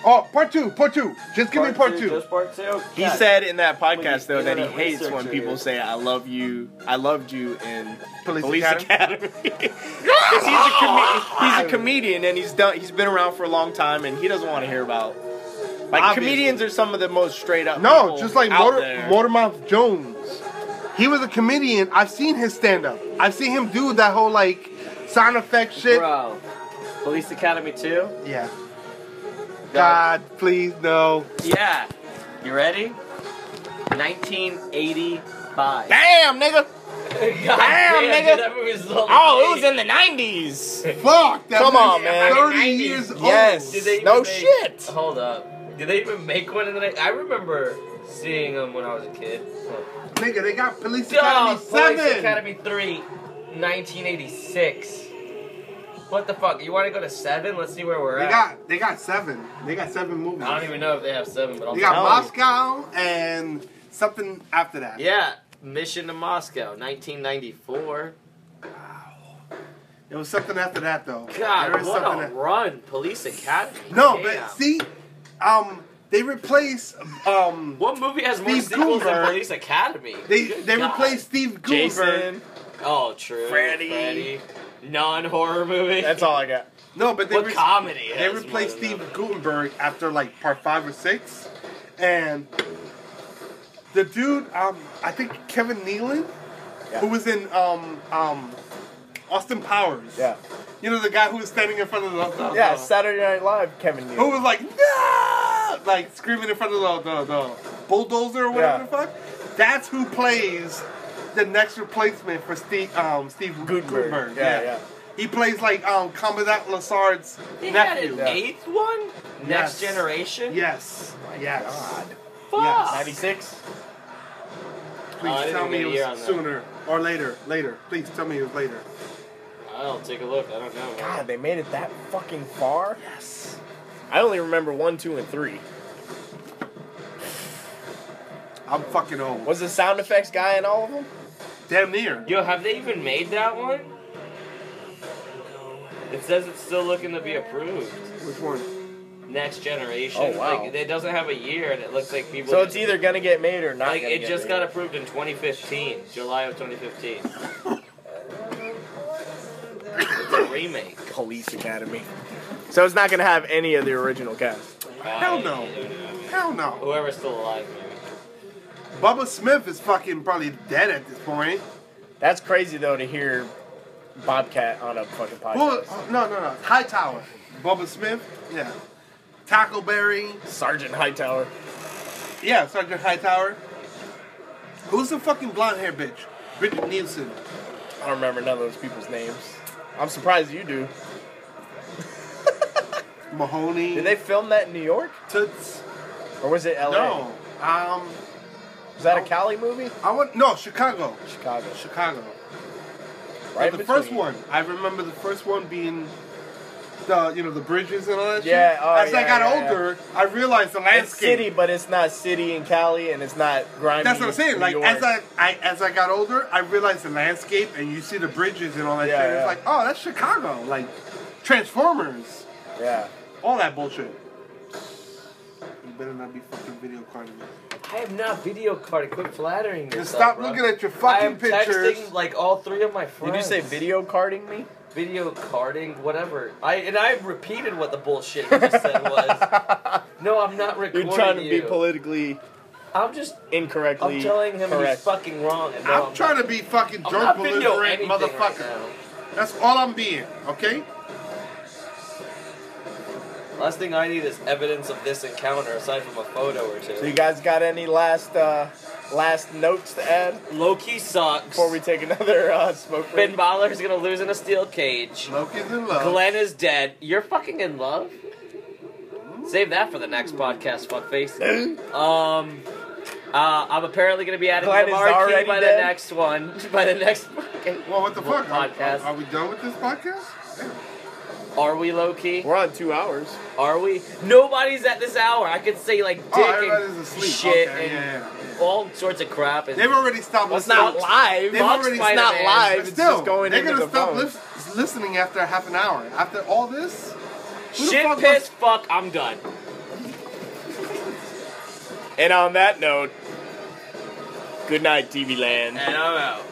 [SPEAKER 6] Oh, part two. Part two. Just give me part two.
[SPEAKER 9] Just part two.
[SPEAKER 4] He
[SPEAKER 9] God.
[SPEAKER 4] said in that
[SPEAKER 9] When
[SPEAKER 4] podcast
[SPEAKER 9] you
[SPEAKER 4] though that he
[SPEAKER 9] internet
[SPEAKER 4] hates when
[SPEAKER 9] researcher.
[SPEAKER 4] people say "I love you," "I loved you" in
[SPEAKER 6] Police
[SPEAKER 4] Police Academy.
[SPEAKER 6] Academy?
[SPEAKER 4] 'Cause he's, a comi- he's a comedian and he's done. He's been around for a long time and he doesn't want to hear about. Like
[SPEAKER 6] Obviously.
[SPEAKER 4] comedians are some of the most straight up.
[SPEAKER 6] No,
[SPEAKER 4] people
[SPEAKER 6] just like
[SPEAKER 4] out
[SPEAKER 6] Water,
[SPEAKER 4] there.
[SPEAKER 6] Watermouth Jones. He was a comedian. I've seen his stand up. I've seen him do that whole like sound effect shit.
[SPEAKER 9] Bro, Police Academy 2?
[SPEAKER 6] Yeah. God, please no.
[SPEAKER 9] Yeah. You ready? 1985.
[SPEAKER 4] Damn, nigga. Damn, nigga.
[SPEAKER 9] That movie's so
[SPEAKER 4] Oh, it was in the nineties.
[SPEAKER 6] Fuck. That
[SPEAKER 4] Come
[SPEAKER 6] man's
[SPEAKER 4] on, man.
[SPEAKER 6] Thirty years old.
[SPEAKER 4] Yes.
[SPEAKER 8] Did they
[SPEAKER 4] No
[SPEAKER 8] even make-
[SPEAKER 4] shit.
[SPEAKER 8] Hold up. Did they even make one in the night? I remember seeing them when I was a kid.
[SPEAKER 6] Nigga, they got Police
[SPEAKER 8] Duh,
[SPEAKER 6] Academy
[SPEAKER 8] Police
[SPEAKER 6] Seven.
[SPEAKER 8] Academy 3, 1986. What the fuck? You want to go to 7? Let's see where we're
[SPEAKER 6] They
[SPEAKER 8] at.
[SPEAKER 6] got they got seven. They got seven movies.
[SPEAKER 8] I don't even know if they have 7, but I'll
[SPEAKER 6] They got
[SPEAKER 4] No.
[SPEAKER 6] Moscow and something after that.
[SPEAKER 8] Yeah, Mission to Moscow, 1994.
[SPEAKER 6] It was something after that though.
[SPEAKER 8] God,
[SPEAKER 6] There is
[SPEAKER 8] what a
[SPEAKER 6] something
[SPEAKER 8] run, Police Academy.
[SPEAKER 6] that- No,
[SPEAKER 8] Damn.
[SPEAKER 6] but see, um, they replace um
[SPEAKER 8] What movie has more
[SPEAKER 6] Steve
[SPEAKER 8] sequels
[SPEAKER 6] Gutenberg.
[SPEAKER 8] than Police Academy?
[SPEAKER 6] They
[SPEAKER 8] Good
[SPEAKER 6] they
[SPEAKER 8] God.
[SPEAKER 6] replaced Steve Gutenberg.
[SPEAKER 4] Jason.
[SPEAKER 8] Oh, true.
[SPEAKER 4] Freddy.
[SPEAKER 8] Non horror movie.
[SPEAKER 4] That's all I got.
[SPEAKER 6] No, but they
[SPEAKER 8] what
[SPEAKER 6] re-
[SPEAKER 8] comedy?
[SPEAKER 6] they
[SPEAKER 8] has
[SPEAKER 6] replaced
[SPEAKER 8] more than
[SPEAKER 6] Steve
[SPEAKER 8] that?
[SPEAKER 6] Gutenberg after like part five or six, and the dude, um, I think Kevin Nealon, who was in um um Austin Powers.
[SPEAKER 4] Yeah.
[SPEAKER 6] You know the guy who was standing in front of the, the
[SPEAKER 4] Yeah,
[SPEAKER 6] the-
[SPEAKER 4] Saturday Night Live, Kevin. Neal.
[SPEAKER 6] who was like no, like screaming in front of the the, the bulldozer or whatever
[SPEAKER 4] Yeah.
[SPEAKER 6] the fuck. That's who plays the next replacement for Steve um Steve
[SPEAKER 4] Gutenberg.
[SPEAKER 6] Gutenberg.
[SPEAKER 4] Yeah, yeah.
[SPEAKER 6] He plays like um Commandant Lasard's
[SPEAKER 8] They had
[SPEAKER 6] nephew.
[SPEAKER 8] an eighth one?
[SPEAKER 6] Yes.
[SPEAKER 8] Next Generation?
[SPEAKER 6] Yes. Yes.
[SPEAKER 8] Fuck.
[SPEAKER 4] Ninety six.
[SPEAKER 6] Please
[SPEAKER 8] I didn't
[SPEAKER 6] tell me
[SPEAKER 8] get a
[SPEAKER 6] it
[SPEAKER 8] year
[SPEAKER 6] was
[SPEAKER 8] on that.
[SPEAKER 6] sooner or later. Later. Please tell me it was later.
[SPEAKER 8] I'll take a look. I don't know.
[SPEAKER 4] God, they made it that fucking far. Yes. I only remember one, two, and three.
[SPEAKER 6] I'm fucking old.
[SPEAKER 4] Was the sound effects guy in all of them?
[SPEAKER 6] Damn near.
[SPEAKER 8] Yo, have they even made that one? It says it's still looking to be approved.
[SPEAKER 6] Which one?
[SPEAKER 8] Next generation.
[SPEAKER 4] Oh, wow.
[SPEAKER 8] Like, it doesn't have a year, and it looks like people.
[SPEAKER 4] So it's
[SPEAKER 8] just-
[SPEAKER 4] either gonna get made or not.
[SPEAKER 8] Like
[SPEAKER 4] gonna
[SPEAKER 8] it
[SPEAKER 4] get
[SPEAKER 8] just
[SPEAKER 4] made.
[SPEAKER 8] got approved in 2015, July of 2015. it's a remake.
[SPEAKER 4] Police Academy. So it's not gonna have any of the original cast.
[SPEAKER 6] Hell no. Hell no.
[SPEAKER 8] Whoever's still alive, maybe.
[SPEAKER 6] Bubba Smith is fucking probably dead at this point.
[SPEAKER 4] That's crazy though to hear Bobcat on a fucking podcast.
[SPEAKER 6] Who? oh, no, no, no. Hightower. Bubba Smith. Yeah. Tackleberry.
[SPEAKER 4] Sergeant Hightower.
[SPEAKER 6] Yeah, Sergeant Hightower. Who's the fucking blonde hair bitch? Bridget Nielsen.
[SPEAKER 4] I don't remember none of those people's names. I'm surprised you do.
[SPEAKER 6] Mahoney.
[SPEAKER 4] Did they film that in New York
[SPEAKER 6] Toots.
[SPEAKER 4] or was it L.A.?
[SPEAKER 6] No. Um.
[SPEAKER 4] Was that a Cali movie?
[SPEAKER 6] I want no Chicago.
[SPEAKER 4] Chicago.
[SPEAKER 6] Chicago.
[SPEAKER 4] Right.
[SPEAKER 6] the first
[SPEAKER 4] between.
[SPEAKER 6] one. I remember the first one being the you know the bridges and all that
[SPEAKER 4] Yeah,
[SPEAKER 6] shit.
[SPEAKER 4] oh,
[SPEAKER 6] As I
[SPEAKER 4] yeah,
[SPEAKER 6] got
[SPEAKER 4] yeah,
[SPEAKER 6] older, I realized the
[SPEAKER 4] It's
[SPEAKER 6] landscape.
[SPEAKER 4] city, but it's not city in Cali, and it's not grimy.
[SPEAKER 6] That's what I'm saying.
[SPEAKER 4] New
[SPEAKER 6] Like
[SPEAKER 4] York.
[SPEAKER 6] as I, I as I got older, I realized the landscape and you see the bridges and all that
[SPEAKER 4] Yeah,
[SPEAKER 6] shit.
[SPEAKER 4] yeah.
[SPEAKER 6] It's like, oh, that's Chicago. Like Transformers,
[SPEAKER 4] yeah.
[SPEAKER 6] all that bullshit. You better not be fucking video carding me.
[SPEAKER 8] I am not video carded. Quit flattering yourself.
[SPEAKER 6] And stop
[SPEAKER 8] bro.
[SPEAKER 6] looking at your
[SPEAKER 8] I
[SPEAKER 6] fucking
[SPEAKER 8] am
[SPEAKER 6] pictures.
[SPEAKER 8] texting like all three of my friends.
[SPEAKER 4] Did you say video carding me?
[SPEAKER 8] Video carding, whatever. I and I repeated what the bullshit you just said was. No, I'm not recording
[SPEAKER 4] You're trying to
[SPEAKER 8] you.
[SPEAKER 4] be politically
[SPEAKER 8] I'm just.
[SPEAKER 4] incorrectly.
[SPEAKER 8] I'm telling him
[SPEAKER 4] correct.
[SPEAKER 8] he's fucking wrong. And no,
[SPEAKER 6] I'm
[SPEAKER 8] not.
[SPEAKER 6] trying to be fucking
[SPEAKER 8] I'm
[SPEAKER 6] drunk
[SPEAKER 8] not video
[SPEAKER 6] belligerent
[SPEAKER 8] anything right
[SPEAKER 6] motherfucker.
[SPEAKER 8] now.
[SPEAKER 6] That's all I'm being, okay?
[SPEAKER 10] Last thing I need is evidence of this encounter, aside from a photo or two.
[SPEAKER 4] So you guys got any last uh, last notes to add
[SPEAKER 8] Loki sucks.
[SPEAKER 4] before we take another uh, smoke break?
[SPEAKER 8] Ben Balor's gonna lose in a steel cage.
[SPEAKER 6] Loki's in love.
[SPEAKER 8] Glenn is dead. You're fucking in love. Save that for the next podcast, fuckface. Um, uh, I'm apparently gonna be out of
[SPEAKER 4] Glenn is already
[SPEAKER 8] by
[SPEAKER 4] dead?
[SPEAKER 8] the next one. By the next fucking.
[SPEAKER 6] well, what the fuck? Are-
[SPEAKER 8] Podcast.
[SPEAKER 6] Are, are we done with this podcast?
[SPEAKER 8] Are we low key?
[SPEAKER 4] We're on two hours.
[SPEAKER 8] Are we? Nobody's at this hour. I could say like dick
[SPEAKER 6] Oh, everybody's
[SPEAKER 8] and
[SPEAKER 6] asleep.
[SPEAKER 8] shit
[SPEAKER 6] okay,
[SPEAKER 8] and
[SPEAKER 6] yeah, yeah, yeah.
[SPEAKER 8] all sorts of crap. And
[SPEAKER 6] They've already stopped
[SPEAKER 4] Well, it's
[SPEAKER 6] listening.
[SPEAKER 4] not live.
[SPEAKER 6] They've already-
[SPEAKER 4] It's not
[SPEAKER 8] Spider-Man.
[SPEAKER 4] live.
[SPEAKER 6] But
[SPEAKER 4] It's
[SPEAKER 6] still,
[SPEAKER 4] just going
[SPEAKER 6] they're
[SPEAKER 4] into
[SPEAKER 6] gonna
[SPEAKER 4] the
[SPEAKER 6] stop
[SPEAKER 4] phone.
[SPEAKER 6] lis- listening after half an hour. After all this, who the
[SPEAKER 8] shit,
[SPEAKER 6] fuck
[SPEAKER 8] piss, fuck. I'm done.
[SPEAKER 4] And on that note, good night, TV Land.
[SPEAKER 8] And I'm out.